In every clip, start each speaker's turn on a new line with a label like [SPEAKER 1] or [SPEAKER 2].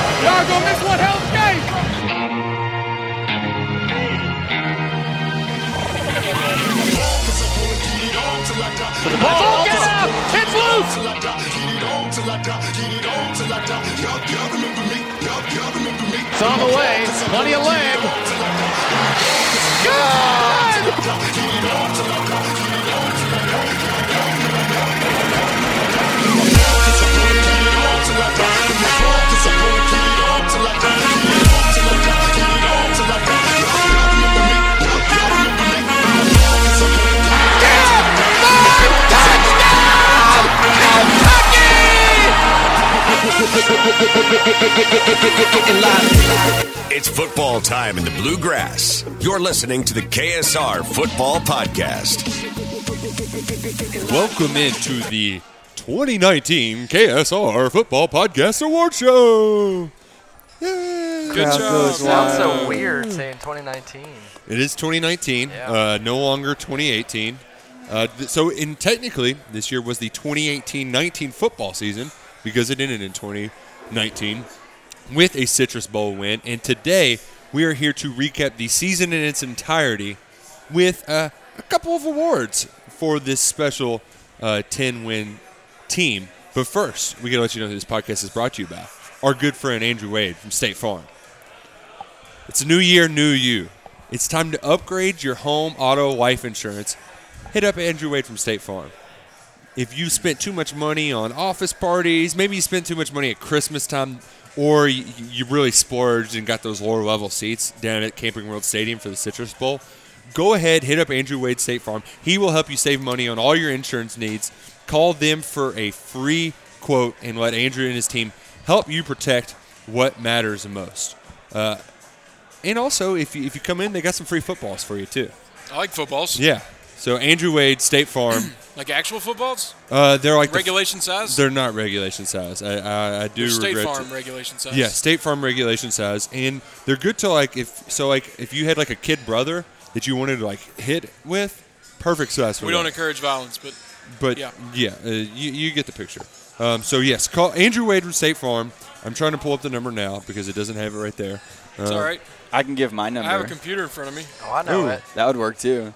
[SPEAKER 1] on this one. Hell's Gate. Let's all get up. It's loose. It's on the way. Plenty of leg. Good.
[SPEAKER 2] It's football time in the bluegrass. You're listening to the KSR Football Podcast.
[SPEAKER 3] Welcome into the 2019 KSR Football Podcast Award Show. Yay.
[SPEAKER 4] Crowd goes
[SPEAKER 5] Sounds
[SPEAKER 4] wild.
[SPEAKER 3] Uh,
[SPEAKER 5] so weird saying 2019.
[SPEAKER 3] It is 2019, uh, no longer 2018. Uh, th- so, in technically, this year was the 2018-19 football season because it ended in 2019 with a Citrus Bowl win. And today, we are here to recap the season in its entirety with uh, a couple of awards for this special uh, 10-win team. But first, we gotta let you know who this podcast is brought to you by our good friend Andrew Wade from State Farm. It's new year, new you. It's time to upgrade your home, auto, life insurance. Hit up Andrew Wade from State Farm. If you spent too much money on office parties, maybe you spent too much money at Christmas time, or you, you really splurged and got those lower level seats down at Camping World Stadium for the Citrus Bowl, go ahead, hit up Andrew Wade State Farm. He will help you save money on all your insurance needs. Call them for a free quote and let Andrew and his team help you protect what matters most. And also, if you, if you come in, they got some free footballs for you too.
[SPEAKER 4] I like footballs.
[SPEAKER 3] Yeah. So Andrew Wade State Farm,
[SPEAKER 4] Like actual footballs?
[SPEAKER 3] uh, they're like the-
[SPEAKER 4] Regulation size?
[SPEAKER 3] they're not regulation size. I, I, I do
[SPEAKER 4] They're State
[SPEAKER 3] regret.
[SPEAKER 4] Farm
[SPEAKER 3] to-
[SPEAKER 4] regulation size.
[SPEAKER 3] yeah, State Farm regulation size, and they're good to like if so like if you had like a kid brother that you wanted to like hit with, perfect size. For
[SPEAKER 4] We don't
[SPEAKER 3] that.
[SPEAKER 4] encourage violence, but
[SPEAKER 3] But yeah,
[SPEAKER 4] Yeah.
[SPEAKER 3] uh, you, you get the picture. Um, so yes, call Andrew Wade from State Farm. I'm trying to pull up the number now because it doesn't have it right there.
[SPEAKER 4] it's all right.
[SPEAKER 6] I can give my
[SPEAKER 4] I have a
[SPEAKER 6] number.
[SPEAKER 4] computer in front of me.
[SPEAKER 5] Oh, I know
[SPEAKER 3] Ooh.
[SPEAKER 5] it.
[SPEAKER 6] That would work too.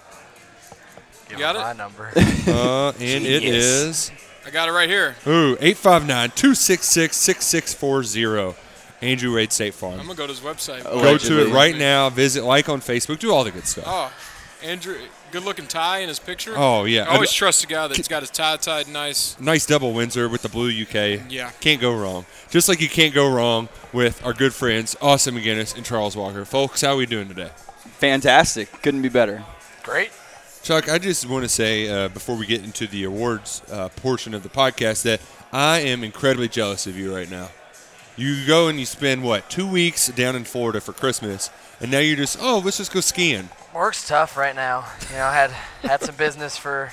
[SPEAKER 5] Give
[SPEAKER 4] got
[SPEAKER 5] him
[SPEAKER 4] it?
[SPEAKER 5] My number.
[SPEAKER 3] Uh, and it
[SPEAKER 6] Genius.
[SPEAKER 3] is
[SPEAKER 4] I got it right here.
[SPEAKER 3] Ooh, 859 266 6640. Andrew Wade State
[SPEAKER 4] I'm
[SPEAKER 3] Farm.
[SPEAKER 4] gonna go to his website.
[SPEAKER 6] Oh,
[SPEAKER 3] Go to it
[SPEAKER 6] Allegedly.
[SPEAKER 3] right now. Visit, like on Facebook, do all the good stuff.
[SPEAKER 4] Oh, Andrew, good-looking tie in his picture.
[SPEAKER 3] Oh, yeah.
[SPEAKER 4] I always trust a guy that's got his tie tied nice.
[SPEAKER 3] Nice double Windsor with the blue UK.
[SPEAKER 4] Yeah.
[SPEAKER 3] Can't go wrong. Just like you can't go wrong with our good friends, Austin McGinnis and Charles Walker. Folks, how we doing today?
[SPEAKER 6] Fantastic. Couldn't be better.
[SPEAKER 5] Great.
[SPEAKER 3] Chuck, I just want to say uh, before we get into the awards uh, portion of the podcast that I am incredibly jealous of you right now. You go and you spend, what, two weeks down in Florida for Christmas, and now you're just, oh, let's just go skiing.
[SPEAKER 5] Work's tough right now. You know, I had had some business for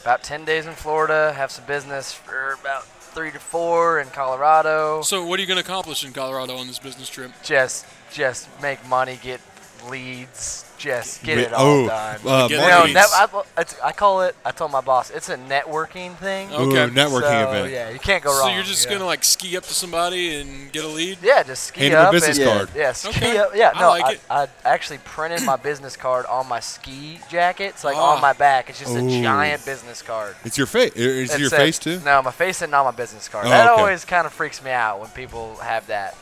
[SPEAKER 5] about 10 days in Florida. Have some business for about three to four in Colorado.
[SPEAKER 4] So, what are you gonna accomplish in Colorado on this business trip?
[SPEAKER 5] Just, just make money, get leads, just get
[SPEAKER 3] Wait,
[SPEAKER 5] it all
[SPEAKER 3] oh,
[SPEAKER 5] done.
[SPEAKER 3] uh,
[SPEAKER 5] you
[SPEAKER 4] Get
[SPEAKER 5] know,
[SPEAKER 4] leads.
[SPEAKER 5] net, I, it's, I call it. I told my boss it's a networking thing.
[SPEAKER 4] Oh,
[SPEAKER 3] Ooh,
[SPEAKER 4] Okay.
[SPEAKER 3] uh, networking
[SPEAKER 5] so,
[SPEAKER 3] event.
[SPEAKER 5] Yeah, you can't go
[SPEAKER 4] so
[SPEAKER 5] wrong.
[SPEAKER 4] you're just
[SPEAKER 5] yeah.
[SPEAKER 4] gonna like ski up to somebody and get a lead?
[SPEAKER 5] Yeah, just ski
[SPEAKER 3] Hand him a
[SPEAKER 5] up
[SPEAKER 3] business
[SPEAKER 5] and,
[SPEAKER 3] card.
[SPEAKER 5] Yeah, ski
[SPEAKER 4] Okay.
[SPEAKER 5] up. Yeah,
[SPEAKER 4] I
[SPEAKER 5] no, I,
[SPEAKER 4] like it.
[SPEAKER 5] I, actually printed my business card on my ski jacket. It's like
[SPEAKER 4] Ah.
[SPEAKER 5] on my back. It's just
[SPEAKER 3] Ooh.
[SPEAKER 5] a giant business card.
[SPEAKER 3] It's your face. Is it
[SPEAKER 5] That
[SPEAKER 3] your
[SPEAKER 5] said-
[SPEAKER 3] face too?
[SPEAKER 5] No, my face and not my business card.
[SPEAKER 3] Oh,
[SPEAKER 5] that
[SPEAKER 3] okay.
[SPEAKER 5] always kind of freaks me out when people have that.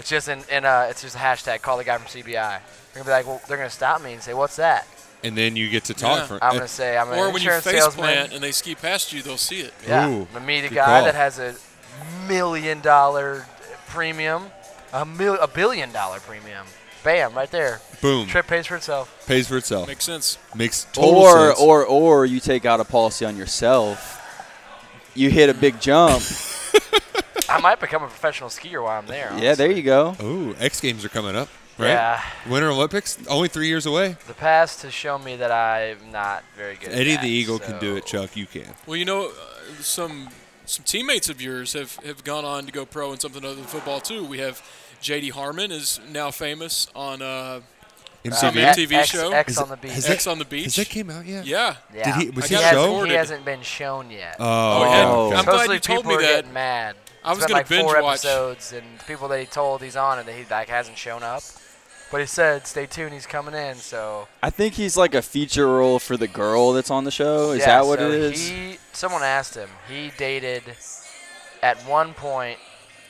[SPEAKER 5] It's just in, in uh, it's just a hashtag. Call the guy from CBI. They're gonna be like, well, they're gonna stop me and say, what's that?
[SPEAKER 3] And then you get to talk
[SPEAKER 4] Yeah.
[SPEAKER 3] for.
[SPEAKER 5] I'm gonna say, I'm an
[SPEAKER 4] Or when you
[SPEAKER 5] insurance
[SPEAKER 4] face
[SPEAKER 5] salesman.
[SPEAKER 4] plant and they ski past you, they'll see it.
[SPEAKER 5] Yeah,
[SPEAKER 3] Ooh,
[SPEAKER 5] I meet a
[SPEAKER 3] good
[SPEAKER 5] guy
[SPEAKER 3] call.
[SPEAKER 5] that has a million dollar premium, a mil- a billion dollar premium. Bam, right there.
[SPEAKER 3] boom.
[SPEAKER 5] Trip pays for itself.
[SPEAKER 3] Pays for itself.
[SPEAKER 4] Makes sense.
[SPEAKER 3] Makes total
[SPEAKER 6] Or
[SPEAKER 3] sense.
[SPEAKER 6] or or you take out a policy on yourself. You hit a big jump.
[SPEAKER 5] I might become a professional skier while I'm there.
[SPEAKER 6] yeah, there you go.
[SPEAKER 3] Ooh, X Games are coming up, right?
[SPEAKER 5] Yeah.
[SPEAKER 3] Winter Olympics, only three years away.
[SPEAKER 5] The past has shown me that I'm not very good.
[SPEAKER 3] Eddie
[SPEAKER 5] at that,
[SPEAKER 3] the Eagle
[SPEAKER 5] so-
[SPEAKER 3] can do it, Chuck. You can.
[SPEAKER 4] Well, you know, uh, some some teammates of yours have, have gone on to go pro in something other than football too. We have J.D. Harmon is now famous on uh,
[SPEAKER 5] Um,
[SPEAKER 4] Some
[SPEAKER 3] MTV.
[SPEAKER 5] X-
[SPEAKER 4] MTV
[SPEAKER 5] X,
[SPEAKER 4] show?
[SPEAKER 5] X
[SPEAKER 3] Is
[SPEAKER 5] on
[SPEAKER 3] it-
[SPEAKER 5] the beach.
[SPEAKER 3] is
[SPEAKER 4] X on the Beach.
[SPEAKER 3] Has that came out yet?
[SPEAKER 4] yeah.
[SPEAKER 5] yeah.
[SPEAKER 3] Did he- was
[SPEAKER 5] I
[SPEAKER 3] he
[SPEAKER 5] hasn't-
[SPEAKER 3] showed?
[SPEAKER 5] He hasn't been shown yet.
[SPEAKER 3] Oh,
[SPEAKER 4] yeah.
[SPEAKER 6] Oh.
[SPEAKER 4] I'm glad
[SPEAKER 5] Supposedly
[SPEAKER 4] you told
[SPEAKER 5] people
[SPEAKER 4] me
[SPEAKER 5] are
[SPEAKER 4] that.
[SPEAKER 5] getting mad.
[SPEAKER 4] I was
[SPEAKER 5] been
[SPEAKER 4] gonna
[SPEAKER 5] like four
[SPEAKER 4] binge watch.
[SPEAKER 5] episodes, and the people that he told he's on it, that he like hasn't shown up. But he said, "Stay tuned, he's coming in." So
[SPEAKER 6] I think he's like a feature role for the girl that's on the show. Is
[SPEAKER 5] yeah,
[SPEAKER 6] that what
[SPEAKER 5] so
[SPEAKER 6] it is?
[SPEAKER 5] He, someone asked him. He dated at one point.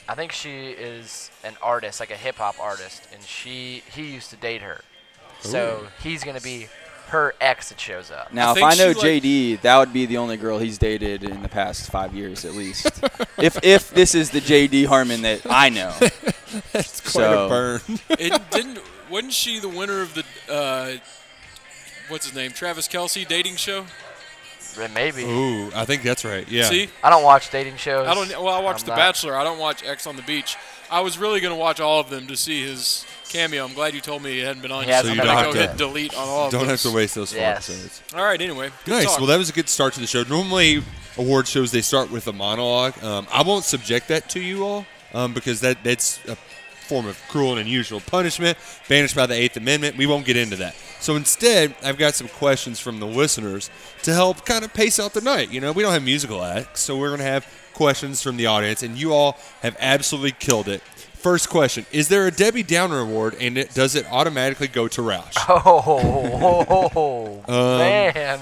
[SPEAKER 5] I think she is an artist, like a hip hop artist, and she he used to date her. So he's gonna be her ex that shows up.
[SPEAKER 6] now, if
[SPEAKER 4] think
[SPEAKER 6] I know
[SPEAKER 4] she, like-
[SPEAKER 6] JD, that would be the only girl he's dated in the past five years, at least. if if this is the JD Harmon that I know,
[SPEAKER 3] That's quite
[SPEAKER 6] So-
[SPEAKER 3] a burn.
[SPEAKER 4] it didn't. Wasn't she the winner of the uh, what's his name, Travis Kelsey dating show?
[SPEAKER 5] But Maybe
[SPEAKER 3] Ooh, I think that's right. Yeah.
[SPEAKER 4] See,
[SPEAKER 5] I don't watch dating shows.
[SPEAKER 4] I don't. Well, I watched
[SPEAKER 5] I'm
[SPEAKER 4] The
[SPEAKER 5] not-
[SPEAKER 4] Bachelor. I don't watch X on the Beach. I was really gonna watch all of them to see his cameo. I'm glad you told me it hadn't been on.
[SPEAKER 5] He
[SPEAKER 4] yet,
[SPEAKER 5] hasn't
[SPEAKER 4] I'm
[SPEAKER 5] been
[SPEAKER 4] gonna
[SPEAKER 5] on
[SPEAKER 4] go
[SPEAKER 5] yet.
[SPEAKER 4] hit delete on all. of
[SPEAKER 3] Don't have
[SPEAKER 4] those.
[SPEAKER 3] to waste those four
[SPEAKER 5] Yes.
[SPEAKER 3] episodes.
[SPEAKER 4] All right. Anyway. good
[SPEAKER 3] Nice.
[SPEAKER 4] talk.
[SPEAKER 3] Well, that was a good start to the show. Normally, award shows they start with a monologue. Um, I won't subject that to you all um, because that that's a form of cruel and unusual punishment banished by the Eighth Amendment. We won't get into that. So instead, I've got some questions from the listeners to help kind of pace out the night. You know, we don't have musical acts, so we're gonna have questions from the audience, and you all have absolutely killed it. First question: Is there a Debbie Downer Award, and it, does it automatically go to Roush?
[SPEAKER 5] Oh,
[SPEAKER 6] Um,
[SPEAKER 5] man.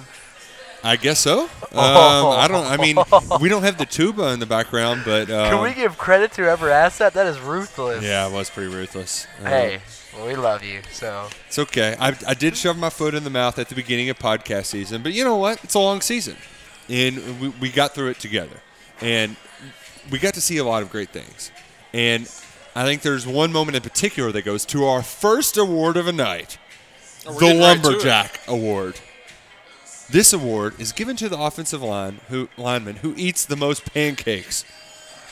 [SPEAKER 3] I guess so. Um, I don't. I mean, we don't have the tuba in the background, but um,
[SPEAKER 5] Can we give credit to whoever asked that? That is ruthless.
[SPEAKER 3] yeah, it was pretty ruthless. Um,
[SPEAKER 5] Hey, well, we love you. So
[SPEAKER 3] it's okay. I, I did shove my foot in the mouth at the beginning of podcast season, but you know what? It's a long season, and we, we got through it together, and we got to see a lot of great things. And I think there's one moment in particular that goes to our first award of a night.
[SPEAKER 4] Oh, we're
[SPEAKER 3] the
[SPEAKER 4] getting right to it.
[SPEAKER 3] Lumberjack Award. This award is given to the offensive line who lineman who eats the most pancakes.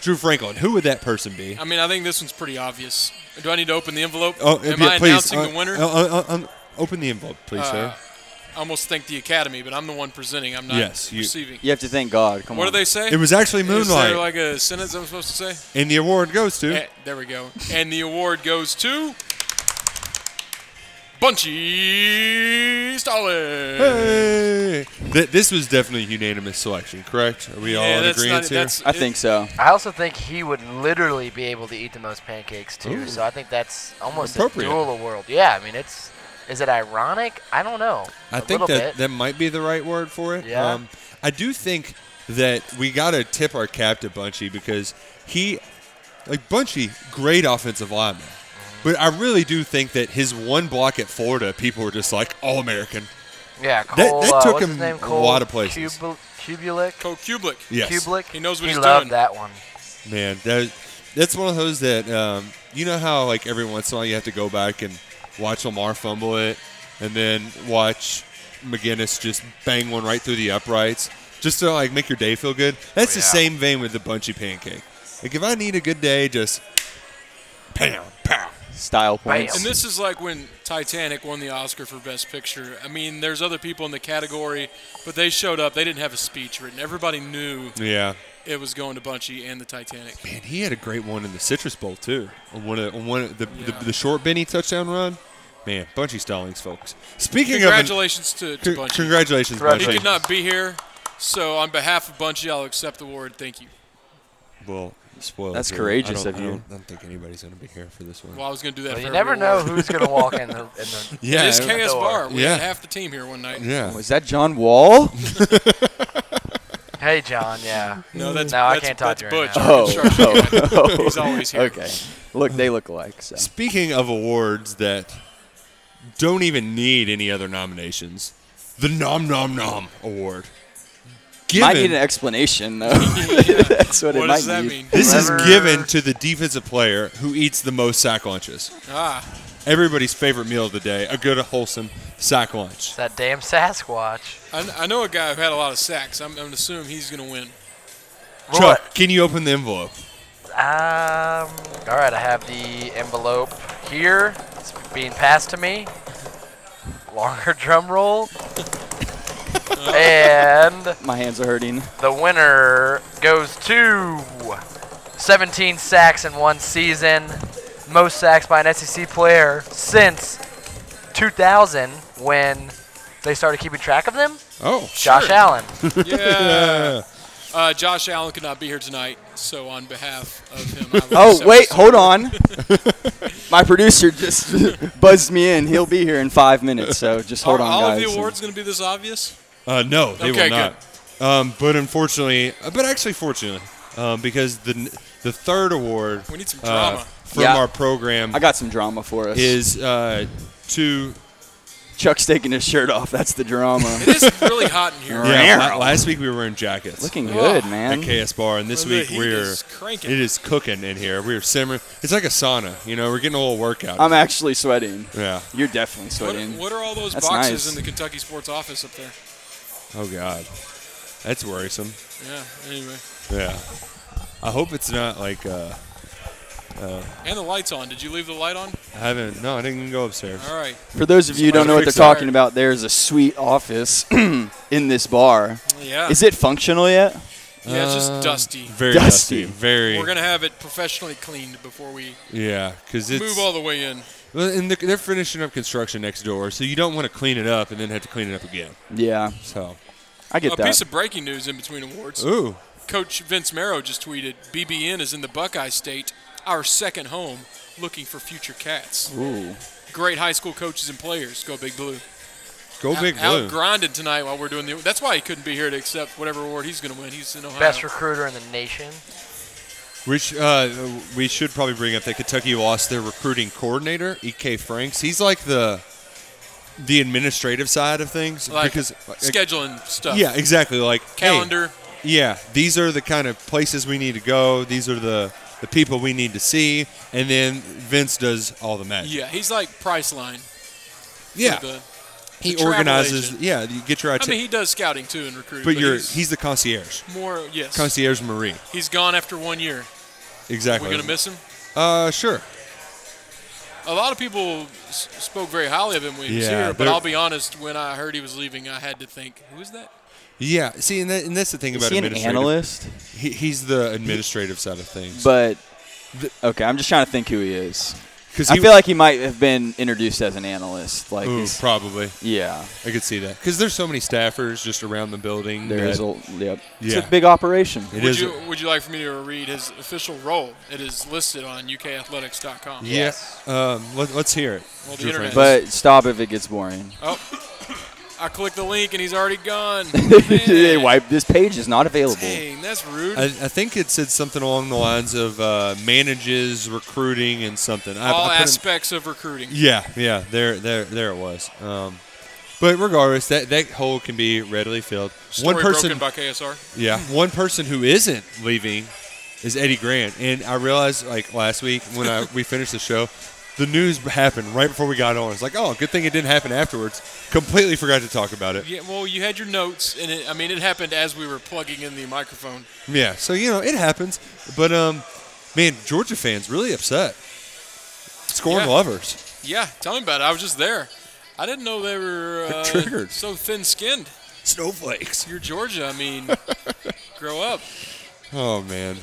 [SPEAKER 3] Drew Franklin. Who would that person be?
[SPEAKER 4] I mean, I think this one's pretty obvious. Do I need to open the envelope?
[SPEAKER 3] Oh,
[SPEAKER 4] Am
[SPEAKER 3] yeah,
[SPEAKER 4] I
[SPEAKER 3] please.
[SPEAKER 4] announcing
[SPEAKER 3] uh,
[SPEAKER 4] the winner? Uh,
[SPEAKER 3] uh, uh, uh, um, open the envelope, please, sir.
[SPEAKER 4] I almost thank the Academy, but I'm the one presenting. I'm not
[SPEAKER 3] Yes, you-
[SPEAKER 4] receiving.
[SPEAKER 6] you have to thank God. Come
[SPEAKER 4] What do
[SPEAKER 6] on.
[SPEAKER 4] they say?
[SPEAKER 3] It was actually
[SPEAKER 4] Is there
[SPEAKER 3] Moonlight,
[SPEAKER 4] like a sentence I'm supposed to say?
[SPEAKER 3] and the award goes to.
[SPEAKER 4] Eh, there we go. And the award goes to Bunchy Stallings.
[SPEAKER 3] Hey! Th- this was definitely a unanimous selection, correct? Are we all
[SPEAKER 4] Yeah,
[SPEAKER 3] in
[SPEAKER 4] that's
[SPEAKER 3] agreement
[SPEAKER 4] not, e,
[SPEAKER 3] here?
[SPEAKER 4] that's,
[SPEAKER 6] I think so.
[SPEAKER 5] I also think he would literally be able to eat the most pancakes too. So I think that's almost a
[SPEAKER 3] Appropriate.
[SPEAKER 5] dual world. Yeah, I mean it's. Is it ironic? I don't know.
[SPEAKER 3] I
[SPEAKER 5] A
[SPEAKER 3] think
[SPEAKER 5] little
[SPEAKER 3] that
[SPEAKER 5] bit.
[SPEAKER 3] that might be the right word for it. Um,
[SPEAKER 5] Yeah.
[SPEAKER 3] I do think that we got to tip our cap to Bunchy because he, like Bunchy, great offensive lineman.
[SPEAKER 5] Mm-hmm.
[SPEAKER 3] But I really do think that his one block at Florida, people were just like, all American.
[SPEAKER 5] yeah, Cole,
[SPEAKER 3] that
[SPEAKER 5] uh,
[SPEAKER 3] took
[SPEAKER 5] what's
[SPEAKER 3] him
[SPEAKER 5] his name?
[SPEAKER 3] a
[SPEAKER 5] Cole
[SPEAKER 3] lot of places.
[SPEAKER 5] Kubel- Kubelik.
[SPEAKER 4] Cole Kublik.
[SPEAKER 3] Yes.
[SPEAKER 5] Kubelik.
[SPEAKER 4] He knows what
[SPEAKER 5] he
[SPEAKER 4] he's
[SPEAKER 5] loved
[SPEAKER 4] doing.
[SPEAKER 5] that one.
[SPEAKER 3] Man, that, that's one of those that, um, you know how like every once in a while you have to go back and watch Lamar fumble it and then watch McGinnis just bang one right through the uprights just to like make your day feel good? That's the
[SPEAKER 4] Oh,
[SPEAKER 5] Yeah.
[SPEAKER 3] same vein with the bunchy pancake. Like if I need a good day, just pow, pow.
[SPEAKER 6] Style
[SPEAKER 5] Bam.
[SPEAKER 6] points.
[SPEAKER 4] And this is like when Titanic won the Oscar for Best Picture. I mean, there's other people in the category, but they showed up. They didn't have a speech written. Everybody knew
[SPEAKER 3] Yeah.
[SPEAKER 4] it was going to Bunchy and the Titanic.
[SPEAKER 3] Man, he had a great one in the Citrus Bowl too. On one of, on one of the,
[SPEAKER 4] Yeah.
[SPEAKER 3] the the short Benny touchdown run. Man, bunchy Stallings, folks. Speaking
[SPEAKER 4] Congratulations
[SPEAKER 3] of
[SPEAKER 4] to,
[SPEAKER 3] an,
[SPEAKER 4] to Bunchy.
[SPEAKER 3] congratulations,
[SPEAKER 4] He
[SPEAKER 5] Congratulations.
[SPEAKER 3] Bunchy.
[SPEAKER 4] could not be here, so on behalf of Bunchy, I'll accept the award. Thank you.
[SPEAKER 3] Well, spoiled.
[SPEAKER 6] That's
[SPEAKER 3] here.
[SPEAKER 6] courageous
[SPEAKER 3] I don't-
[SPEAKER 6] of
[SPEAKER 3] I
[SPEAKER 6] you.
[SPEAKER 3] don't, I don't think anybody's going to be here for this one.
[SPEAKER 4] Well, I was going to do that
[SPEAKER 5] Well,
[SPEAKER 4] for
[SPEAKER 5] you never
[SPEAKER 4] every
[SPEAKER 5] know
[SPEAKER 4] award.
[SPEAKER 5] who's gonna walk in the. In the
[SPEAKER 3] yeah,
[SPEAKER 4] it is
[SPEAKER 3] I-
[SPEAKER 4] KS
[SPEAKER 5] door.
[SPEAKER 4] Bar. We
[SPEAKER 3] Yeah.
[SPEAKER 4] had half the team here one night.
[SPEAKER 3] yeah.
[SPEAKER 6] Was that John Wall?
[SPEAKER 5] hey, John. Yeah.
[SPEAKER 4] No, that's
[SPEAKER 5] No, I
[SPEAKER 4] that's,
[SPEAKER 5] can't talk
[SPEAKER 4] that's
[SPEAKER 5] to you right
[SPEAKER 4] Butch.
[SPEAKER 5] now.
[SPEAKER 4] our construction guy. He's always here.
[SPEAKER 6] Oh, okay. Look, they look alike. So.
[SPEAKER 3] Speaking of awards that don't even need any other nominations, the Nom Nom Nom Award.
[SPEAKER 6] Might need an
[SPEAKER 3] Given,
[SPEAKER 6] explanation though. That's what,
[SPEAKER 4] What
[SPEAKER 6] it might
[SPEAKER 4] does that
[SPEAKER 6] be.
[SPEAKER 4] mean?
[SPEAKER 3] this is
[SPEAKER 5] Whoever-
[SPEAKER 3] given to the defensive player who eats the most sack lunches.
[SPEAKER 4] Ah,
[SPEAKER 3] Everybody's favorite meal of the day, a good, wholesome sack lunch.
[SPEAKER 5] It's that damn Sasquatch.
[SPEAKER 4] I, I know a guy who had a lot of sacks. I'm, I'm gonna assume he's going to win.
[SPEAKER 5] What?
[SPEAKER 3] Chuck, can you open the envelope?
[SPEAKER 5] Um. All right, I have the envelope here. It's being passed to me. Longer drum roll. and
[SPEAKER 6] My hands are hurting.
[SPEAKER 5] the winner goes to 17 sacks in one season, most sacks by an SEC player since 2000 when they started keeping track of them.
[SPEAKER 3] Oh,
[SPEAKER 5] Josh Allen.
[SPEAKER 4] Yeah. Uh, Josh Allen could not be here tonight, so on behalf of him, I would
[SPEAKER 6] Oh
[SPEAKER 4] accept
[SPEAKER 6] wait,
[SPEAKER 4] this.
[SPEAKER 6] hold on. My producer just buzzed me in. He'll be here in five minutes, so just hold
[SPEAKER 4] Are
[SPEAKER 6] on,
[SPEAKER 4] all
[SPEAKER 6] guys.
[SPEAKER 4] of the awards going to be this obvious?
[SPEAKER 3] Uh, no, they
[SPEAKER 4] Okay,
[SPEAKER 3] will not. Um, but unfortunately, uh, but actually, fortunately, um, because the n- the third award
[SPEAKER 4] We need some
[SPEAKER 3] uh,
[SPEAKER 4] drama.
[SPEAKER 3] from
[SPEAKER 6] Yeah.
[SPEAKER 3] our program
[SPEAKER 6] I got some drama for us.
[SPEAKER 3] is uh, to
[SPEAKER 6] Chuck's taking his shirt off. That's the drama.
[SPEAKER 4] It is really hot in here.
[SPEAKER 3] yeah.
[SPEAKER 6] Meow.
[SPEAKER 3] la- Last week we were wearing jackets
[SPEAKER 6] Looking
[SPEAKER 4] Oh,
[SPEAKER 6] good,
[SPEAKER 4] that
[SPEAKER 3] at
[SPEAKER 6] man.
[SPEAKER 3] KS Bar, and this
[SPEAKER 4] Well, the
[SPEAKER 3] week
[SPEAKER 4] heat
[SPEAKER 3] we're
[SPEAKER 4] is cranking.
[SPEAKER 3] it is cooking in here. We're simmering. It's like a sauna. You know, we're getting a little workout.
[SPEAKER 6] I'm actually sweating.
[SPEAKER 3] yeah.
[SPEAKER 6] You're definitely
[SPEAKER 4] What,
[SPEAKER 6] sweating.
[SPEAKER 4] what are all those
[SPEAKER 6] That's
[SPEAKER 4] boxes
[SPEAKER 6] nice.
[SPEAKER 4] in the Kentucky Sports Office up there?
[SPEAKER 3] Oh God, that's worrisome.
[SPEAKER 4] Yeah. Anyway,
[SPEAKER 3] Yeah. I hope it's not like uh,
[SPEAKER 4] and the lights on. Did you leave the light on?
[SPEAKER 3] I haven't. No, I didn't even go upstairs.
[SPEAKER 4] All right.
[SPEAKER 6] For those of you who don't know what they're
[SPEAKER 3] Somebody fix
[SPEAKER 6] talking about, there's a sweet office in this bar.
[SPEAKER 4] Yeah.
[SPEAKER 6] Is it functional yet?
[SPEAKER 4] yeah. It's
[SPEAKER 3] Uh,
[SPEAKER 4] just dusty.
[SPEAKER 3] Very
[SPEAKER 6] Dusty.
[SPEAKER 3] dusty. Very.
[SPEAKER 4] We're gonna have it professionally cleaned before we
[SPEAKER 3] yeah, because it's
[SPEAKER 4] move all the way in.
[SPEAKER 3] Well, and they're, they're finishing up construction next door, so you don't want to clean it up and then have to clean it up again.
[SPEAKER 6] Yeah,
[SPEAKER 3] So,
[SPEAKER 6] I get
[SPEAKER 4] A
[SPEAKER 6] that.
[SPEAKER 4] Oh, piece of breaking news in between awards.
[SPEAKER 3] ooh,
[SPEAKER 4] Coach Vince Marrow just tweeted: BBN is in the Buckeye State, our second home, looking for future cats.
[SPEAKER 6] Ooh.
[SPEAKER 4] Great high school coaches and players. Go Big Blue.
[SPEAKER 3] go big
[SPEAKER 4] out,
[SPEAKER 3] blue.
[SPEAKER 4] out grinding tonight while we're doing the. That's why he couldn't be here to accept whatever award he's going to win. He's in Ohio.
[SPEAKER 5] Best recruiter in the nation.
[SPEAKER 3] we, sh- uh, we should probably bring up that Kentucky lost their recruiting coordinator, E.K. Franks. He's like the the administrative side of things
[SPEAKER 4] like
[SPEAKER 3] because
[SPEAKER 4] scheduling stuff.
[SPEAKER 3] yeah, exactly. Like hey,
[SPEAKER 4] Calendar.
[SPEAKER 3] yeah, these are the kind of places we need to go. These are the the people we need to see, and then Vince does all the magic.
[SPEAKER 4] Yeah, he's like Priceline. for
[SPEAKER 3] Yeah,
[SPEAKER 4] the-
[SPEAKER 3] he
[SPEAKER 4] the travel
[SPEAKER 3] organizes.
[SPEAKER 4] agent.
[SPEAKER 3] Yeah, you get your
[SPEAKER 4] I
[SPEAKER 3] itinerary.
[SPEAKER 4] mean, he does scouting too and recruiting.
[SPEAKER 3] but you're
[SPEAKER 4] he's
[SPEAKER 3] he's the concierge.
[SPEAKER 4] more yes.
[SPEAKER 3] Concierge Marie.
[SPEAKER 4] He's gone after one year.
[SPEAKER 3] Exactly.
[SPEAKER 4] We're going to miss him.
[SPEAKER 3] Uh, sure.
[SPEAKER 4] A lot of people s- spoke very highly of him when he was
[SPEAKER 3] Yeah,
[SPEAKER 4] here, but
[SPEAKER 3] they're-
[SPEAKER 4] I'll be honest. When I heard he was leaving, I had to think, who is that?
[SPEAKER 3] Yeah. See, and, that, and that's the thing
[SPEAKER 6] Is
[SPEAKER 3] about
[SPEAKER 6] he an
[SPEAKER 3] administrative.
[SPEAKER 6] analyst?
[SPEAKER 3] He, he's the administrative side of things.
[SPEAKER 6] But okay, I'm just trying to think who he is.
[SPEAKER 3] Because
[SPEAKER 6] I feel like he might have been introduced as an analyst. Like,
[SPEAKER 3] Ooh,
[SPEAKER 6] he's-
[SPEAKER 3] probably.
[SPEAKER 6] yeah,
[SPEAKER 3] I could see that. Because there's so many staffers just around the building.
[SPEAKER 6] there is.
[SPEAKER 3] that
[SPEAKER 6] A, yep, it's
[SPEAKER 3] Yeah.
[SPEAKER 6] a big operation.
[SPEAKER 3] it
[SPEAKER 4] Would
[SPEAKER 3] is.
[SPEAKER 4] you Would you like for me to read his official role? It is listed on UKathletics.com.
[SPEAKER 3] yeah. Um, let, let's hear it.
[SPEAKER 4] Well, the
[SPEAKER 3] Drew
[SPEAKER 4] internet-
[SPEAKER 3] Francis.
[SPEAKER 6] But stop if it gets boring.
[SPEAKER 4] I clicked the link and he's already gone.
[SPEAKER 6] they
[SPEAKER 4] Oh, Man.
[SPEAKER 6] wipe. This page is not available.
[SPEAKER 4] Dang, that's rude.
[SPEAKER 3] I, I think it said something along the lines of uh, manages recruiting and something. I,
[SPEAKER 4] All
[SPEAKER 3] I put in-
[SPEAKER 4] aspects of recruiting.
[SPEAKER 3] Yeah, yeah, there, there, there it was. Um, but regardless, that that hole can be readily filled.
[SPEAKER 4] Story
[SPEAKER 3] one person,
[SPEAKER 4] broken by KSR.
[SPEAKER 3] yeah, one person who isn't leaving is Eddie Grant, and I realized like last week when I we finished the show, the news happened right before we got on. It's like, oh, good thing it didn't happen afterwards. Completely forgot to talk about it.
[SPEAKER 4] Yeah, well, you had your notes, and it, I mean, it happened as we were plugging in the microphone.
[SPEAKER 3] Yeah, so you know it happens. But um, man, Georgia fans really upset. Scorn
[SPEAKER 4] Yeah.
[SPEAKER 3] lovers.
[SPEAKER 4] Yeah, tell me about it. I was just there. I didn't know they were
[SPEAKER 3] They're
[SPEAKER 4] uh,
[SPEAKER 3] triggered.
[SPEAKER 4] so thin-skinned.
[SPEAKER 3] Snowflakes.
[SPEAKER 4] You're Georgia. I mean, grow up.
[SPEAKER 3] Oh man,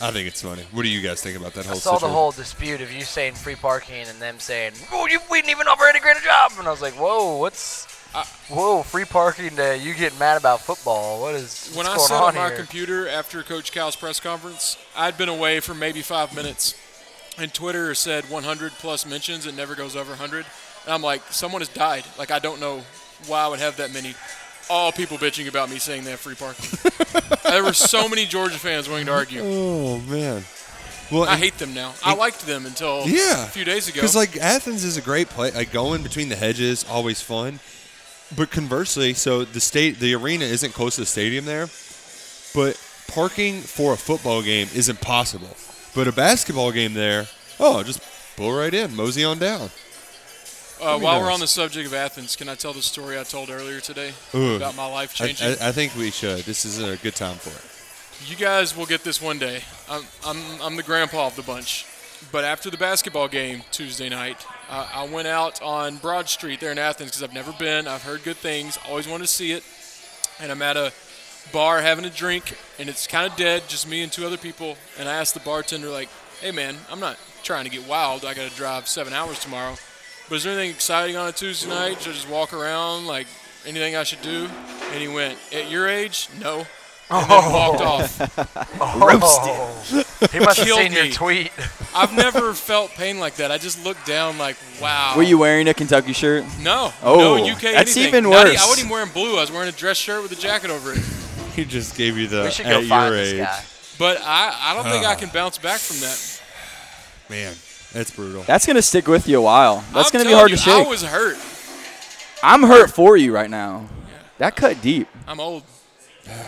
[SPEAKER 3] I think it's funny. What do you guys think about that
[SPEAKER 5] I
[SPEAKER 3] whole?
[SPEAKER 5] saw the
[SPEAKER 3] situation?
[SPEAKER 5] whole dispute of you saying free parking and them saying, "Oh, you, we didn't even offer any greater job," and I was like, "Whoa, what's?" Whoa, free parking to you getting mad about football. What is
[SPEAKER 4] When
[SPEAKER 5] what's
[SPEAKER 4] I
[SPEAKER 5] going
[SPEAKER 4] sat
[SPEAKER 5] on
[SPEAKER 4] on my
[SPEAKER 5] here?
[SPEAKER 4] computer after Coach Cal's press conference, I'd been away for maybe five minutes, and Twitter said 100 plus mentions. It never goes over 100. And I'm like, someone has died. Like, I don't know why I would have that many. All people bitching about me saying that free parking. there were so many Georgia fans willing to argue.
[SPEAKER 3] Oh man. Well,
[SPEAKER 4] I hate them now. I liked them until
[SPEAKER 3] Yeah.
[SPEAKER 4] a few days ago.
[SPEAKER 3] because like Athens is a great place. Like going between the hedges, always fun. But conversely, so the state, the arena isn't close to the stadium there, but parking for a football game is impossible. But a basketball game there, oh, just pull right in, mosey on down.
[SPEAKER 4] uh, while we're
[SPEAKER 3] knows?
[SPEAKER 4] on the subject of Athens, can I tell the story I told earlier today
[SPEAKER 3] Ooh.
[SPEAKER 4] about my life
[SPEAKER 3] I,
[SPEAKER 4] changing?
[SPEAKER 3] I, I think we should. This is a good time for it.
[SPEAKER 4] You guys will get this one day. I'm, I'm, I'm the grandpa of the bunch. But after the basketball game Tuesday night, uh, I went out on Broad Street there in Athens because I've never been. I've heard good things, always wanted to see it. And I'm at a bar having a drink, and it's kind of dead, just me and two other people. And I asked the bartender, like, hey man, I'm not trying to get wild. I got to drive seven hours tomorrow. But is there anything exciting on a Tuesday night? Should I just walk around? Like, anything I should do? And he went, at your age, no. and then walked off.
[SPEAKER 5] Roasted. Oh. He must have
[SPEAKER 4] Killed
[SPEAKER 5] seen your
[SPEAKER 4] me.
[SPEAKER 5] tweet.
[SPEAKER 3] Uh,
[SPEAKER 4] I've never felt pain like that. I just looked down like, wow.
[SPEAKER 6] Were you wearing a Kentucky shirt?
[SPEAKER 4] No.
[SPEAKER 6] Oh,
[SPEAKER 4] no UK
[SPEAKER 6] that's
[SPEAKER 4] anything.
[SPEAKER 6] even
[SPEAKER 4] Not e-
[SPEAKER 6] worse.
[SPEAKER 4] I wasn't even wearing blue. I was wearing a dress shirt with a jacket over it.
[SPEAKER 3] He just gave you the
[SPEAKER 5] We should
[SPEAKER 3] at
[SPEAKER 5] go
[SPEAKER 3] your
[SPEAKER 5] find
[SPEAKER 3] age.
[SPEAKER 5] this guy.
[SPEAKER 4] But I, I don't think I can bounce back from that.
[SPEAKER 3] Man, that's brutal.
[SPEAKER 6] That's gonna stick with you a while. That's
[SPEAKER 4] I'm
[SPEAKER 6] gonna be
[SPEAKER 4] telling
[SPEAKER 6] hard
[SPEAKER 4] you,
[SPEAKER 6] to shake.
[SPEAKER 4] I was hurt.
[SPEAKER 6] I'm hurt for you right now. That cut deep.
[SPEAKER 4] I'm old.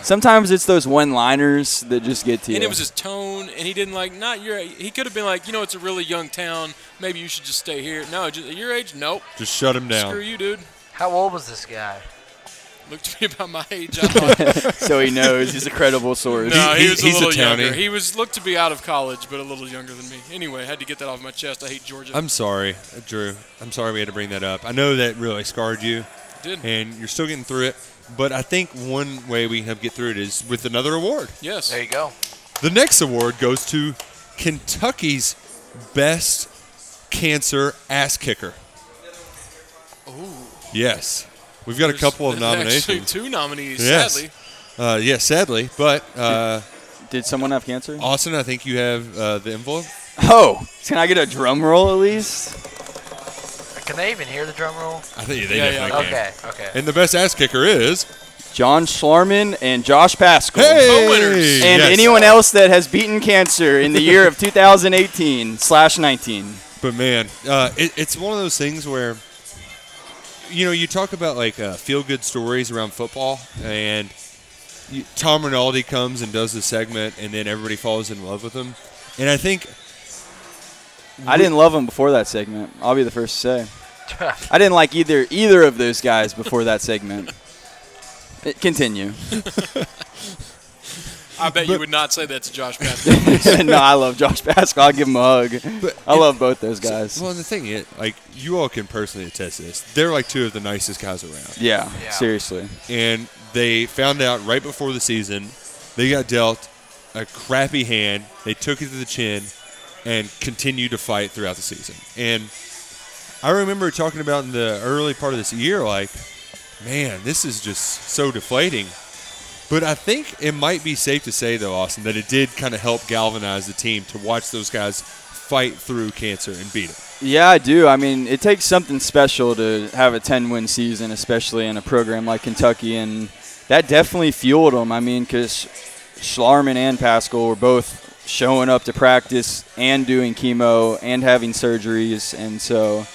[SPEAKER 6] Sometimes it's those one-liners that just get to you.
[SPEAKER 4] And it was his tone, and he didn't like, not your age. He could have been like, you know, it's a really young town. Maybe you should just stay here. No, just, your age? Nope.
[SPEAKER 3] Just shut him
[SPEAKER 4] Screw
[SPEAKER 3] down.
[SPEAKER 4] you, dude.
[SPEAKER 5] How old was this guy?
[SPEAKER 4] Look to me about my age. I don't know.
[SPEAKER 6] so he knows he's a credible source.
[SPEAKER 4] no, he,
[SPEAKER 3] he-
[SPEAKER 4] was a
[SPEAKER 3] he's a
[SPEAKER 4] little
[SPEAKER 3] townie.
[SPEAKER 4] younger. He was looked to be out of college, but a little younger than me. Anyway, I had to get that off my chest. I hate Georgia.
[SPEAKER 3] I'm sorry, Drew. I'm sorry we had to bring that up. I know that really scarred you,
[SPEAKER 4] did.
[SPEAKER 3] and you're still getting through it. But I think one way we can help get through it is with another award.
[SPEAKER 4] Yes.
[SPEAKER 5] There you go.
[SPEAKER 3] The next award goes to Kentucky's best cancer ass kicker. Ooh. Yes. We've got a
[SPEAKER 4] There's-
[SPEAKER 3] couple of
[SPEAKER 4] there's Actually,
[SPEAKER 3] nominations.
[SPEAKER 4] two nominees,
[SPEAKER 3] Yes.
[SPEAKER 4] sadly.
[SPEAKER 3] Uh, yeah, sadly, but uh,
[SPEAKER 6] Did someone have cancer?
[SPEAKER 3] Austin, I think you have uh, the envelope.
[SPEAKER 6] Oh, can I get a drum roll at least?
[SPEAKER 5] Can they even hear the drum roll?
[SPEAKER 3] I think they
[SPEAKER 4] Yeah,
[SPEAKER 3] definitely
[SPEAKER 4] yeah.
[SPEAKER 3] can.
[SPEAKER 5] Okay, okay.
[SPEAKER 3] And the best ass kicker is
[SPEAKER 6] John Schlarman and Josh Pascal.
[SPEAKER 3] hey,
[SPEAKER 4] winners.
[SPEAKER 6] And
[SPEAKER 3] Yes.
[SPEAKER 6] anyone else that has beaten cancer in the year of 2018 slash 19.
[SPEAKER 3] But man, uh, it, it's one of those things where, you know, you talk about like uh, feel good stories around football, and you, Tom Rinaldi comes and does the segment, and then everybody falls in love with him. And I think
[SPEAKER 6] I didn't love him before that segment. I'll be the first to say. I didn't like either either of those guys before that segment. Uh, Continue.
[SPEAKER 4] I bet you would not say that to Josh Pascal.
[SPEAKER 6] no, I love Josh Pascal. I'll give him a hug. I love both those guys.
[SPEAKER 3] Well, the thing is, like you all can personally attest to this. They're like two of the nicest guys around,
[SPEAKER 6] Yeah,
[SPEAKER 5] Yeah.
[SPEAKER 6] seriously.
[SPEAKER 3] and they found out right before the season they got dealt a crappy hand. They took it to the chin and continued to fight throughout the season. And I remember talking about in the early part of this year, like, man, this is just so deflating. But I think it might be safe to say, though, Austin, that it did kind of help galvanize the team to watch those guys fight through cancer and beat it.
[SPEAKER 6] Yeah, I do. I mean, it takes something special to have a 10 win season, especially in a program like Kentucky, and that definitely fueled them. I mean, because Schlarman and Pascal were both showing up to practice and doing chemo and having surgeries, and so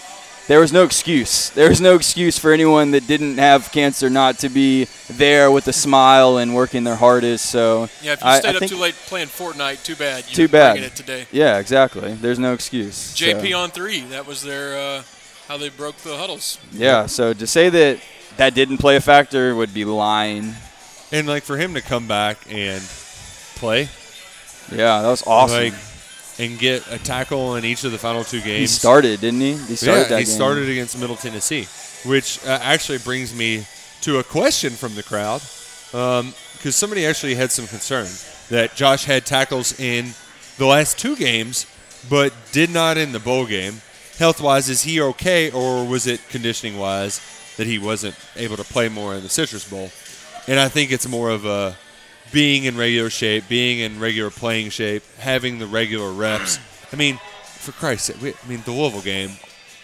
[SPEAKER 6] there was no excuse. There was no excuse for anyone that didn't have cancer not to be there with a smile and working their hardest. So
[SPEAKER 4] yeah, if you
[SPEAKER 6] I-
[SPEAKER 4] stayed
[SPEAKER 6] I
[SPEAKER 4] up
[SPEAKER 6] think-
[SPEAKER 4] too late playing Fortnite, too bad. You're
[SPEAKER 6] too bad.
[SPEAKER 4] bringing it today.
[SPEAKER 6] Yeah, exactly. There's no excuse. so.
[SPEAKER 4] JP on three. That was their uh, how they broke the huddles.
[SPEAKER 6] Yeah, so to say that that didn't play a factor would be lying.
[SPEAKER 3] And like for him to come back and play,
[SPEAKER 6] Yeah, that was awesome.
[SPEAKER 3] like, and get a tackle in each of the final two games.
[SPEAKER 6] he started, didn't he? He started
[SPEAKER 3] yeah,
[SPEAKER 6] that
[SPEAKER 3] he
[SPEAKER 6] game.
[SPEAKER 3] started against Middle Tennessee, which uh, actually brings me to a question from the crowd, because somebody actually had some concern that Josh had tackles in the last two games, but did not in the bowl game. Health wise, is he okay, or was it conditioning wise that he wasn't able to play more in the Citrus Bowl? And I think it's more of a being in regular shape, being in regular playing shape, having the regular reps. I mean, for Christ's sake, we, I mean, the Louisville game,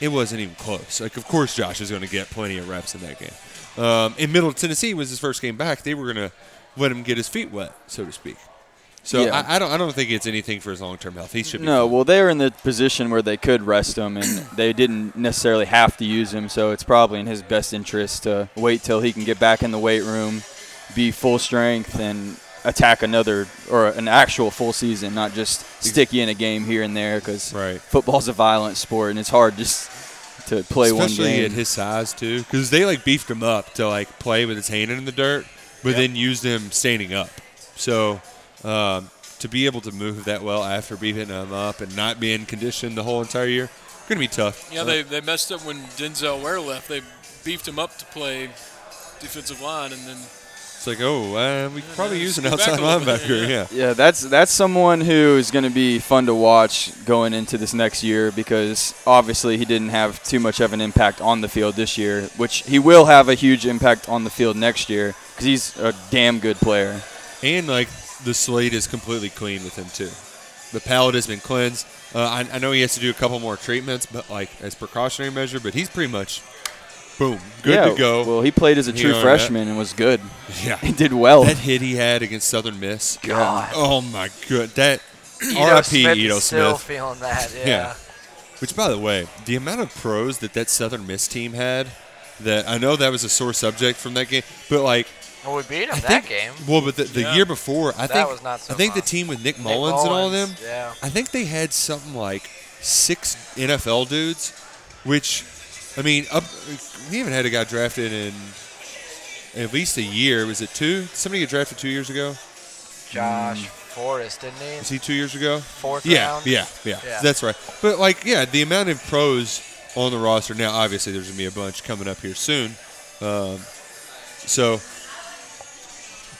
[SPEAKER 3] it wasn't even close. Like, of course, Josh is going to get plenty of reps in that game. Um, in Middle Tennessee was his first game back. They were going to let him get his feet wet, so to speak. So
[SPEAKER 6] Yeah.
[SPEAKER 3] I, I don't, I don't think it's anything for his long term health. He should be
[SPEAKER 6] No,
[SPEAKER 3] fine.
[SPEAKER 6] well, they were in the position where they could rest him, and they didn't necessarily have to use him. So it's probably in his best interest to wait till he can get back in the weight room, be full strength, and attack another or an actual full season, not just stick you in a game here and there. Because
[SPEAKER 3] Right.
[SPEAKER 6] football's a violent sport, and it's hard just to play
[SPEAKER 3] especially
[SPEAKER 6] one game.
[SPEAKER 3] at his size too, because they like beefed him up to like play with his hand in the dirt, but then used him standing up. So um, to be able to move that well after beefing him up and not being conditioned the whole entire year, gonna be tough.
[SPEAKER 4] Yeah, they, they messed up when Denzel Ware left. They beefed him up to play defensive line, and then
[SPEAKER 3] It's like, oh, uh, we could probably
[SPEAKER 4] yeah,
[SPEAKER 3] use an
[SPEAKER 4] scoot back
[SPEAKER 3] outside
[SPEAKER 4] a little bit,
[SPEAKER 3] linebacker.
[SPEAKER 4] yeah.
[SPEAKER 3] Yeah.
[SPEAKER 6] Yeah, that's that's someone who is going to be fun to watch going into this next year because obviously he didn't have too much of an impact on the field this year, which he will have a huge impact on the field next year because he's a damn good player.
[SPEAKER 3] and like the slate is completely clean with him too. The palate has been cleansed. Uh, I, I know he has to do a couple more treatments, but like as precautionary measure. But he's pretty much, boom, good
[SPEAKER 6] yeah,
[SPEAKER 3] to go.
[SPEAKER 6] Well, he played as a
[SPEAKER 3] He
[SPEAKER 6] true
[SPEAKER 3] earned
[SPEAKER 6] freshman and was good.
[SPEAKER 3] yeah,
[SPEAKER 6] He did well.
[SPEAKER 3] that hit he had against Southern Miss.
[SPEAKER 5] God.
[SPEAKER 3] Oh my good. That
[SPEAKER 5] Edo
[SPEAKER 3] R.I.P.
[SPEAKER 5] Smith
[SPEAKER 3] Edo
[SPEAKER 5] is still
[SPEAKER 3] Smith.
[SPEAKER 5] feeling that. Yeah.
[SPEAKER 3] Yeah. Which, by the way, the amount of pros that that Southern Miss team had, that I know that was a sore subject from that game, but like
[SPEAKER 5] Well, we beat him
[SPEAKER 3] I
[SPEAKER 5] that
[SPEAKER 3] think,
[SPEAKER 5] game.
[SPEAKER 3] Well, but the, the
[SPEAKER 4] Yeah.
[SPEAKER 3] year before, I
[SPEAKER 5] That
[SPEAKER 3] think
[SPEAKER 5] was not so
[SPEAKER 3] I think the
[SPEAKER 5] fun.
[SPEAKER 3] team with Nick
[SPEAKER 5] Nick
[SPEAKER 3] Mullins, and all of them,
[SPEAKER 5] Mullins, yeah.
[SPEAKER 3] I think they had something like six NFL dudes, which, I mean, up, we haven't had a guy drafted in at least a year. Was it two? Did somebody get drafted two years ago?
[SPEAKER 5] Josh Forrest, didn't he?
[SPEAKER 3] Was he two years ago?
[SPEAKER 5] Fourth
[SPEAKER 3] Mm. yeah,
[SPEAKER 5] round.
[SPEAKER 3] Yeah, yeah,
[SPEAKER 5] Yeah.
[SPEAKER 3] That's right. But like, yeah, the amount of pros on the roster now. Obviously, there's gonna be a bunch coming up here soon. Um, so,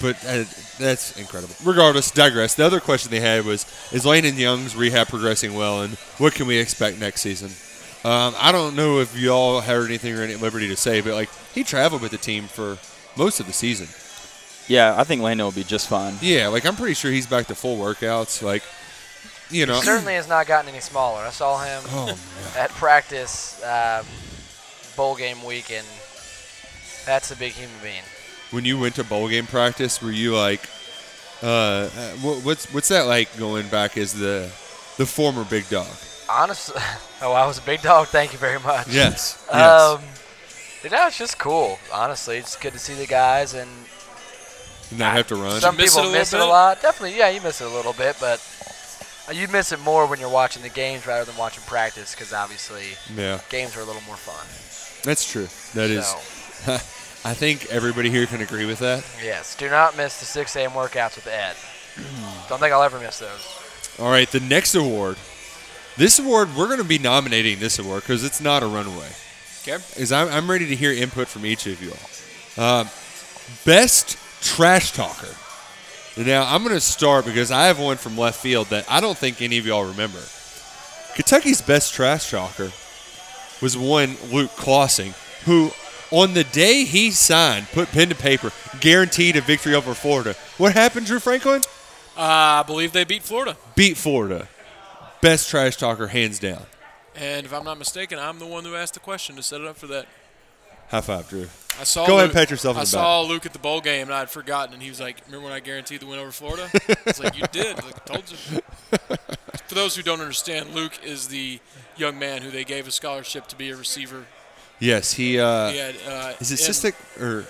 [SPEAKER 3] but uh, that's incredible. Regardless, digress. The other question they had was: Is Landon Young's rehab progressing well, and what can we expect next season? Um, I don't know if y'all heard anything or any at liberty to say, but like he traveled with the team for most of the season.
[SPEAKER 6] yeah, I think Lando will be just fine.
[SPEAKER 3] Yeah, like I'm pretty sure he's back to full workouts. Like, you know,
[SPEAKER 5] He certainly has not gotten any smaller. I saw him
[SPEAKER 4] Oh,
[SPEAKER 5] at practice um, bowl game week, and that's a big human being.
[SPEAKER 3] when you went to bowl game practice, were you like, uh, uh, wha- what's what's that like going back as the the former big dog?
[SPEAKER 5] Honestly, oh, I was a big dog. Thank you very much.
[SPEAKER 3] Yes, yes.
[SPEAKER 5] Um, you know, it's just cool. Honestly, it's good to see the guys, and
[SPEAKER 3] Not have to run.
[SPEAKER 5] some
[SPEAKER 4] miss it
[SPEAKER 5] people
[SPEAKER 4] a little
[SPEAKER 5] miss it a
[SPEAKER 4] bit?
[SPEAKER 5] lot. Definitely, yeah, you miss it a little bit, but you miss it more when you're watching the games rather than watching practice, because obviously
[SPEAKER 3] yeah,
[SPEAKER 5] games are a little more fun.
[SPEAKER 3] that's true. That is.
[SPEAKER 5] so,
[SPEAKER 3] I think everybody here can agree with that.
[SPEAKER 5] yes, do not miss the 6 a.m. workouts with Ed. Don't think I'll ever miss those.
[SPEAKER 3] All right, the next award. This award, we're going to be nominating this award because it's not a runaway.
[SPEAKER 4] Okay.
[SPEAKER 3] Is I'm, I'm ready to hear input from each of you all. Um, best trash talker. Now I'm going to start because I have one from left field that I don't think any of y'all remember. Kentucky's best trash talker was one Luke Clossing, who on the day he signed, put pen to paper, guaranteed a victory over Florida. What happened, Drew Franklin?
[SPEAKER 4] Uh, I believe they beat Florida.
[SPEAKER 3] beat Florida. Best trash talker, hands down.
[SPEAKER 4] And if I'm not mistaken, I'm the one who asked the question to set it up for that.
[SPEAKER 3] High five, Drew.
[SPEAKER 4] I saw
[SPEAKER 3] Go
[SPEAKER 4] Luke,
[SPEAKER 3] ahead and pat yourself on
[SPEAKER 4] I
[SPEAKER 3] the
[SPEAKER 4] saw Luke at the bowl game, and I had forgotten, and he was like, "Remember when I guaranteed the win over Florida?" I was like, "You did. Like, I told you." For those who don't understand, Luke is the young man who they gave a scholarship to be a receiver.
[SPEAKER 3] Yes, he. Uh,
[SPEAKER 4] He had, uh,
[SPEAKER 3] Is it
[SPEAKER 4] in-
[SPEAKER 3] cystic or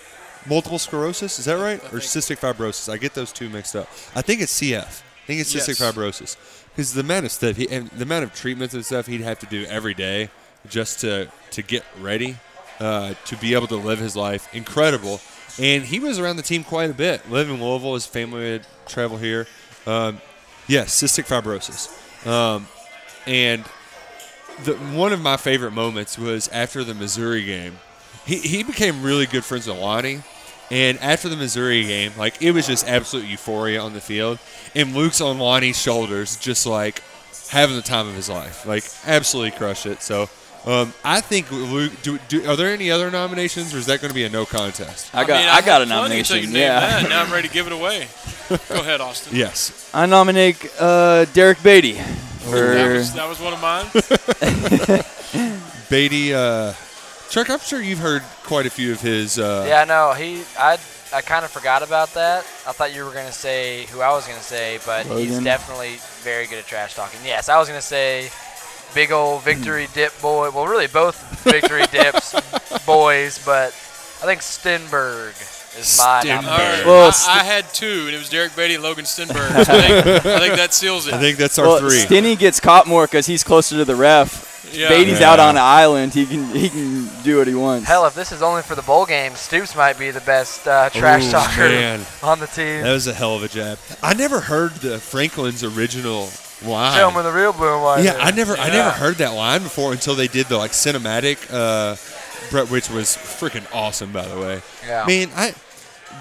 [SPEAKER 3] multiple sclerosis? Is that right?
[SPEAKER 4] I
[SPEAKER 3] Or
[SPEAKER 4] think-
[SPEAKER 3] cystic fibrosis? I get those two mixed up. I think it's CF. I think it's cystic
[SPEAKER 4] Yes.
[SPEAKER 3] fibrosis. Because the amount of stuff he, and the amount of treatments and stuff he'd have to do every day just to to get ready, uh, to be able to live his life, incredible. And he was around the team quite a bit. Lived in Louisville, his family would travel here. Um, yes, cystic fibrosis. Um, and the, one of my favorite moments was after the Missouri game. He, he became really good friends with Lonnie. And after the Missouri game, like it was just absolute euphoria on the field. And Luke's on Lonnie's shoulders, just like having the time of his life. Like absolutely crushed it. So um, I think Luke. Do, do, are there any other nominations, or is that going to be a no contest?
[SPEAKER 6] I got I,
[SPEAKER 4] mean, I've
[SPEAKER 6] got a
[SPEAKER 4] had plenty until
[SPEAKER 6] nomination.
[SPEAKER 4] you named
[SPEAKER 6] Yeah,
[SPEAKER 4] that. Now I'm ready to give it away. Go ahead, Austin.
[SPEAKER 3] Yes.
[SPEAKER 6] I nominate uh, Derek Beatty
[SPEAKER 4] That
[SPEAKER 6] for
[SPEAKER 4] was, that was one of mine.
[SPEAKER 3] Beatty. Uh, Chuck, I'm sure you've heard quite a few of his. Uh,
[SPEAKER 5] Yeah, no, he. I I kind of forgot about that. I thought you were gonna say who I was gonna say, but he's
[SPEAKER 6] Logan.
[SPEAKER 5] definitely very good at trash talking. Yes, I was gonna say big old victory dip boy. Well, really both victory dips boys, but I think Stenberg is my
[SPEAKER 3] Stenberg.
[SPEAKER 4] All right.
[SPEAKER 5] nomination.
[SPEAKER 6] Well,
[SPEAKER 4] I,
[SPEAKER 6] St-
[SPEAKER 4] I had two, and it was Derek Beatty and Logan Stenberg. So I, think, I think that seals it.
[SPEAKER 3] I think that's our
[SPEAKER 6] well,
[SPEAKER 3] three.
[SPEAKER 6] Stinney gets caught more because he's closer to the ref.
[SPEAKER 4] Yeah.
[SPEAKER 6] Beatty's
[SPEAKER 3] Yeah.
[SPEAKER 6] out on an island. He can he can do what he wants.
[SPEAKER 5] Hell, if this is only for the bowl game, Stoops might be the best uh, trash
[SPEAKER 3] Ooh,
[SPEAKER 5] talker
[SPEAKER 3] man.
[SPEAKER 5] on the team.
[SPEAKER 3] That was a hell of a jab. I never heard the Franklin's original line.
[SPEAKER 5] Show him where the real blue and white.
[SPEAKER 3] yeah,
[SPEAKER 5] is.
[SPEAKER 3] I never, I never
[SPEAKER 5] Yeah.
[SPEAKER 3] heard that line before until they did the like cinematic, uh, Brett, which was freaking awesome, by the way.
[SPEAKER 5] Yeah.
[SPEAKER 3] Man, I,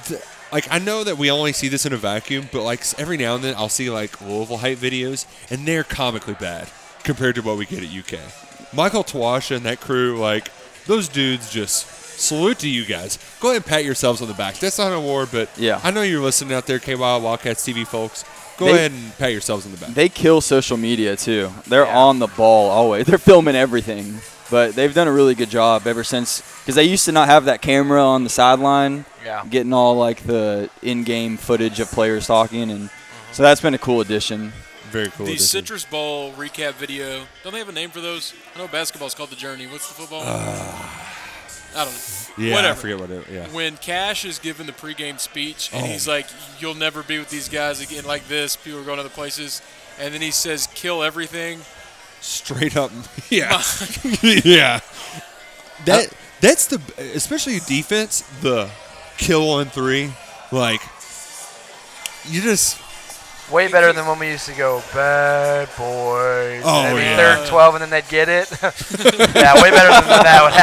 [SPEAKER 3] th- like, I know that we only see this in a vacuum, but like s- every now and then I'll see like Louisville hype videos, and they're comically bad compared to what we get at UK. Michael Tawasha and that crew, like those dudes, just salute to you guys. Go ahead and pat yourselves on the back. That's not an award, but
[SPEAKER 6] Yeah.
[SPEAKER 3] I know you're listening out there, KY Wildcats TV folks. Go
[SPEAKER 6] They-
[SPEAKER 3] ahead and pat yourselves on the back.
[SPEAKER 6] They kill social media too. They're
[SPEAKER 5] Yeah.
[SPEAKER 6] on the ball always. They're filming everything. But they've done a really good job ever since because they used to not have that camera on the sideline,
[SPEAKER 5] Yeah.
[SPEAKER 6] getting all like the in-game footage of players talking, and so that's been a cool addition.
[SPEAKER 3] Very cool.
[SPEAKER 4] The
[SPEAKER 3] addition.
[SPEAKER 4] Citrus Bowl recap video. Don't they have a name for those? I know basketball's called the Journey. What's the football? I don't know.
[SPEAKER 3] Uh, yeah,
[SPEAKER 4] Whatever.
[SPEAKER 3] I forget what Oh. it. Yeah.
[SPEAKER 4] When Cash is giving the pregame speech and he's like, "You'll never be with these guys again like this." People are going other places, and then he says, "Kill everything."
[SPEAKER 3] straight up yeah yeah that that's the especially defense the kill on three like you just
[SPEAKER 5] Way better than when we used to go, bad boys.
[SPEAKER 3] Oh,
[SPEAKER 5] and
[SPEAKER 3] yeah.
[SPEAKER 5] Third 12, and then they'd get it. yeah, way better than when that would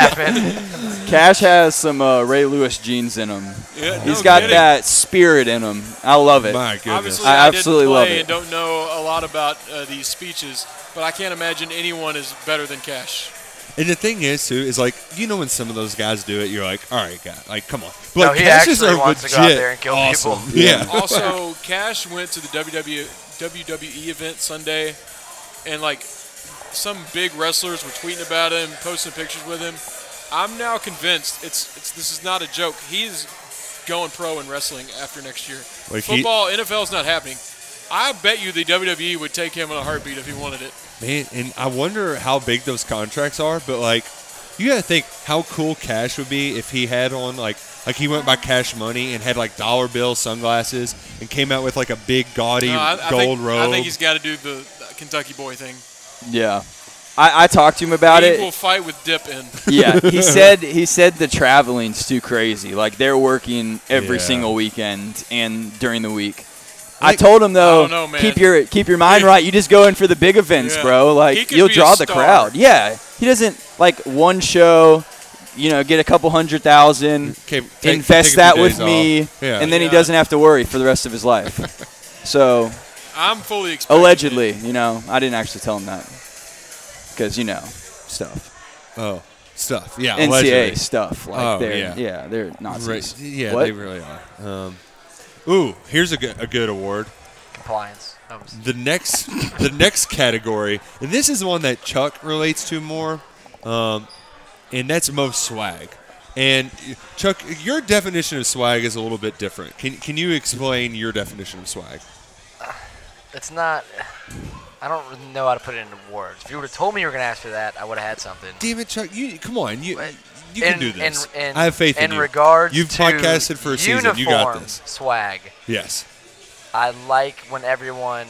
[SPEAKER 5] happen.
[SPEAKER 6] Cash has some uh, Ray Lewis jeans in him.
[SPEAKER 4] Yeah,
[SPEAKER 6] He's
[SPEAKER 4] no
[SPEAKER 6] got
[SPEAKER 4] kidding.
[SPEAKER 6] that spirit in him. I love it.
[SPEAKER 3] my goodness
[SPEAKER 4] Obviously,
[SPEAKER 6] I
[SPEAKER 4] I,
[SPEAKER 6] absolutely
[SPEAKER 4] didn't play
[SPEAKER 6] love it.
[SPEAKER 4] and don't know a lot about uh, these speeches, but I can't imagine anyone is better than Cash.
[SPEAKER 3] and the thing is too is like you know when some of those guys do it you're like all right guy like come on but
[SPEAKER 5] No,
[SPEAKER 3] like,
[SPEAKER 5] he
[SPEAKER 3] Cassius
[SPEAKER 5] actually
[SPEAKER 3] are
[SPEAKER 5] wants to go out
[SPEAKER 3] legit
[SPEAKER 5] there and kill
[SPEAKER 3] awesome.
[SPEAKER 5] people.
[SPEAKER 3] yeah,
[SPEAKER 4] also, Cash went to the E, WW, WWE E event Sunday, and like some big wrestlers were tweeting about him, posting pictures with him. I'm now convinced it's, it's this is not a joke. He's going pro in wrestling after next year.
[SPEAKER 3] Like he-
[SPEAKER 4] Football, NFL's not happening. I bet you the WWE would take him on a heartbeat if he wanted it.
[SPEAKER 3] Man, and I wonder how big those contracts are, but like, you gotta think how cool Cash would be if he had on like, like he went by Cash Money and had like dollar bill sunglasses and came out with like a big gaudy
[SPEAKER 4] No, I, I
[SPEAKER 3] gold
[SPEAKER 4] think,
[SPEAKER 3] robe.
[SPEAKER 4] I think he's got to do the Kentucky boy thing.
[SPEAKER 6] Yeah, I, I talked to him about
[SPEAKER 4] he
[SPEAKER 6] it.
[SPEAKER 4] will fight with dip in.
[SPEAKER 6] yeah, he said he said the traveling's too crazy. Like they're working every
[SPEAKER 3] Yeah.
[SPEAKER 6] single weekend and during the week. I
[SPEAKER 3] Like-
[SPEAKER 6] told him though,
[SPEAKER 4] don't know, man.
[SPEAKER 6] keep your keep your mind
[SPEAKER 4] Yeah.
[SPEAKER 6] right. You just go in for the big events,
[SPEAKER 4] Yeah.
[SPEAKER 6] bro.
[SPEAKER 4] He
[SPEAKER 6] Like
[SPEAKER 4] could
[SPEAKER 6] you'll
[SPEAKER 4] be a
[SPEAKER 6] draw the
[SPEAKER 4] star.
[SPEAKER 6] crowd. Yeah, he doesn't like one show. You know, get a couple hundred thousand,
[SPEAKER 3] Okay, take- take a
[SPEAKER 6] invest
[SPEAKER 3] few
[SPEAKER 6] that
[SPEAKER 3] days
[SPEAKER 6] with me,
[SPEAKER 3] off. Yeah.
[SPEAKER 6] and then he
[SPEAKER 4] Yeah.
[SPEAKER 6] doesn't have to worry for the rest of his life. so
[SPEAKER 4] I'm fully expecting
[SPEAKER 6] allegedly, you know, I didn't actually tell him that because you know stuff.
[SPEAKER 3] oh stuff. Yeah,
[SPEAKER 6] NCA
[SPEAKER 3] allegedly.
[SPEAKER 6] stuff. Like
[SPEAKER 3] Oh,
[SPEAKER 6] they're
[SPEAKER 3] yeah.
[SPEAKER 6] yeah. they're Nazis.
[SPEAKER 3] Right. Yeah,
[SPEAKER 6] What?
[SPEAKER 3] they really are. Um, ooh, here's a good, a good award.
[SPEAKER 5] Compliance. That was-
[SPEAKER 3] The next the next category, and this is the one that Chuck relates to more, um, and that's most swag. And Chuck, your definition of swag is a little bit different. Can can you explain your definition of swag?
[SPEAKER 5] It's not. I don't really know how to put it into words. If you would have told me you were going to ask for that, I would have had something.
[SPEAKER 3] Damn it, Chuck! You come on, you
[SPEAKER 5] But
[SPEAKER 3] uh, you can
[SPEAKER 5] in-
[SPEAKER 3] do this.
[SPEAKER 5] in- in-
[SPEAKER 3] I have faith in, you.
[SPEAKER 5] In regards
[SPEAKER 3] You've
[SPEAKER 5] to
[SPEAKER 3] podcasted for a season. You got
[SPEAKER 5] uniform
[SPEAKER 3] this.
[SPEAKER 5] swag.
[SPEAKER 3] Yes.
[SPEAKER 5] I like when everyone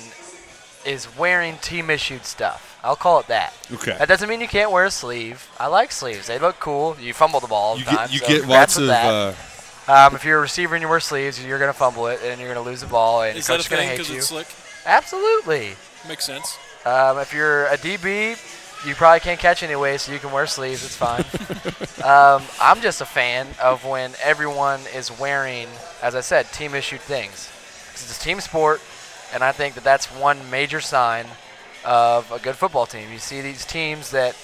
[SPEAKER 5] is wearing team issued stuff. I'll call it that.
[SPEAKER 3] Okay.
[SPEAKER 5] That doesn't mean you can't wear a sleeve. I like sleeves. They look cool. You fumble the ball all the
[SPEAKER 3] You
[SPEAKER 5] time.
[SPEAKER 3] get you
[SPEAKER 5] so
[SPEAKER 3] get
[SPEAKER 5] congrats
[SPEAKER 3] lots
[SPEAKER 5] with
[SPEAKER 3] of.
[SPEAKER 5] that.
[SPEAKER 3] Uh,
[SPEAKER 5] Um, if you're a receiver and you wear sleeves, you're gonna fumble it and you're gonna lose the ball and
[SPEAKER 4] Is
[SPEAKER 5] the
[SPEAKER 4] that a
[SPEAKER 5] coach is gonna
[SPEAKER 4] thing?
[SPEAKER 5] hate
[SPEAKER 4] Because
[SPEAKER 5] you.
[SPEAKER 4] it's slick.
[SPEAKER 5] Absolutely.
[SPEAKER 4] Makes sense.
[SPEAKER 5] Um, if you're a DB, you probably can't catch anyway, so you can wear sleeves. It's fine. um, I'm just a fan of when everyone is wearing, as I said, team issued things. 'Cause it's a team sport, and I think that that's one major sign of a good football team. You see these teams that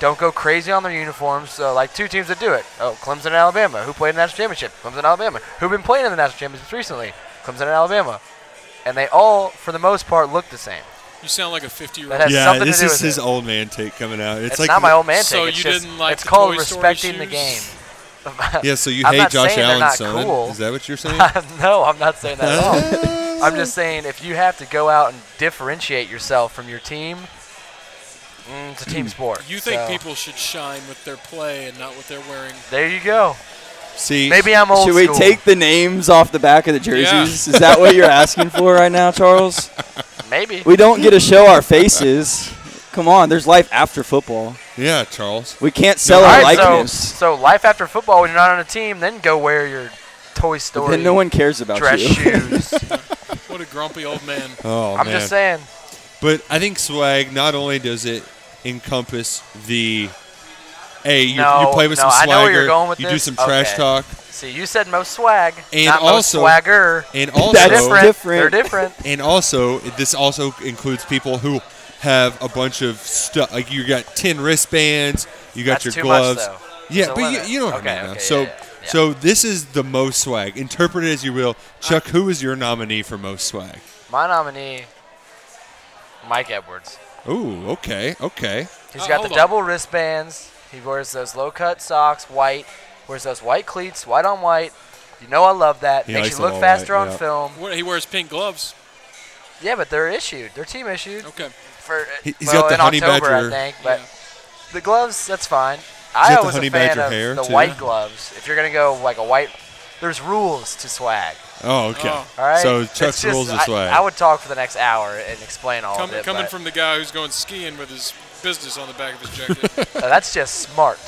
[SPEAKER 5] don't go crazy on their uniforms, so like two teams that do it. Oh, Clemson and Alabama. Who played in the national championship? Clemson and Alabama. Who've been playing in the national championships recently? Clemson and Alabama. And they all, for the most part, look the same.
[SPEAKER 4] You sound like a 50 year
[SPEAKER 5] That has
[SPEAKER 4] old.
[SPEAKER 3] yeah,
[SPEAKER 5] something to
[SPEAKER 3] this
[SPEAKER 5] do
[SPEAKER 3] is
[SPEAKER 5] with
[SPEAKER 3] his
[SPEAKER 5] it.
[SPEAKER 3] old man take coming out. It's,
[SPEAKER 5] It's,
[SPEAKER 3] like
[SPEAKER 5] not my old man
[SPEAKER 4] So
[SPEAKER 5] take. It's
[SPEAKER 4] you
[SPEAKER 5] just,
[SPEAKER 4] didn't like
[SPEAKER 5] it's
[SPEAKER 4] the
[SPEAKER 5] called
[SPEAKER 4] Toy Story
[SPEAKER 5] respecting the game.
[SPEAKER 4] shoes?
[SPEAKER 3] Yeah, so you
[SPEAKER 5] I'm
[SPEAKER 3] hate
[SPEAKER 5] not
[SPEAKER 3] Josh
[SPEAKER 5] saying they're
[SPEAKER 3] Allen's
[SPEAKER 5] not
[SPEAKER 3] son?
[SPEAKER 5] cool.
[SPEAKER 3] Is that what you're saying?
[SPEAKER 5] no, I'm not saying that at all. I'm just saying if you have to go out and differentiate yourself from your team, mm, it's a team sport.
[SPEAKER 4] You think
[SPEAKER 5] So,
[SPEAKER 4] people should shine with their play and not what they're wearing?
[SPEAKER 5] There you go.
[SPEAKER 3] See,
[SPEAKER 5] Maybe I'm old
[SPEAKER 6] Should we
[SPEAKER 5] school.
[SPEAKER 6] take the names off the back of the jerseys? Is that what you're asking for right now, Charles?
[SPEAKER 5] Maybe.
[SPEAKER 6] We don't get to show our faces. Come on, there's life after football.
[SPEAKER 3] Yeah, Charles.
[SPEAKER 6] We can't sell
[SPEAKER 5] All
[SPEAKER 6] our
[SPEAKER 5] right, so,
[SPEAKER 6] likeness.
[SPEAKER 5] so life after football, when you're not on a team, then go wear your Toy Story
[SPEAKER 6] Then no one cares about
[SPEAKER 5] dress
[SPEAKER 6] you.
[SPEAKER 5] shoes.
[SPEAKER 4] What a grumpy old man.
[SPEAKER 3] Oh
[SPEAKER 5] I'm just saying.
[SPEAKER 3] But I think swag not only does it encompass the, hey, you, you
[SPEAKER 5] No,
[SPEAKER 3] play with
[SPEAKER 5] no,
[SPEAKER 3] some
[SPEAKER 5] I know where you're
[SPEAKER 3] swagger,
[SPEAKER 5] going with
[SPEAKER 3] you do
[SPEAKER 5] this.
[SPEAKER 3] some trash
[SPEAKER 5] Okay.
[SPEAKER 3] talk,
[SPEAKER 5] See, you said most swag,
[SPEAKER 3] And
[SPEAKER 5] not
[SPEAKER 3] also-
[SPEAKER 5] most swagger.
[SPEAKER 3] and also,
[SPEAKER 6] That's
[SPEAKER 5] They're different.
[SPEAKER 6] different.
[SPEAKER 5] They're different.
[SPEAKER 3] and also, this also includes people who have a bunch of stuff. Like you got ten wristbands, you got
[SPEAKER 5] That's
[SPEAKER 3] your
[SPEAKER 5] too
[SPEAKER 3] gloves.
[SPEAKER 5] much, though.
[SPEAKER 3] Yeah,
[SPEAKER 5] It's
[SPEAKER 3] but you,
[SPEAKER 5] 11.
[SPEAKER 3] you know what
[SPEAKER 5] okay,
[SPEAKER 3] I mean. now.
[SPEAKER 5] okay,
[SPEAKER 3] so,
[SPEAKER 5] yeah, yeah, yeah.
[SPEAKER 3] so this is the most swag. Interpret it as you will. Chuck, who is your nominee for most swag?
[SPEAKER 5] my nominee, Mike Edwards.
[SPEAKER 3] Ooh, okay, okay.
[SPEAKER 5] He's
[SPEAKER 4] Uh,
[SPEAKER 5] got the
[SPEAKER 4] hold on.
[SPEAKER 5] double wristbands. He wears those low cut socks, white. Wears those white cleats, white on white. You know I love that.
[SPEAKER 3] He likes
[SPEAKER 5] Makes you
[SPEAKER 3] them
[SPEAKER 5] look
[SPEAKER 3] all
[SPEAKER 5] faster
[SPEAKER 3] white,
[SPEAKER 5] on
[SPEAKER 3] yeah.
[SPEAKER 5] film.
[SPEAKER 4] What, he wears pink gloves.
[SPEAKER 5] Yeah, but they're issued. They're team issued.
[SPEAKER 4] Okay.
[SPEAKER 5] For uh,
[SPEAKER 3] He- he's
[SPEAKER 5] well,
[SPEAKER 3] got the
[SPEAKER 5] in
[SPEAKER 3] honey
[SPEAKER 5] October,
[SPEAKER 3] badger-
[SPEAKER 5] I think. But
[SPEAKER 4] Yeah.
[SPEAKER 5] the gloves, that's fine. I
[SPEAKER 3] got the
[SPEAKER 5] was
[SPEAKER 3] honey
[SPEAKER 5] a fan
[SPEAKER 3] badger
[SPEAKER 5] of
[SPEAKER 3] hair,
[SPEAKER 5] the
[SPEAKER 3] too.
[SPEAKER 5] white gloves. If you're gonna go like a white, there's rules to swag.
[SPEAKER 3] Oh, okay.
[SPEAKER 4] Oh.
[SPEAKER 5] All right.
[SPEAKER 3] So
[SPEAKER 5] It's
[SPEAKER 3] Chuck's
[SPEAKER 5] just-
[SPEAKER 3] rules of
[SPEAKER 5] I-
[SPEAKER 3] swag.
[SPEAKER 5] I, would talk for the next hour and explain all
[SPEAKER 4] Coming,
[SPEAKER 5] of it.
[SPEAKER 4] coming
[SPEAKER 5] but,
[SPEAKER 4] from the guy who's going skiing with his business on the back of his jacket.
[SPEAKER 5] uh, that's just smart.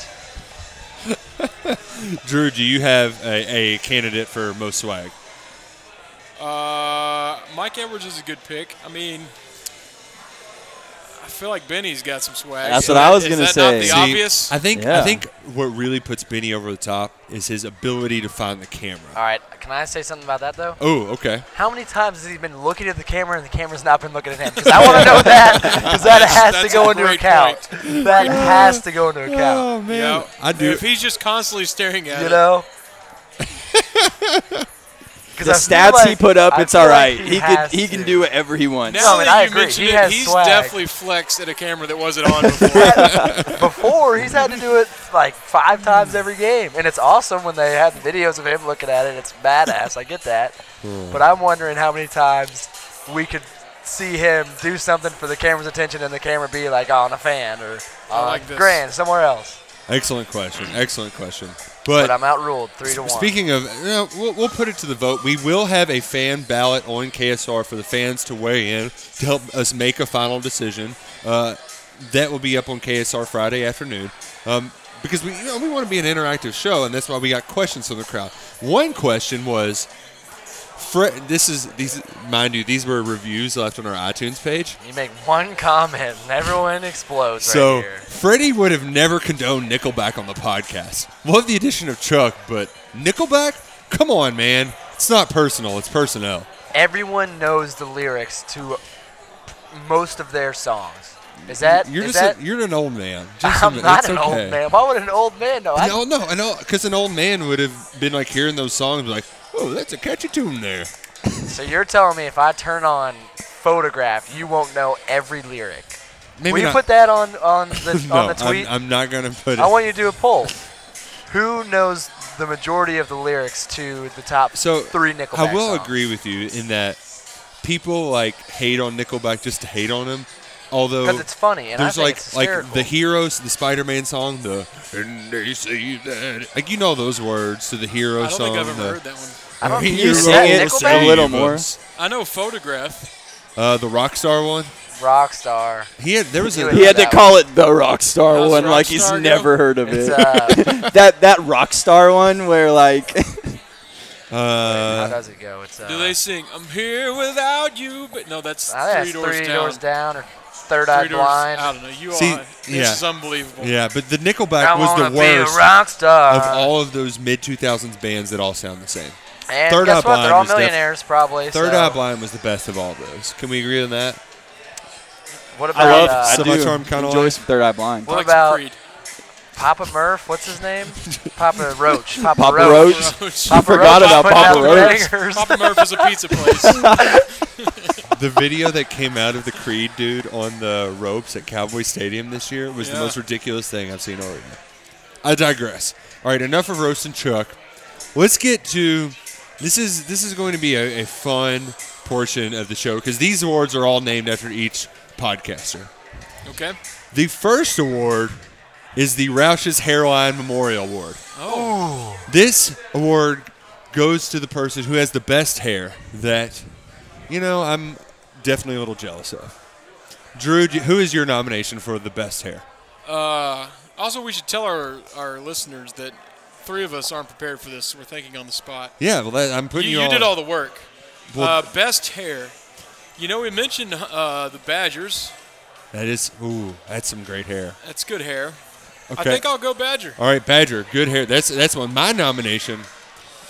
[SPEAKER 3] Drew, do you have a, a candidate for most swag?
[SPEAKER 4] uh, Mike Edwards is a good pick. I mean, I feel like Benny's got some swag.
[SPEAKER 6] That's
[SPEAKER 4] Is
[SPEAKER 6] what
[SPEAKER 4] that-
[SPEAKER 6] I was
[SPEAKER 4] is
[SPEAKER 6] gonna
[SPEAKER 4] that
[SPEAKER 6] say.
[SPEAKER 4] Not the
[SPEAKER 6] See,
[SPEAKER 4] obvious.
[SPEAKER 3] I think I
[SPEAKER 6] Yeah.
[SPEAKER 3] think what really puts Benny over the top is his ability to find the camera.
[SPEAKER 5] All right. Can I say something about that though?
[SPEAKER 3] Oh, okay.
[SPEAKER 5] How many times has he been looking at the camera and the camera's not been looking at him? Because I want to know that. Because that has
[SPEAKER 4] that's
[SPEAKER 5] to go
[SPEAKER 4] a
[SPEAKER 5] into
[SPEAKER 4] great
[SPEAKER 5] account. That has to go into account.
[SPEAKER 4] Yeah.
[SPEAKER 3] I do.
[SPEAKER 4] If he's just constantly staring at
[SPEAKER 5] You
[SPEAKER 4] it,
[SPEAKER 5] know.
[SPEAKER 6] The stats he put up, it's all right. he could he can do whatever he wants.
[SPEAKER 5] No,
[SPEAKER 4] now
[SPEAKER 5] I mean,
[SPEAKER 4] that
[SPEAKER 5] I
[SPEAKER 4] you
[SPEAKER 5] agree.
[SPEAKER 4] mention
[SPEAKER 5] He
[SPEAKER 4] it,
[SPEAKER 5] has
[SPEAKER 4] he's
[SPEAKER 5] swag.
[SPEAKER 4] definitely flexed at a camera that wasn't on before.
[SPEAKER 5] Before he's had to do it like five times every game, and it's awesome when they have videos of him looking at it. It's badass. I get that,
[SPEAKER 3] Hmm.
[SPEAKER 5] but I'm wondering how many times we could see him do something for the camera's attention, and the camera be like on a fan or on
[SPEAKER 4] like this.
[SPEAKER 5] Grand somewhere else.
[SPEAKER 3] Excellent question. Excellent question.
[SPEAKER 5] But
[SPEAKER 3] But,
[SPEAKER 5] I'm outruled three to one.
[SPEAKER 3] speaking of, you know, we'll, we'll put it to the vote. We will have a fan ballot on KSR for the fans to weigh in to help us make a final decision. Uh, that will be up on KSR Friday afternoon. Um, because we, you know, we want to be an interactive show, and that's why we got questions from the crowd. One question was, Fre- this is these, mind you, these were reviews left on our iTunes page.
[SPEAKER 5] you make one comment, and everyone explodes
[SPEAKER 3] So
[SPEAKER 5] right here.
[SPEAKER 3] Freddie would have never condoned Nickelback on the podcast. Love the addition of Chuck, but Nickelback? Come on, man. It's not personal. It's personnel.
[SPEAKER 5] everyone knows the lyrics to most of their songs. Is that
[SPEAKER 3] You're
[SPEAKER 5] is
[SPEAKER 3] just
[SPEAKER 5] that?
[SPEAKER 3] a, you're an old man. Just
[SPEAKER 5] I'm
[SPEAKER 3] admit-
[SPEAKER 5] not
[SPEAKER 3] it's
[SPEAKER 5] an
[SPEAKER 3] okay.
[SPEAKER 5] old man. Why would an old man know? I,
[SPEAKER 3] No, no, I know, because an old man would have been like hearing those songs, like, "Oh, that's a catchy tune there."
[SPEAKER 5] so you're telling me if I turn on Photograph, you won't know every lyric?
[SPEAKER 3] Maybe
[SPEAKER 5] Will you
[SPEAKER 3] not.
[SPEAKER 5] put that on on the
[SPEAKER 3] no,
[SPEAKER 5] on the tweet?
[SPEAKER 3] I'm, I'm not gonna put it.
[SPEAKER 5] I want you to do a poll. Who knows the majority of the lyrics to the top
[SPEAKER 3] so
[SPEAKER 5] three Nickelback
[SPEAKER 3] I will
[SPEAKER 5] songs?
[SPEAKER 3] agree with you in that people like hate on Nickelback just to hate on him. Although
[SPEAKER 5] because it's funny and I
[SPEAKER 3] There's
[SPEAKER 5] think
[SPEAKER 3] like
[SPEAKER 5] it's
[SPEAKER 3] like the
[SPEAKER 5] hysterical.
[SPEAKER 3] heroes, the Spider-Man song, the and they say that like you know those words to the hero
[SPEAKER 4] I don't
[SPEAKER 3] song.
[SPEAKER 4] think I've ever
[SPEAKER 3] the,
[SPEAKER 4] heard that one.
[SPEAKER 5] I don't think
[SPEAKER 6] you
[SPEAKER 5] it's
[SPEAKER 6] sing
[SPEAKER 5] that
[SPEAKER 6] it
[SPEAKER 5] Nickelback?
[SPEAKER 6] a little more.
[SPEAKER 4] I know photograph.
[SPEAKER 3] Uh, the Rockstar one.
[SPEAKER 5] Rockstar.
[SPEAKER 3] He had there was
[SPEAKER 5] You
[SPEAKER 3] a
[SPEAKER 5] would
[SPEAKER 6] He had to
[SPEAKER 5] That
[SPEAKER 6] call it the Rockstar
[SPEAKER 4] How's
[SPEAKER 6] one, like
[SPEAKER 4] Rockstar
[SPEAKER 6] he's
[SPEAKER 4] go?
[SPEAKER 6] never heard of
[SPEAKER 5] It's
[SPEAKER 6] it.
[SPEAKER 5] uh,
[SPEAKER 6] that that Rockstar one where like
[SPEAKER 5] how
[SPEAKER 3] uh,
[SPEAKER 5] does it go? It's uh,
[SPEAKER 4] Do they sing "I'm Here Without You"? But no, that's
[SPEAKER 5] I think that's
[SPEAKER 4] three doors
[SPEAKER 5] three
[SPEAKER 4] down.
[SPEAKER 5] doors down or third
[SPEAKER 4] Three
[SPEAKER 5] eye
[SPEAKER 4] doors.
[SPEAKER 5] blind.
[SPEAKER 4] I don't know. You
[SPEAKER 3] See,
[SPEAKER 4] are. This
[SPEAKER 3] yeah.
[SPEAKER 4] is unbelievable.
[SPEAKER 3] yeah, but the Nickelback
[SPEAKER 5] I
[SPEAKER 3] was
[SPEAKER 5] wanna
[SPEAKER 3] the
[SPEAKER 5] be a
[SPEAKER 3] worst
[SPEAKER 5] rock star.
[SPEAKER 3] of all of those mid 2000s bands that all sound the same.
[SPEAKER 5] and
[SPEAKER 3] Third
[SPEAKER 5] guess
[SPEAKER 3] Eye
[SPEAKER 5] what?
[SPEAKER 3] Blind
[SPEAKER 5] They're all
[SPEAKER 3] was def-
[SPEAKER 5] millionaires, probably.
[SPEAKER 3] Third
[SPEAKER 5] so.
[SPEAKER 3] Eye Blind was the best of all those. Can we agree on that?
[SPEAKER 5] What about
[SPEAKER 6] I love
[SPEAKER 5] uh,
[SPEAKER 6] I
[SPEAKER 3] So much arm
[SPEAKER 6] do
[SPEAKER 3] kinda
[SPEAKER 6] enjoy
[SPEAKER 3] like-
[SPEAKER 6] some Third Eye Blind.
[SPEAKER 5] What
[SPEAKER 4] Like
[SPEAKER 5] about-
[SPEAKER 4] Creed.
[SPEAKER 5] Papa Murph? What's his name? Papa Roach. Papa,
[SPEAKER 6] Papa
[SPEAKER 5] Roach.
[SPEAKER 6] Roach.
[SPEAKER 4] Roach.
[SPEAKER 6] I forgot
[SPEAKER 5] Roach
[SPEAKER 6] about
[SPEAKER 5] putting out
[SPEAKER 6] Papa
[SPEAKER 5] the
[SPEAKER 6] Roach.
[SPEAKER 5] bangers.
[SPEAKER 4] Papa Murph is a pizza place.
[SPEAKER 3] the video that came out of the Creed dude on the ropes at Cowboy Stadium this year was the
[SPEAKER 4] Yeah.
[SPEAKER 3] most ridiculous thing I've seen all year. I digress. All right, enough of roast and Chuck. Let's get to this is this is going to be a, a fun portion of the show because these awards are all named after each podcaster.
[SPEAKER 4] Okay.
[SPEAKER 3] The first award is the Roush's Hairline Memorial Award.
[SPEAKER 4] Oh.
[SPEAKER 3] This award goes to the person who has the best hair that, you know, I'm definitely a little jealous of. Drew, do- who is your nomination for the best hair?
[SPEAKER 4] Uh, also, we should tell our, our listeners that three of us aren't prepared for this. We're thinking on the spot.
[SPEAKER 3] Yeah, well, that, I'm putting
[SPEAKER 4] You,
[SPEAKER 3] you,
[SPEAKER 4] you
[SPEAKER 3] on.
[SPEAKER 4] did all the work.
[SPEAKER 3] Well-
[SPEAKER 4] uh, best hair. You know, we mentioned uh, the Badgers.
[SPEAKER 3] That is, ooh, that's some great hair.
[SPEAKER 4] That's good hair.
[SPEAKER 3] Okay.
[SPEAKER 4] I think I'll go Badger.
[SPEAKER 3] all right, Badger, good hair. That's that's one. My nomination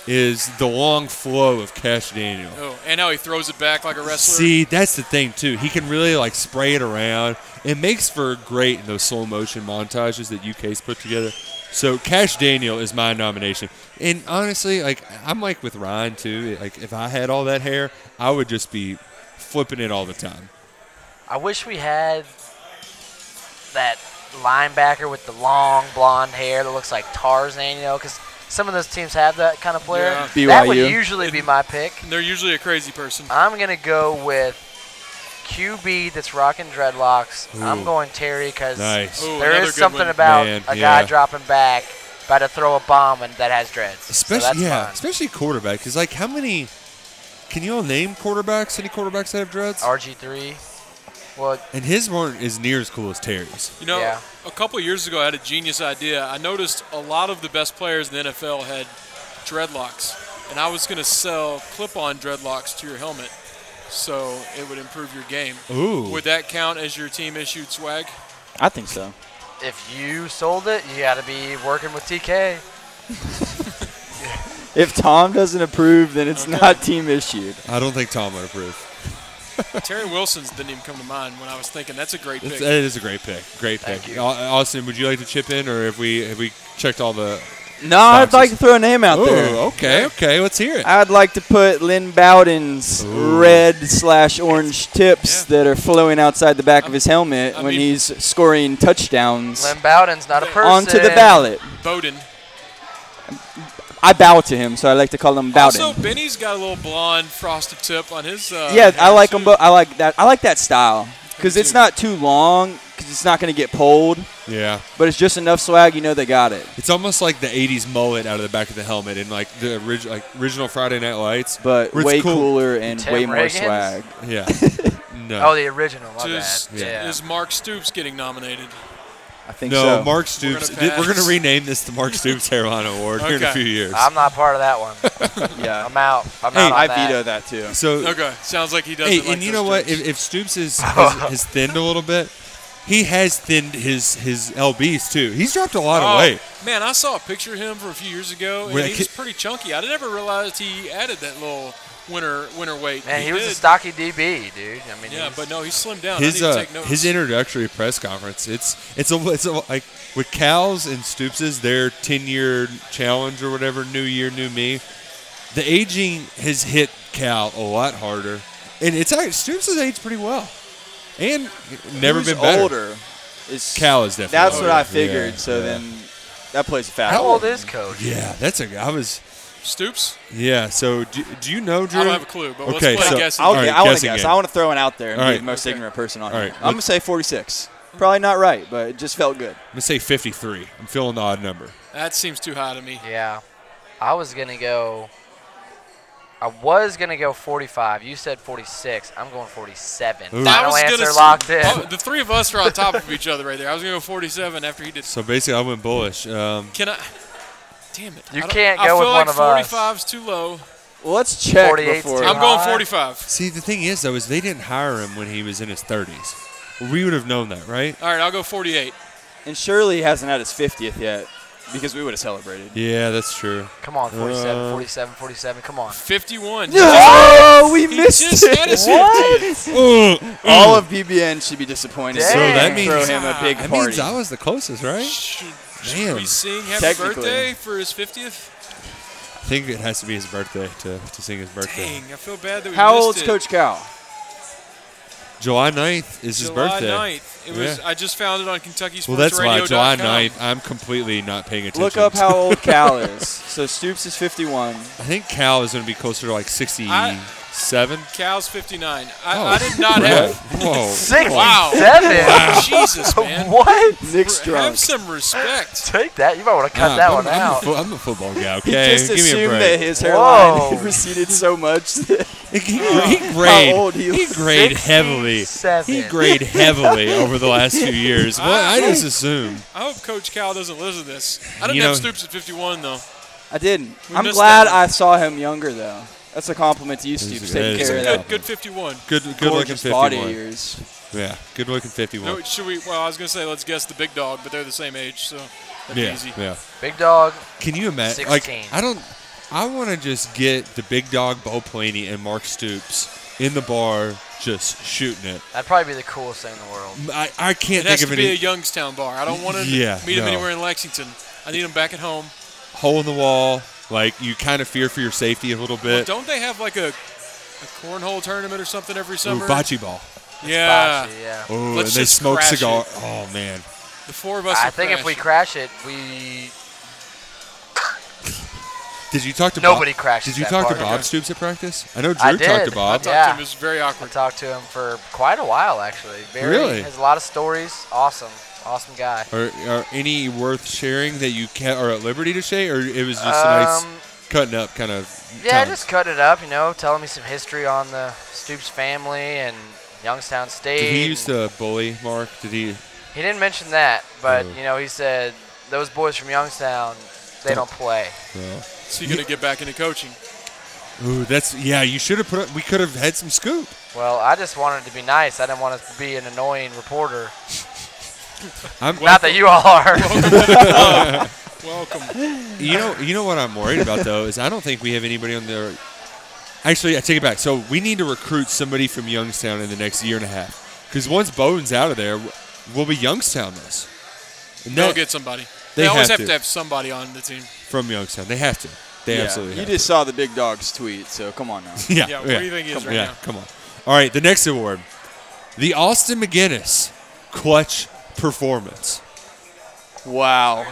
[SPEAKER 3] is the long flow of Cash Daniel.
[SPEAKER 4] Oh, and how he throws it back like a wrestler.
[SPEAKER 3] See, that's the thing too. He can really like spray it around. It makes for great in those slow motion montages that UK's put together. So Cash Daniel is my nomination. And honestly, like I'm like with Ryan too. Like if I had all that hair, I would just be flipping it all the time.
[SPEAKER 5] I wish we had that linebacker with the long blonde hair that looks like Tarzan, you know, because some of those teams have that kind of player.
[SPEAKER 6] Yeah.
[SPEAKER 5] That would
[SPEAKER 6] BYU.
[SPEAKER 5] usually be my pick.
[SPEAKER 4] They're usually a crazy person.
[SPEAKER 5] I'm going to go with QB that's rocking dreadlocks. I'm
[SPEAKER 3] Ooh.
[SPEAKER 5] going Terry because
[SPEAKER 3] Nice.
[SPEAKER 4] Ooh,
[SPEAKER 5] there
[SPEAKER 4] another
[SPEAKER 5] is
[SPEAKER 4] good
[SPEAKER 5] something
[SPEAKER 4] one.
[SPEAKER 5] about
[SPEAKER 3] Man,
[SPEAKER 5] a
[SPEAKER 3] yeah.
[SPEAKER 5] guy dropping back about to throw a bomb and that has dreads. So
[SPEAKER 3] Especially
[SPEAKER 5] that's
[SPEAKER 3] yeah,
[SPEAKER 5] fun.
[SPEAKER 3] especially quarterback. Cause like how many? Can you all name quarterbacks? Any quarterbacks that have dreads?
[SPEAKER 5] RG3. Well,
[SPEAKER 3] And his weren't as near as cool as Terry's.
[SPEAKER 4] You know,
[SPEAKER 5] Yeah.
[SPEAKER 4] a couple of years ago, I had a genius idea. I noticed a lot of the best players in the NFL had dreadlocks, and I was going to sell clip-on dreadlocks to your helmet, so it would improve your game.
[SPEAKER 3] Ooh.
[SPEAKER 4] Would that count as your team issued swag?
[SPEAKER 6] I think so.
[SPEAKER 5] if you sold it, you got to be working with TK.
[SPEAKER 6] If Tom doesn't approve, then it's not team issued.
[SPEAKER 3] I don't think Tom would approve.
[SPEAKER 4] Terry Wilson's didn't even come to mind when I was thinking that's a great
[SPEAKER 3] That's,
[SPEAKER 4] pick.
[SPEAKER 3] that is a great pick. Great pick.
[SPEAKER 5] Thank you.
[SPEAKER 3] Au- Austin, would you like to chip in, or have we have we checked all the?
[SPEAKER 6] No, I'd
[SPEAKER 3] Boxes.
[SPEAKER 6] like to throw a name out
[SPEAKER 3] Oh,
[SPEAKER 6] there.
[SPEAKER 3] okay, okay. Let's hear it.
[SPEAKER 6] I'd like to put Lynn Bowden's red slash orange tips that are flowing outside the back of his helmet
[SPEAKER 4] I
[SPEAKER 6] when
[SPEAKER 4] mean-
[SPEAKER 6] he's scoring touchdowns
[SPEAKER 5] Lynn Bowden's not a person.
[SPEAKER 6] onto the ballot.
[SPEAKER 4] Bowden.
[SPEAKER 6] I bow to him, so I like to call him Bowden.
[SPEAKER 4] Also, Benny's got a little blonde frosted tip on his. Uh,
[SPEAKER 6] yeah, I
[SPEAKER 4] hair,
[SPEAKER 6] like
[SPEAKER 4] too.
[SPEAKER 6] them both. I like that. I like that style because
[SPEAKER 4] Me
[SPEAKER 6] it's
[SPEAKER 4] too.
[SPEAKER 6] not too long, because it's not going to get pulled,
[SPEAKER 3] Yeah.
[SPEAKER 6] but it's just enough swag. You know they got it.
[SPEAKER 3] It's almost like the '80s mullet out of the back of the helmet, and like the orig- like original Friday Night Lights,
[SPEAKER 6] But
[SPEAKER 3] where it's
[SPEAKER 6] way
[SPEAKER 3] cool-
[SPEAKER 6] cooler and
[SPEAKER 5] Tim
[SPEAKER 6] way more
[SPEAKER 5] Riggins?
[SPEAKER 6] swag.
[SPEAKER 3] Yeah. No.
[SPEAKER 5] Oh, the original. My
[SPEAKER 4] Is,
[SPEAKER 5] bad. Yeah.
[SPEAKER 4] is Mark Stoops getting nominated?
[SPEAKER 6] I think
[SPEAKER 3] no,
[SPEAKER 6] so.
[SPEAKER 3] Mark Stoops.
[SPEAKER 4] gonna
[SPEAKER 3] th- We're
[SPEAKER 4] pass.
[SPEAKER 3] going to rename this the Mark Stoops Hairline Award here in a
[SPEAKER 4] Okay.
[SPEAKER 3] few years.
[SPEAKER 5] I'm not part of that one.
[SPEAKER 6] yeah,
[SPEAKER 5] I'm out. I'm
[SPEAKER 3] Hey,
[SPEAKER 5] out. on
[SPEAKER 6] I
[SPEAKER 5] that.
[SPEAKER 6] veto that too.
[SPEAKER 3] so,
[SPEAKER 4] Okay, sounds like he doesn't.
[SPEAKER 3] hey,
[SPEAKER 4] like
[SPEAKER 3] and you
[SPEAKER 4] those
[SPEAKER 3] know what?
[SPEAKER 4] tips.
[SPEAKER 3] If, if Stoops is, has, has thinned a little bit, he has thinned his his lbs too. He's dropped a lot
[SPEAKER 4] Oh,
[SPEAKER 3] of weight.
[SPEAKER 4] Man, I saw a picture of him from a few years ago, and
[SPEAKER 3] When I
[SPEAKER 4] he was
[SPEAKER 3] ki-
[SPEAKER 4] pretty chunky. I never realized he added that little winter winter weight.
[SPEAKER 5] Man, he, was
[SPEAKER 4] did.
[SPEAKER 5] a stocky DB, dude. I mean,
[SPEAKER 4] Yeah,
[SPEAKER 5] he's-
[SPEAKER 4] but no, he slimmed down.
[SPEAKER 3] His
[SPEAKER 4] I need to
[SPEAKER 3] uh,
[SPEAKER 4] take notes.
[SPEAKER 3] his introductory press conference. It's it's a it's a, like with Cal's and Stoops's their ten year challenge or whatever. New year, new me. The aging has hit Cal a lot harder, and it's act- Stoops has aged pretty well, and never
[SPEAKER 6] Who's
[SPEAKER 3] been better.
[SPEAKER 6] older. Is
[SPEAKER 3] Cal is definitely.
[SPEAKER 6] That's
[SPEAKER 3] older.
[SPEAKER 6] what I figured.
[SPEAKER 3] Yeah,
[SPEAKER 6] so
[SPEAKER 3] yeah.
[SPEAKER 6] then that plays a factor.
[SPEAKER 5] how old is Coach?
[SPEAKER 3] Yeah, that's a. I was.
[SPEAKER 4] Stoops.
[SPEAKER 3] Yeah. So do, do you know Drew?
[SPEAKER 4] I don't have a clue, but
[SPEAKER 3] Okay,
[SPEAKER 4] let's
[SPEAKER 3] so-
[SPEAKER 4] play a guess.
[SPEAKER 6] I'll,
[SPEAKER 3] All right,
[SPEAKER 6] I want to
[SPEAKER 3] guessing
[SPEAKER 6] guess.
[SPEAKER 3] game.
[SPEAKER 6] I want to throw one out there and
[SPEAKER 3] All
[SPEAKER 6] be
[SPEAKER 3] right.
[SPEAKER 6] the most ignorant person on
[SPEAKER 3] All
[SPEAKER 6] here.
[SPEAKER 3] right,
[SPEAKER 6] I'm
[SPEAKER 3] look-
[SPEAKER 6] gonna say 46. Probably not right, but it just felt good.
[SPEAKER 3] I'm gonna say 53. I'm feeling the odd number.
[SPEAKER 4] that seems too high to me.
[SPEAKER 5] Yeah. I was gonna go. I was gonna go 45. You said 46. I'm going 47.
[SPEAKER 3] Ooh.
[SPEAKER 4] I
[SPEAKER 5] Final
[SPEAKER 4] was gonna
[SPEAKER 5] answer
[SPEAKER 4] s-
[SPEAKER 5] locked in.
[SPEAKER 4] Oh, the three of us are on top of each other right there. I was gonna go 47 after he did.
[SPEAKER 3] So basically, I went bullish. Um,
[SPEAKER 4] Can I? Damn it!
[SPEAKER 5] You
[SPEAKER 4] I don't-
[SPEAKER 5] can't
[SPEAKER 4] I
[SPEAKER 5] go
[SPEAKER 4] feel
[SPEAKER 5] with
[SPEAKER 4] like
[SPEAKER 5] one of us.
[SPEAKER 4] 45's too low.
[SPEAKER 6] Well, let's check
[SPEAKER 5] 48 's
[SPEAKER 6] before.
[SPEAKER 5] too
[SPEAKER 4] I'm
[SPEAKER 5] high.
[SPEAKER 4] going 45.
[SPEAKER 3] see, the thing is though, is they didn't hire him when he was in his 30s. We would have known that, right?
[SPEAKER 4] All right, I'll go 48.
[SPEAKER 6] And Shirley hasn't had his 50th yet because we would have celebrated.
[SPEAKER 3] Yeah, that's true.
[SPEAKER 5] Come on,
[SPEAKER 3] Uh,
[SPEAKER 5] 47, 47, 47. Come on.
[SPEAKER 4] 51.
[SPEAKER 6] Oh, we
[SPEAKER 4] He
[SPEAKER 6] missed
[SPEAKER 4] just
[SPEAKER 6] it.
[SPEAKER 4] had his
[SPEAKER 6] All of BBN should be disappointed.
[SPEAKER 5] So
[SPEAKER 6] They
[SPEAKER 5] that
[SPEAKER 6] didn't
[SPEAKER 3] means-
[SPEAKER 6] throw him a big
[SPEAKER 3] That means
[SPEAKER 6] party.
[SPEAKER 3] I was the closest, right?
[SPEAKER 4] Should,
[SPEAKER 3] Man.
[SPEAKER 4] should we sing happy
[SPEAKER 6] Technically.
[SPEAKER 4] birthday for his 50th?
[SPEAKER 3] I think it has to be his birthday to, to sing his birthday.
[SPEAKER 4] Dang, I feel bad that we
[SPEAKER 6] How
[SPEAKER 4] missed
[SPEAKER 6] old's
[SPEAKER 4] it.
[SPEAKER 6] Coach Cal?
[SPEAKER 3] July 9th is his
[SPEAKER 4] July
[SPEAKER 3] birthday.
[SPEAKER 4] 9th. It was.
[SPEAKER 3] Yeah.
[SPEAKER 4] I just found it on Kentucky
[SPEAKER 3] Well,
[SPEAKER 4] Sports
[SPEAKER 3] that's why
[SPEAKER 4] Radio
[SPEAKER 3] July
[SPEAKER 4] dot com.
[SPEAKER 3] 9th. I'm completely not paying attention.
[SPEAKER 6] Look up how old Cal is. So Stoops is 51.
[SPEAKER 3] I think Cal is going to be closer to like 67.
[SPEAKER 4] Cal's 59. I,
[SPEAKER 3] Oh,
[SPEAKER 4] I did not
[SPEAKER 3] crap.
[SPEAKER 4] have.
[SPEAKER 3] Whoa.
[SPEAKER 5] 67.
[SPEAKER 4] Wow. Jesus, man.
[SPEAKER 5] What?
[SPEAKER 6] Nick's drunk.
[SPEAKER 4] Have some respect.
[SPEAKER 5] Take that. You might want to cut
[SPEAKER 3] Nah,
[SPEAKER 5] that
[SPEAKER 3] Uh, I'm-
[SPEAKER 5] one
[SPEAKER 3] I'm,
[SPEAKER 5] out.
[SPEAKER 3] A, fo- I'm a football guy,
[SPEAKER 6] He
[SPEAKER 3] okay?
[SPEAKER 6] just
[SPEAKER 3] Give me a
[SPEAKER 6] assumed
[SPEAKER 3] break.
[SPEAKER 6] that his hairline
[SPEAKER 5] Whoa.
[SPEAKER 6] receded so much that
[SPEAKER 3] He, he, he grade,
[SPEAKER 6] old he
[SPEAKER 3] he
[SPEAKER 6] was.
[SPEAKER 3] grade heavily. He
[SPEAKER 5] 67.
[SPEAKER 3] grade heavily over the last few years. Well, I just assumed.
[SPEAKER 4] I hope Coach Cal doesn't listen to this. I didn't
[SPEAKER 3] You know-
[SPEAKER 4] have Stoops at 51 though.
[SPEAKER 6] I didn't.
[SPEAKER 4] We
[SPEAKER 6] I'm
[SPEAKER 4] missed
[SPEAKER 6] glad
[SPEAKER 4] that one.
[SPEAKER 6] I saw him younger though. That's a compliment to you, Stoops.
[SPEAKER 3] that
[SPEAKER 6] Taking
[SPEAKER 3] is
[SPEAKER 6] care
[SPEAKER 3] a
[SPEAKER 6] of
[SPEAKER 4] Good, good
[SPEAKER 6] that
[SPEAKER 4] 51.
[SPEAKER 3] Good, good looking
[SPEAKER 6] gorgeous body of
[SPEAKER 3] 51.
[SPEAKER 6] yours.
[SPEAKER 3] Yeah, good looking 51.
[SPEAKER 4] No, should we? Well, I was gonna say let's guess the big dog, but they're the same age, so that'd be
[SPEAKER 3] yeah,
[SPEAKER 4] easy.
[SPEAKER 3] yeah.
[SPEAKER 5] Big dog.
[SPEAKER 3] Can you imagine?
[SPEAKER 5] 16.
[SPEAKER 3] Like, I don't. I want to just get the big dog Bo Planey and Mark Stoops in the bar, just shooting it.
[SPEAKER 5] That'd probably be the coolest thing in the world.
[SPEAKER 3] I, I can't
[SPEAKER 4] It has
[SPEAKER 3] think
[SPEAKER 4] to
[SPEAKER 3] of
[SPEAKER 4] be a
[SPEAKER 3] any.
[SPEAKER 4] Youngstown bar. I don't want to
[SPEAKER 3] Yeah,
[SPEAKER 4] meet him
[SPEAKER 3] no.
[SPEAKER 4] anywhere in Lexington. I need him back at home.
[SPEAKER 3] hole in the wall. Like you kind of fear for your safety a little bit.
[SPEAKER 4] Don't they have like a, a cornhole tournament or something every
[SPEAKER 3] Ooh,
[SPEAKER 4] summer?
[SPEAKER 3] bocce ball.
[SPEAKER 4] yeah.
[SPEAKER 5] Bocce, yeah.
[SPEAKER 3] Oh, and
[SPEAKER 4] Let's
[SPEAKER 3] they
[SPEAKER 4] just
[SPEAKER 3] smoke
[SPEAKER 4] crash
[SPEAKER 3] cigar.
[SPEAKER 4] it.
[SPEAKER 3] Oh man,
[SPEAKER 4] The four of us.
[SPEAKER 5] I
[SPEAKER 4] will
[SPEAKER 5] think if we
[SPEAKER 4] crash.
[SPEAKER 5] crash it, we
[SPEAKER 3] did you talk to
[SPEAKER 5] Nobody
[SPEAKER 3] Bob?
[SPEAKER 5] crashes
[SPEAKER 3] Did you
[SPEAKER 5] that
[SPEAKER 3] talk to
[SPEAKER 5] part.
[SPEAKER 3] Bob Stoops at practice? I know Drew
[SPEAKER 5] I
[SPEAKER 3] talked to
[SPEAKER 5] did.
[SPEAKER 4] I
[SPEAKER 3] Bob.
[SPEAKER 4] talked to
[SPEAKER 5] Yeah.
[SPEAKER 4] him. It was very
[SPEAKER 5] I
[SPEAKER 4] awkward.
[SPEAKER 5] talked to him for quite a while actually. Very,
[SPEAKER 3] Really?
[SPEAKER 5] Has a lot of stories. Awesome, awesome guy.
[SPEAKER 3] Are, are any worth sharing that you can are at liberty to say, or it was just a nice
[SPEAKER 5] Um,
[SPEAKER 3] cutting up kind of?
[SPEAKER 5] Yeah,
[SPEAKER 3] time?
[SPEAKER 5] just cut it up, you know, telling me some history on the Stoops family and Youngstown State.
[SPEAKER 3] Did he
[SPEAKER 5] and-
[SPEAKER 3] used to bully Mark? Did he?
[SPEAKER 5] He didn't mention that, but
[SPEAKER 3] Oh.
[SPEAKER 5] you know, he said those boys from Youngstown, they don't play.
[SPEAKER 3] No.
[SPEAKER 4] So you're gonna get back into coaching.
[SPEAKER 3] Ooh, that's yeah. You should have put. up We could have had some scoop.
[SPEAKER 5] Well, I just wanted to be nice. I didn't want to be an annoying reporter.
[SPEAKER 3] I'm,
[SPEAKER 5] Not that you all are.
[SPEAKER 4] Welcome.
[SPEAKER 3] You know, you know what I'm worried about though is I don't think we have anybody on there. Actually, I take it back. So we need to recruit somebody from Youngstown in the next year and a half because once Bowden's out of there, we'll be Youngstown this. And
[SPEAKER 4] They'll
[SPEAKER 3] that-
[SPEAKER 4] get somebody.
[SPEAKER 3] They
[SPEAKER 4] They, always
[SPEAKER 3] have
[SPEAKER 4] have
[SPEAKER 3] to.
[SPEAKER 4] to. have somebody on the team.
[SPEAKER 3] from Youngstown. They have to. They absolutely.
[SPEAKER 6] You
[SPEAKER 3] have
[SPEAKER 6] just saw the big dog's tweet, so come on now.
[SPEAKER 3] to. yeah.
[SPEAKER 4] Yeah, where do you think he is
[SPEAKER 3] Come-
[SPEAKER 4] right
[SPEAKER 3] yeah,
[SPEAKER 4] now?
[SPEAKER 3] Come on. All right, the next award, the Austin McGinnis clutch performance.
[SPEAKER 6] wow,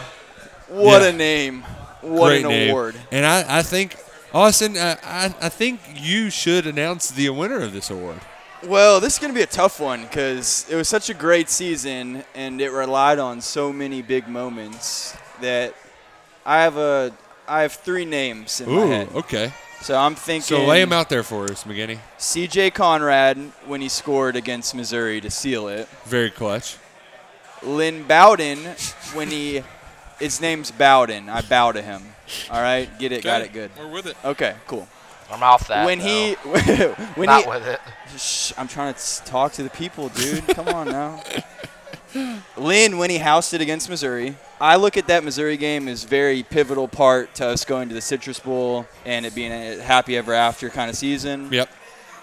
[SPEAKER 6] what
[SPEAKER 3] Yeah.
[SPEAKER 6] a name! What
[SPEAKER 3] Great
[SPEAKER 6] an
[SPEAKER 3] name.
[SPEAKER 6] award!
[SPEAKER 3] And I, I think Austin, I, I, I think you should announce the winner of this award.
[SPEAKER 6] Well, this is going to be a tough one because it was such a great season and it relied on so many big moments that I have a I have three names in my
[SPEAKER 3] Ooh,
[SPEAKER 6] head.
[SPEAKER 3] okay.
[SPEAKER 6] So I'm thinking
[SPEAKER 3] So lay him out there for us, McGinney.
[SPEAKER 6] CJ Conrad when he scored against Missouri to seal it.
[SPEAKER 3] Very clutch.
[SPEAKER 6] Lynn Bowden when he his name's Bowden. I bow to him. All right, get it, got it good.
[SPEAKER 4] We're with it.
[SPEAKER 6] Okay, cool.
[SPEAKER 5] I'm off that.
[SPEAKER 6] when he when
[SPEAKER 5] not
[SPEAKER 6] he
[SPEAKER 5] with it.
[SPEAKER 6] Shh, I'm trying to s- talk to the people, dude. Come on now. Lynn, when he housed it against Missouri, I look at that Missouri game as very pivotal part to us going to the Citrus Bowl and it being a happy ever after kind of season.
[SPEAKER 3] Yep.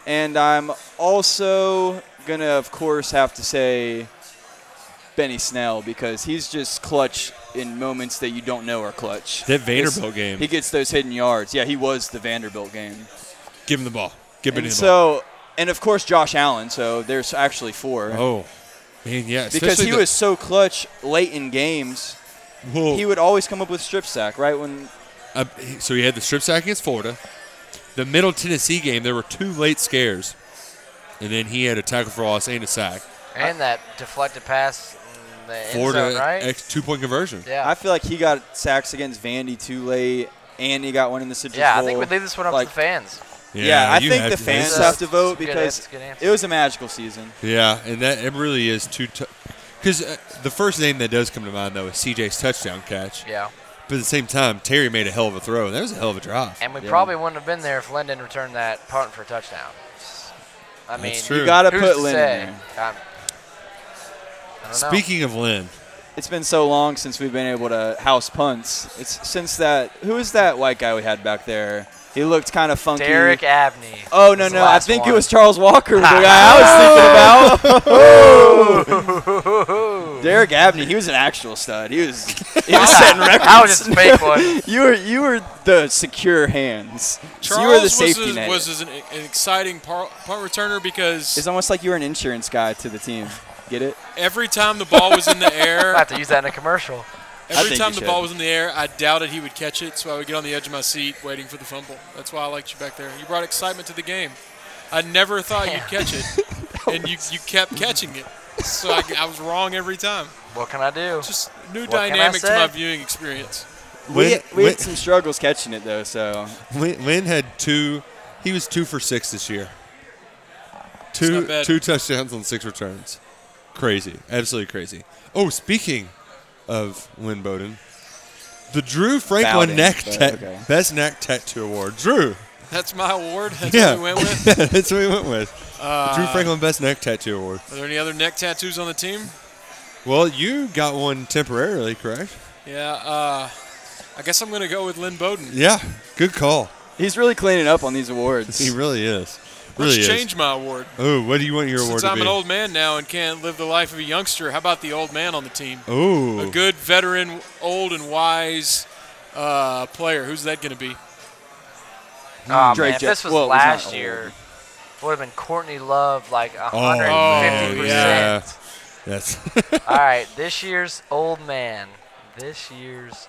[SPEAKER 6] And I'm also gonna, of course, have to say Benny Snell because he's just clutch in moments that you don't know are clutch.
[SPEAKER 3] That Vanderbilt game.
[SPEAKER 6] He gets those hidden yards. Yeah, he was the Vanderbilt game.
[SPEAKER 3] Give him the ball. Give him
[SPEAKER 6] And
[SPEAKER 3] the
[SPEAKER 6] so, and of course, Josh Allen. So there's actually four.
[SPEAKER 3] ball. Oh, man, yeah.
[SPEAKER 6] because
[SPEAKER 3] especially
[SPEAKER 6] he
[SPEAKER 3] the-
[SPEAKER 6] was so clutch late in games,
[SPEAKER 3] Whoa.
[SPEAKER 6] he would always come up with strip sack right when.
[SPEAKER 3] Uh, he- so he had the strip sack against Florida. The Middle Tennessee game, there were two late scares, and then he had a tackle for loss and a sack.
[SPEAKER 5] And that deflected pass in the end
[SPEAKER 3] Florida
[SPEAKER 5] zone, right?
[SPEAKER 3] ex- two point conversion.
[SPEAKER 5] yeah.
[SPEAKER 6] I feel like he got sacks against Vandy too late, and he got one in the Citrus
[SPEAKER 5] yeah, I
[SPEAKER 6] Bowl.
[SPEAKER 5] think we leave this one up
[SPEAKER 6] Like,
[SPEAKER 5] to the fans.
[SPEAKER 6] Yeah, I
[SPEAKER 3] you
[SPEAKER 6] think
[SPEAKER 3] had
[SPEAKER 6] the
[SPEAKER 3] to-
[SPEAKER 6] fans
[SPEAKER 5] That's a-
[SPEAKER 6] have to vote
[SPEAKER 5] that's a good
[SPEAKER 6] because
[SPEAKER 5] answer, good answer.
[SPEAKER 6] it was a magical season.
[SPEAKER 3] Yeah, and that it really is too. Because uh, the first name that does come to mind though is CJ's touchdown catch.
[SPEAKER 5] Yeah.
[SPEAKER 3] But at the same time, Terry made a hell of a throw. That was a hell of a drive.
[SPEAKER 5] And we probably wouldn't have been there if Lynn didn't return that punt for a touchdown. I mean,
[SPEAKER 3] true.
[SPEAKER 6] You gotta
[SPEAKER 5] who's
[SPEAKER 6] put
[SPEAKER 5] to
[SPEAKER 6] Lynn
[SPEAKER 5] say?
[SPEAKER 6] in there.
[SPEAKER 5] I'm- I don't know.
[SPEAKER 3] Speaking of Lynn,
[SPEAKER 6] It's been so long since we've been able to house punts. It's since that. Who is that white guy we had back there? He looked kind of funky.
[SPEAKER 5] Derek Abney.
[SPEAKER 6] Oh no
[SPEAKER 5] was the
[SPEAKER 6] no! I
[SPEAKER 5] last
[SPEAKER 6] think
[SPEAKER 5] one.
[SPEAKER 6] it was Charles Walker, the guy I was thinking about. Derek Abney, he was an actual stud. He was he was setting records.
[SPEAKER 5] I was just a fake one.
[SPEAKER 6] you were you were the secure hands. So
[SPEAKER 4] Charles
[SPEAKER 6] you were the
[SPEAKER 4] was
[SPEAKER 6] safety
[SPEAKER 4] is-
[SPEAKER 6] net.
[SPEAKER 4] was, is an, an exciting par- punt returner because
[SPEAKER 6] it's almost like you were an insurance guy to the team. Get it?
[SPEAKER 4] every time the ball was in the
[SPEAKER 5] I
[SPEAKER 4] air,
[SPEAKER 5] have to use that in a commercial.
[SPEAKER 4] every
[SPEAKER 6] think
[SPEAKER 4] time
[SPEAKER 6] you
[SPEAKER 4] the
[SPEAKER 6] should.
[SPEAKER 4] ball was in the air, I doubted he would catch it, so I would get on the edge of my seat waiting for the fumble. That's why I liked you back there. You brought excitement to the game. I never thought you'd catch it, and you, you kept catching it. So I, I was wrong every time.
[SPEAKER 5] What can I do?
[SPEAKER 4] Just new
[SPEAKER 5] What can I
[SPEAKER 4] dynamic to my
[SPEAKER 5] say?
[SPEAKER 4] viewing experience.
[SPEAKER 6] We,
[SPEAKER 3] Lynn,
[SPEAKER 6] we
[SPEAKER 3] Lynn,
[SPEAKER 6] had some struggles catching it though, so
[SPEAKER 3] Lynn, Lynn had two. He was two for six this year.
[SPEAKER 4] not
[SPEAKER 3] Two
[SPEAKER 4] bad.
[SPEAKER 3] two touchdowns on six returns. Crazy, absolutely crazy. Oh, speaking of Lynn Bowden, the Drew Franklin
[SPEAKER 6] Bowden,
[SPEAKER 3] neck
[SPEAKER 6] but
[SPEAKER 3] tat-
[SPEAKER 6] okay.
[SPEAKER 3] best neck tattoo award. Drew,
[SPEAKER 4] That's my award. That's
[SPEAKER 3] yeah,
[SPEAKER 4] what we went with.
[SPEAKER 3] that's what we went with. The Drew Franklin best neck tattoo award.
[SPEAKER 4] Are there any other neck tattoos on the team?
[SPEAKER 3] Well, you got one temporarily, correct?
[SPEAKER 4] Yeah. Uh, I guess I'm going to go with Lynn Bowden.
[SPEAKER 3] Yeah, good call.
[SPEAKER 6] he's really cleaning up on these awards.
[SPEAKER 3] He really is. really
[SPEAKER 4] Let's
[SPEAKER 3] is.
[SPEAKER 4] change my award.
[SPEAKER 3] Oh, what do you want your award
[SPEAKER 4] Since
[SPEAKER 3] to
[SPEAKER 4] I'm
[SPEAKER 3] be?
[SPEAKER 4] an old man now and can't live the life of a youngster, how about the old man on the team?
[SPEAKER 3] Ooh.
[SPEAKER 4] A good veteran, old and wise uh, player. Who's that going to be?
[SPEAKER 5] Oh,
[SPEAKER 6] Drake
[SPEAKER 5] man, if
[SPEAKER 6] Ja-
[SPEAKER 5] this was
[SPEAKER 6] well, he's not
[SPEAKER 5] last
[SPEAKER 6] old.
[SPEAKER 5] year, would have been Courtney Love like
[SPEAKER 3] Oh,
[SPEAKER 5] 150%.
[SPEAKER 3] yeah. That's
[SPEAKER 5] All right, this year's old man. This year's.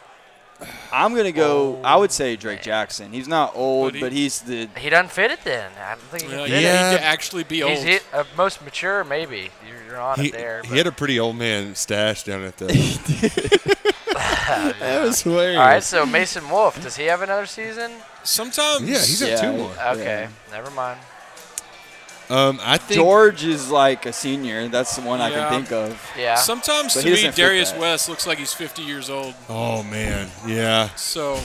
[SPEAKER 6] I'm gonna go. I would say Drake
[SPEAKER 5] man.
[SPEAKER 6] Jackson. He's not old,
[SPEAKER 4] Oh, But
[SPEAKER 6] but,
[SPEAKER 4] he-
[SPEAKER 6] he's the.
[SPEAKER 5] He doesn't fit it then. I don't think he can
[SPEAKER 4] Uh,
[SPEAKER 5] fit
[SPEAKER 4] yeah,
[SPEAKER 5] it.
[SPEAKER 4] he
[SPEAKER 3] Yeah.
[SPEAKER 4] could actually be old.
[SPEAKER 5] He's hit, uh, most mature, maybe. You're, you're on
[SPEAKER 3] he,
[SPEAKER 5] it there.
[SPEAKER 3] he
[SPEAKER 5] but-
[SPEAKER 3] had a pretty old man stash down at the. that was hilarious.
[SPEAKER 5] All right, so Mason Wolf, does he have another season?
[SPEAKER 4] Sometimes.
[SPEAKER 3] Yeah, he's got
[SPEAKER 6] Yeah.
[SPEAKER 3] two more.
[SPEAKER 5] Okay, never mind.
[SPEAKER 3] Um, I think
[SPEAKER 6] George is like a senior. That's the one I
[SPEAKER 4] Yeah.
[SPEAKER 6] can think of.
[SPEAKER 5] Yeah.
[SPEAKER 4] Sometimes
[SPEAKER 6] But
[SPEAKER 4] to
[SPEAKER 6] he
[SPEAKER 4] me,
[SPEAKER 6] doesn't fit
[SPEAKER 4] Darius
[SPEAKER 6] that.
[SPEAKER 4] West looks like he's 50 years old.
[SPEAKER 3] Oh man, yeah,
[SPEAKER 4] So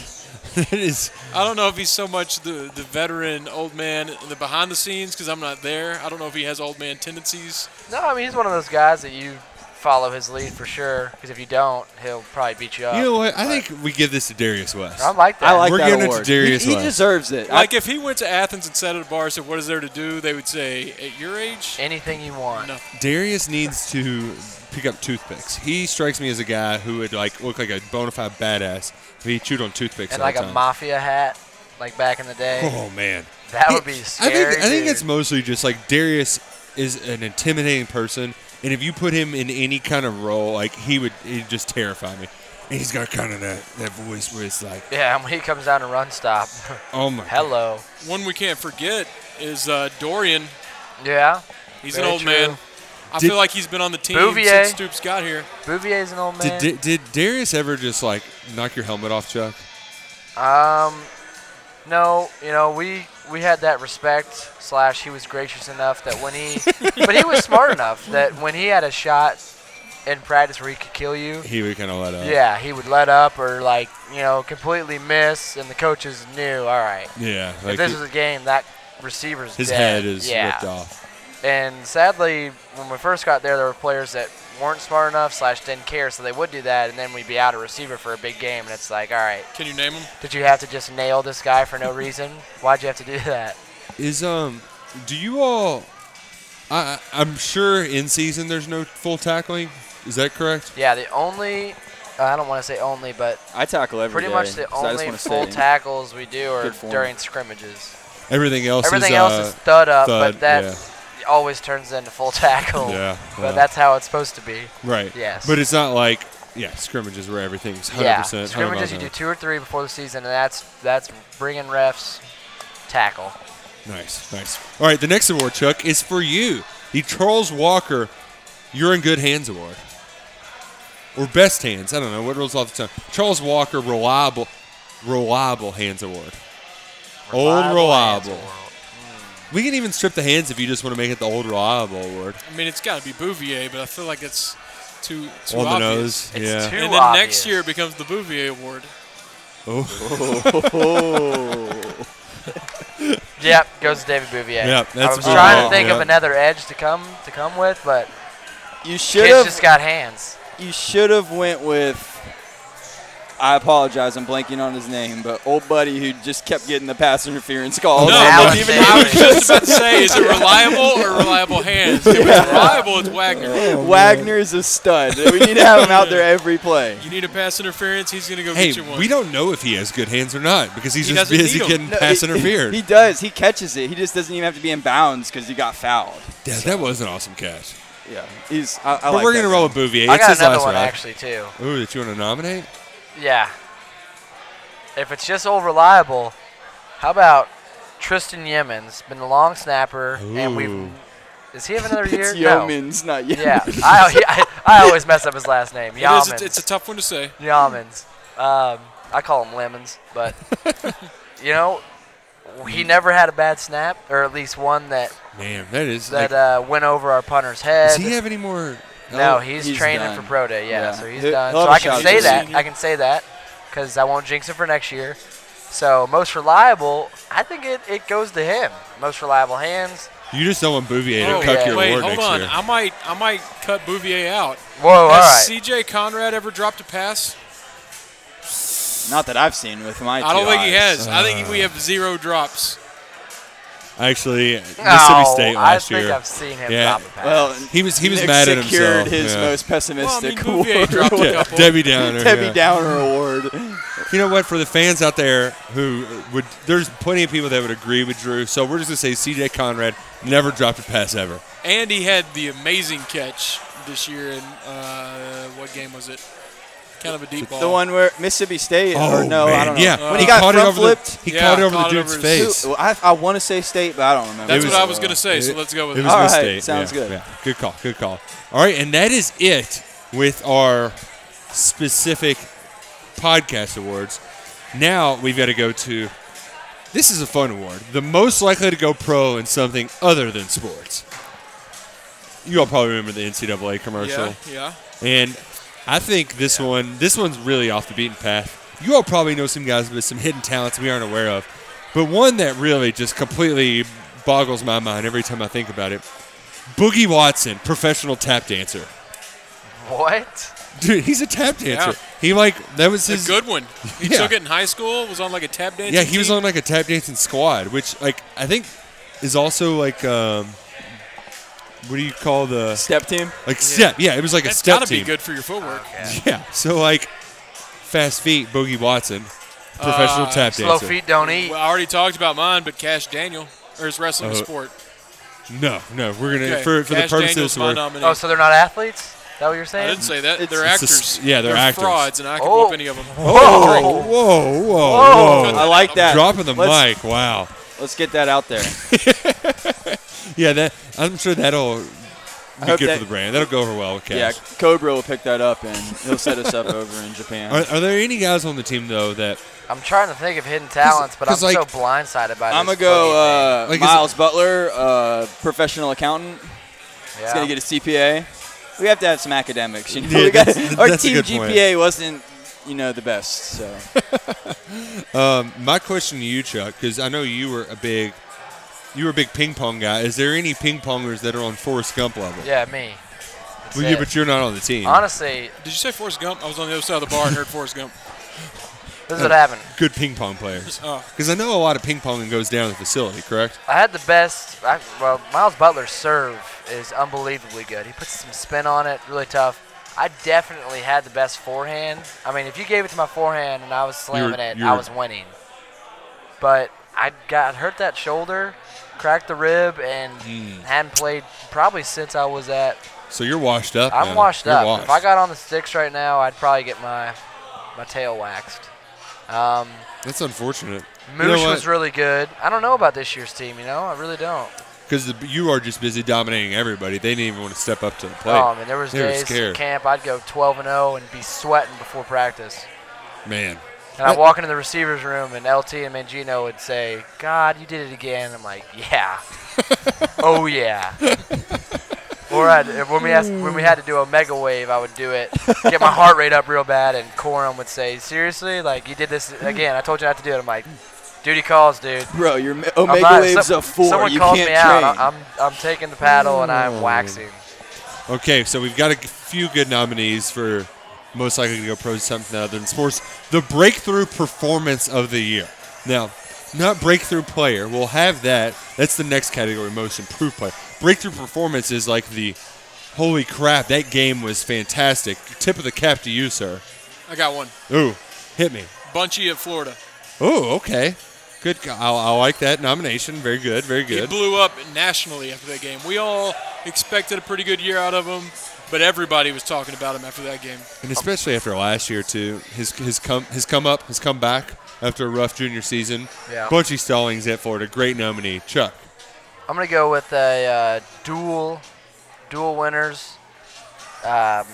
[SPEAKER 3] it is.
[SPEAKER 4] I don't know if he's so much the, the veteran old man in the behind the scenes because I'm not there. I don't know if he has old man tendencies.
[SPEAKER 5] no, I mean, he's one of those guys that you follow his lead for sure, because if you don't, he'll probably beat you up.
[SPEAKER 3] You know what? I think we give this to Darius West.
[SPEAKER 5] I like that.
[SPEAKER 6] I like
[SPEAKER 3] We're
[SPEAKER 6] that
[SPEAKER 3] giving it to
[SPEAKER 6] award.
[SPEAKER 3] Darius
[SPEAKER 6] he, he
[SPEAKER 3] West.
[SPEAKER 6] deserves it.
[SPEAKER 4] Like if he went to Athens and sat at a bar and said, "What is there to do?" They would say, "At your age."
[SPEAKER 5] anything you want.
[SPEAKER 4] No.
[SPEAKER 3] Darius needs to pick up toothpicks. He strikes me as a guy who would like look like a bona fide badass if he chewed on toothpicks
[SPEAKER 5] and
[SPEAKER 3] all
[SPEAKER 5] like
[SPEAKER 3] the
[SPEAKER 5] a
[SPEAKER 3] time.
[SPEAKER 5] mafia hat, like back in the day.
[SPEAKER 3] Oh man,
[SPEAKER 5] that would be
[SPEAKER 3] I
[SPEAKER 5] scary.
[SPEAKER 3] think I think
[SPEAKER 5] dude.
[SPEAKER 3] it's mostly just like Darius is an intimidating person, and if you put him in any kind of role, like he would, he'd just terrify me. And he's got kind of that, that voice where it's like,
[SPEAKER 5] yeah. and When he comes down to run stop,
[SPEAKER 3] oh my,
[SPEAKER 5] hello.
[SPEAKER 4] One we can't forget is uh, Dorian.
[SPEAKER 5] Yeah.
[SPEAKER 4] He's an
[SPEAKER 5] Very
[SPEAKER 4] old
[SPEAKER 5] true.
[SPEAKER 4] man. I
[SPEAKER 3] Did-
[SPEAKER 4] feel like he's been on the team
[SPEAKER 5] Bouvier.
[SPEAKER 4] since Stoops got here.
[SPEAKER 5] Bouvier's an old man.
[SPEAKER 3] Did, did did Darius ever just like knock your helmet off, Chuck?
[SPEAKER 5] Um, no, you know we we had that respect slash he was gracious enough that when he, but he was smart enough that when he had a shot in practice where he could kill you,
[SPEAKER 3] He would kind of let up.
[SPEAKER 5] yeah, he would let up or like you know completely miss, and the coaches knew. All right,
[SPEAKER 3] yeah.
[SPEAKER 5] if
[SPEAKER 3] Like
[SPEAKER 5] this
[SPEAKER 3] he-
[SPEAKER 5] is a game that receiver's
[SPEAKER 3] his head
[SPEAKER 5] dead.
[SPEAKER 3] is
[SPEAKER 5] yeah.
[SPEAKER 3] ripped off.
[SPEAKER 5] And sadly, when we first got there, there were players that weren't smart enough slash didn't care, so they would do that, and then we'd be out a receiver for a big game, and it's like, all right.
[SPEAKER 4] Can you name him?
[SPEAKER 5] Did you have to just nail this guy for no reason? Why'd you have to do that?
[SPEAKER 3] Is um, do you all? I I- I'm sure in season there's no full tackling. Is that correct?
[SPEAKER 5] Yeah, the only, uh, I don't want to say only, but
[SPEAKER 6] I, I tackle every
[SPEAKER 5] pretty
[SPEAKER 6] day,
[SPEAKER 5] much the
[SPEAKER 6] 'cause I just
[SPEAKER 5] only
[SPEAKER 6] wanna
[SPEAKER 5] full
[SPEAKER 6] stay.
[SPEAKER 5] tackles we do are
[SPEAKER 6] good form.
[SPEAKER 5] during scrimmages.
[SPEAKER 3] Everything else.
[SPEAKER 5] Everything
[SPEAKER 3] is,
[SPEAKER 5] else
[SPEAKER 3] uh,
[SPEAKER 5] is thud up,
[SPEAKER 3] thud,
[SPEAKER 5] but that always turns into full tackle.
[SPEAKER 3] Yeah,
[SPEAKER 5] But
[SPEAKER 3] yeah.
[SPEAKER 5] that's how it's supposed to be.
[SPEAKER 3] Right.
[SPEAKER 5] Yes.
[SPEAKER 3] But it's not like yeah scrimmages where everything's 100.
[SPEAKER 5] yeah,
[SPEAKER 3] percent
[SPEAKER 5] scrimmages you do two or three before the season, and that's that's bringing refs tackle.
[SPEAKER 3] Nice, nice. All right, the next award, Chuck, is for you. The Charles Walker, You're in Good Hands Award. Or Best Hands. I don't know. What rolls off the tongue? Charles Walker Reliable Reliable Hands Award. old
[SPEAKER 5] hands
[SPEAKER 3] Reliable.
[SPEAKER 5] world.
[SPEAKER 3] We can even strip the hands if you just want to make it the Old Reliable Award.
[SPEAKER 4] I mean, it's got to be Bouvier, but I feel like it's too too
[SPEAKER 3] On the nose.
[SPEAKER 4] obvious.
[SPEAKER 5] It's
[SPEAKER 3] yeah.
[SPEAKER 5] too
[SPEAKER 4] And then
[SPEAKER 5] obvious.
[SPEAKER 4] next year it becomes the Bouvier Award.
[SPEAKER 5] Yep, goes to David Bouvier.
[SPEAKER 3] Yep, that's
[SPEAKER 5] I was
[SPEAKER 3] about
[SPEAKER 5] trying
[SPEAKER 3] it,
[SPEAKER 5] to think
[SPEAKER 3] yep.
[SPEAKER 5] of another edge to come to come with, but
[SPEAKER 6] You should
[SPEAKER 5] kids
[SPEAKER 6] have.
[SPEAKER 5] just got hands.
[SPEAKER 6] you should have went with. I apologize. I'm blanking on his name, but old buddy who just kept getting the pass interference calls.
[SPEAKER 4] No,
[SPEAKER 5] now
[SPEAKER 4] I,
[SPEAKER 5] it's
[SPEAKER 4] even,
[SPEAKER 5] David.
[SPEAKER 4] I was just about to say, is it reliable or reliable hands? If it's reliable, it's
[SPEAKER 3] Oh,
[SPEAKER 4] Wagner.
[SPEAKER 6] Wagner is a stud. We need to have him out there every play.
[SPEAKER 4] You need a pass interference, he's going to go
[SPEAKER 3] Hey,
[SPEAKER 4] get you one.
[SPEAKER 3] we don't know if he has good hands or not because he's
[SPEAKER 4] He
[SPEAKER 3] just
[SPEAKER 4] doesn't need
[SPEAKER 3] busy
[SPEAKER 4] 'em.
[SPEAKER 3] getting
[SPEAKER 6] No,
[SPEAKER 3] pass
[SPEAKER 6] he-
[SPEAKER 3] interfered.
[SPEAKER 6] He does. He catches it. He just doesn't even have to be in bounds because he got fouled.
[SPEAKER 3] Yeah, that was an awesome catch.
[SPEAKER 6] Yeah, he's. I, I
[SPEAKER 3] But
[SPEAKER 6] like
[SPEAKER 3] we're
[SPEAKER 6] that
[SPEAKER 3] going to
[SPEAKER 6] guy.
[SPEAKER 3] roll with Bouvier.
[SPEAKER 5] I
[SPEAKER 3] it's
[SPEAKER 5] got
[SPEAKER 3] his
[SPEAKER 5] another
[SPEAKER 3] last
[SPEAKER 5] one
[SPEAKER 3] ride.
[SPEAKER 5] actually too.
[SPEAKER 3] Ooh, that you want to nominate?
[SPEAKER 5] Yeah. If it's just old reliable, how about Tristan Yemen's been the long snapper, and we've.
[SPEAKER 3] Ooh.
[SPEAKER 5] Does he have another year?
[SPEAKER 6] It's
[SPEAKER 5] no.
[SPEAKER 6] Yeomans, not Yeomans.
[SPEAKER 5] Yeah, I, he- I, I always mess up his last name.
[SPEAKER 4] It is-
[SPEAKER 5] Yeomans.
[SPEAKER 4] it's, it's a tough one to say.
[SPEAKER 5] Yamins. Um, I call them lemons, but you know, he never had a bad snap, or at least one that
[SPEAKER 3] Man, that is. like,
[SPEAKER 5] that uh, went over our punter's head.
[SPEAKER 3] does he have any more?
[SPEAKER 5] no,
[SPEAKER 3] he.
[SPEAKER 5] he's,
[SPEAKER 6] Oh, he's
[SPEAKER 5] training
[SPEAKER 6] done.
[SPEAKER 5] for pro day. Yeah,
[SPEAKER 6] Yeah.
[SPEAKER 5] so he's
[SPEAKER 6] He'll-
[SPEAKER 5] done.
[SPEAKER 6] he'll
[SPEAKER 5] So
[SPEAKER 6] have a
[SPEAKER 5] I can
[SPEAKER 6] shot
[SPEAKER 5] say
[SPEAKER 6] this
[SPEAKER 5] that.
[SPEAKER 4] season.
[SPEAKER 5] I can say that because I won't jinx it for next year. So most reliable, I think it, it goes to him. Most reliable hands.
[SPEAKER 3] You just don't want Bouvier to
[SPEAKER 4] Oh,
[SPEAKER 3] cuck your
[SPEAKER 4] wait,
[SPEAKER 3] award
[SPEAKER 4] hold
[SPEAKER 3] next
[SPEAKER 4] on.
[SPEAKER 3] year.
[SPEAKER 4] I might I might cut Bouvier out.
[SPEAKER 5] Whoa, all right.
[SPEAKER 4] Has CJ Conrad ever dropped a pass?
[SPEAKER 6] Not that I've seen with my.
[SPEAKER 4] I don't
[SPEAKER 6] two
[SPEAKER 4] think he
[SPEAKER 6] eyes.
[SPEAKER 4] has. I think we have zero drops.
[SPEAKER 3] Actually, Mississippi
[SPEAKER 5] Oh,
[SPEAKER 3] State
[SPEAKER 5] I
[SPEAKER 3] last
[SPEAKER 5] think
[SPEAKER 3] year.
[SPEAKER 5] I've seen him
[SPEAKER 3] Yeah.
[SPEAKER 5] drop a pass.
[SPEAKER 6] Well,
[SPEAKER 3] He was- he was
[SPEAKER 6] Nick
[SPEAKER 3] mad at himself,
[SPEAKER 6] secured his
[SPEAKER 3] yeah.
[SPEAKER 6] most
[SPEAKER 4] mean,
[SPEAKER 6] pessimistic
[SPEAKER 4] Bouvier dropped
[SPEAKER 6] award.
[SPEAKER 4] a
[SPEAKER 3] Yeah,
[SPEAKER 4] couple.
[SPEAKER 3] Debbie Downer.
[SPEAKER 6] Debbie
[SPEAKER 3] yeah.
[SPEAKER 6] Downer Award.
[SPEAKER 3] You know what? For the fans out there who would, there's plenty of people that would agree with Drew. So we're just gonna say C.J. Conrad never dropped a pass ever.
[SPEAKER 4] and he had the amazing catch this year in uh, what game was it? Kind of a deep ball.
[SPEAKER 6] The one where Mississippi State, or no, I don't know.
[SPEAKER 3] Oh, Yeah,
[SPEAKER 6] when
[SPEAKER 3] he,
[SPEAKER 6] he, got
[SPEAKER 3] caught it
[SPEAKER 6] front
[SPEAKER 3] over
[SPEAKER 6] flipped.
[SPEAKER 3] the he
[SPEAKER 4] Yeah,
[SPEAKER 3] caught it over
[SPEAKER 4] caught
[SPEAKER 3] the
[SPEAKER 4] it
[SPEAKER 3] dude's
[SPEAKER 4] over his-
[SPEAKER 3] face.
[SPEAKER 6] Who- I, I want to say State, but I don't remember.
[SPEAKER 4] That's
[SPEAKER 3] It
[SPEAKER 4] what
[SPEAKER 3] was-
[SPEAKER 4] I was going to say. So let's go with
[SPEAKER 3] It
[SPEAKER 4] it.
[SPEAKER 3] was
[SPEAKER 6] All right,
[SPEAKER 3] mistake.
[SPEAKER 6] sounds
[SPEAKER 3] yeah,
[SPEAKER 6] good.
[SPEAKER 3] yeah. Good call. Good call. All right, and that is it with our specific podcast awards. Now we've got to go to. This is a fun award. The most likely to go pro in something other than sports. You all probably remember the NCAA commercial.
[SPEAKER 4] yeah, yeah.
[SPEAKER 3] And I think this one, this one's really off the beaten path. You all probably know some guys with some hidden talents we aren't aware of, but one that really just completely boggles my mind every time I think about it. Boogie Watson, professional tap dancer.
[SPEAKER 5] What?
[SPEAKER 3] Dude, he's a tap dancer.
[SPEAKER 4] Yeah.
[SPEAKER 3] He like that was
[SPEAKER 4] It's
[SPEAKER 3] his
[SPEAKER 4] a good one. He
[SPEAKER 3] Yeah.
[SPEAKER 4] took it in high school. Was on like a tap dance.
[SPEAKER 3] Yeah, he was on like a tap dancing squad, which like I think is also like um, what do you call the
[SPEAKER 6] Step team.
[SPEAKER 3] like step? Yeah, it was like a
[SPEAKER 4] That's
[SPEAKER 3] step
[SPEAKER 4] gotta
[SPEAKER 3] team.
[SPEAKER 4] be good for your footwork.
[SPEAKER 3] Yeah. So like, fast feet, Boogie Watson, professional tap dancer.
[SPEAKER 5] Slow feet don't eat.
[SPEAKER 4] Well, I already talked about mine, but Cash Daniel or is wrestling a
[SPEAKER 3] Oh,
[SPEAKER 4] sport?
[SPEAKER 3] No, no, we're gonna
[SPEAKER 4] Okay.
[SPEAKER 3] for for
[SPEAKER 4] Cash
[SPEAKER 3] the purpose
[SPEAKER 4] Daniel's
[SPEAKER 3] of this
[SPEAKER 4] my
[SPEAKER 3] work.
[SPEAKER 4] nominee.
[SPEAKER 5] Oh, so they're not athletes? Is that what you're
[SPEAKER 4] I
[SPEAKER 5] saying?
[SPEAKER 4] didn't say that. They're
[SPEAKER 3] It's a
[SPEAKER 4] actors.
[SPEAKER 3] s- yeah, they're actors.
[SPEAKER 4] frauds, and I can
[SPEAKER 5] Oh.
[SPEAKER 4] whoop any of them.
[SPEAKER 3] Oh, whoa,
[SPEAKER 5] Whoa.
[SPEAKER 3] whoa,
[SPEAKER 5] Whoa.
[SPEAKER 3] whoa,
[SPEAKER 6] I like that.
[SPEAKER 3] Oh. Dropping the
[SPEAKER 6] Oh,
[SPEAKER 3] mic.
[SPEAKER 6] let's,
[SPEAKER 3] Wow.
[SPEAKER 6] Let's get that out there.
[SPEAKER 3] Yeah, that I'm sure that'll be
[SPEAKER 6] hope
[SPEAKER 3] good
[SPEAKER 6] that-
[SPEAKER 3] for the brand. That'll go over well with
[SPEAKER 6] yeah,
[SPEAKER 3] Cash.
[SPEAKER 6] Cobra will pick that up and he'll set us up over in Japan.
[SPEAKER 3] Are, are there any guys on the team though that
[SPEAKER 5] I'm trying to think of hidden talents, but I'm
[SPEAKER 3] 'cause, like-
[SPEAKER 5] so blindsided by
[SPEAKER 6] I'm
[SPEAKER 5] this.
[SPEAKER 6] gonna go
[SPEAKER 5] boogie
[SPEAKER 6] uh,
[SPEAKER 3] Like, is it-
[SPEAKER 6] Miles Butler, uh, professional accountant.
[SPEAKER 5] thing.
[SPEAKER 6] He's
[SPEAKER 5] Yeah.
[SPEAKER 6] uh, gonna get his CPA. We have to have some academics. You know,
[SPEAKER 3] Yeah,
[SPEAKER 6] We got-
[SPEAKER 3] that's-
[SPEAKER 6] our
[SPEAKER 3] that's a
[SPEAKER 6] team
[SPEAKER 3] good point.
[SPEAKER 6] GPA wasn't, you know, the best. So
[SPEAKER 3] my question to you, Chuck, because I know you were a big you were a big ping pong guy. Is there any ping pongers that are on Forrest Gump level?
[SPEAKER 5] yeah, me. That's
[SPEAKER 3] Well, yeah,
[SPEAKER 5] it.
[SPEAKER 3] but you're not on the team.
[SPEAKER 5] Honestly,
[SPEAKER 4] Did you say Forrest Gump? I was on the other side of the bar and heard Forrest Gump.
[SPEAKER 5] this is what happened.
[SPEAKER 3] good ping pong players.
[SPEAKER 4] Oh.
[SPEAKER 3] Because I know a lot of ping ponging goes down at the facility, correct?
[SPEAKER 5] I had the best. I, well, Miles Butler's serve is unbelievably good. He puts some spin on it, really tough. I definitely had the best forehand. I mean, if you gave it to my forehand and I was slamming it,
[SPEAKER 3] you're-
[SPEAKER 5] I was winning. But I got hurt that shoulder, cracked the rib, and
[SPEAKER 3] Mm.
[SPEAKER 5] hadn't played probably since I was at.
[SPEAKER 3] So you're washed up.
[SPEAKER 5] I'm
[SPEAKER 3] now.
[SPEAKER 5] washed
[SPEAKER 3] You're
[SPEAKER 5] up.
[SPEAKER 3] washed.
[SPEAKER 5] If I got on the sticks right now, I'd probably get my my tail waxed. Um,
[SPEAKER 3] That's unfortunate.
[SPEAKER 5] Moosh was really good. I don't know about this year's team. You know, I really don't.
[SPEAKER 3] because you are just busy dominating everybody. They didn't even want to step up to the plate.
[SPEAKER 5] Oh man, there was
[SPEAKER 3] they were
[SPEAKER 5] days in
[SPEAKER 3] scared.
[SPEAKER 5] camp I'd go 12 and 0 and be sweating before practice.
[SPEAKER 3] Man,
[SPEAKER 5] And I'd walk into the receivers room and LT and Mangino would say, "God, you did it again." I'm like, "Yeah, oh yeah." or I'd, when we asked, when we had to do a mega wave, I would do it, get my heart rate up real bad, and Corum would say, "Seriously, like you did this again? I told you not to do it." I'm like, "Duty calls, dude."
[SPEAKER 6] Bro, your me-
[SPEAKER 5] I'm
[SPEAKER 6] Omega
[SPEAKER 5] not-
[SPEAKER 6] Wave's
[SPEAKER 5] some-
[SPEAKER 6] a four.
[SPEAKER 5] Someone
[SPEAKER 6] You
[SPEAKER 5] called
[SPEAKER 6] can't
[SPEAKER 5] me out.
[SPEAKER 6] train.
[SPEAKER 5] I- I'm I'm taking the paddle and I'm waxing.
[SPEAKER 3] okay, so we've got a g- few good nominees for most likely to go pro to something other than sports. The breakthrough performance of the year. Now, not breakthrough player. We'll have that. That's the next category, most improved player. Breakthrough performance is like the holy crap, that game was fantastic. Tip of the cap to you, sir.
[SPEAKER 4] I got one.
[SPEAKER 3] Ooh, hit me.
[SPEAKER 4] Bunchy at Florida.
[SPEAKER 3] Oh, okay. Good. I, I like that nomination. Very good. Very
[SPEAKER 4] He
[SPEAKER 3] good.
[SPEAKER 4] blew up nationally after that game. We all expected a pretty good year out of him, but everybody was talking about him after that game.
[SPEAKER 3] And especially after last year too, his his come his come up, his comeback after a rough junior season.
[SPEAKER 5] Yeah.
[SPEAKER 3] Bunchy Stallings at Florida, great nominee. Chuck,
[SPEAKER 5] I'm gonna go with a uh, dual, dual winners. Um,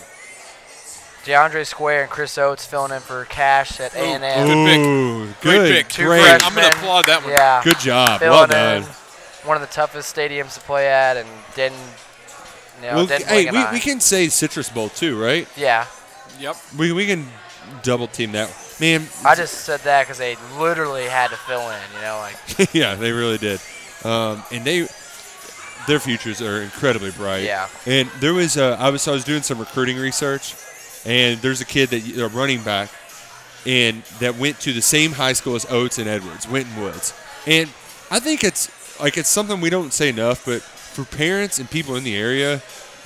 [SPEAKER 5] DeAndre Square and Chris Oates filling in for Cash at A and M.
[SPEAKER 4] Good pick.
[SPEAKER 3] Ooh,
[SPEAKER 4] Great
[SPEAKER 3] good,
[SPEAKER 4] pick. Two
[SPEAKER 3] great,
[SPEAKER 4] Great. I'm gonna applaud that one.
[SPEAKER 5] Yeah,
[SPEAKER 3] good job.
[SPEAKER 5] filling
[SPEAKER 3] Well done.
[SPEAKER 5] in one of the toughest stadiums to play at, and didn't, you know,
[SPEAKER 3] Well,
[SPEAKER 5] didn't
[SPEAKER 3] hey,
[SPEAKER 5] blink an
[SPEAKER 3] we,
[SPEAKER 5] eye.
[SPEAKER 3] we can say Citrus Bowl too, right?
[SPEAKER 5] Yeah,
[SPEAKER 4] Yep.
[SPEAKER 3] We we can double team that. Man,
[SPEAKER 5] I just said that because they literally had to fill in. You know, like
[SPEAKER 3] yeah, they really did. Um, and they their futures are incredibly bright.
[SPEAKER 5] Yeah.
[SPEAKER 3] And there was a, I was I was doing some recruiting research, and there's a kid that a running back, and that went to the same high school as Oates and Edwards, Winton Woods, and I think it's like it's something we don't say enough, but for parents and people in the area,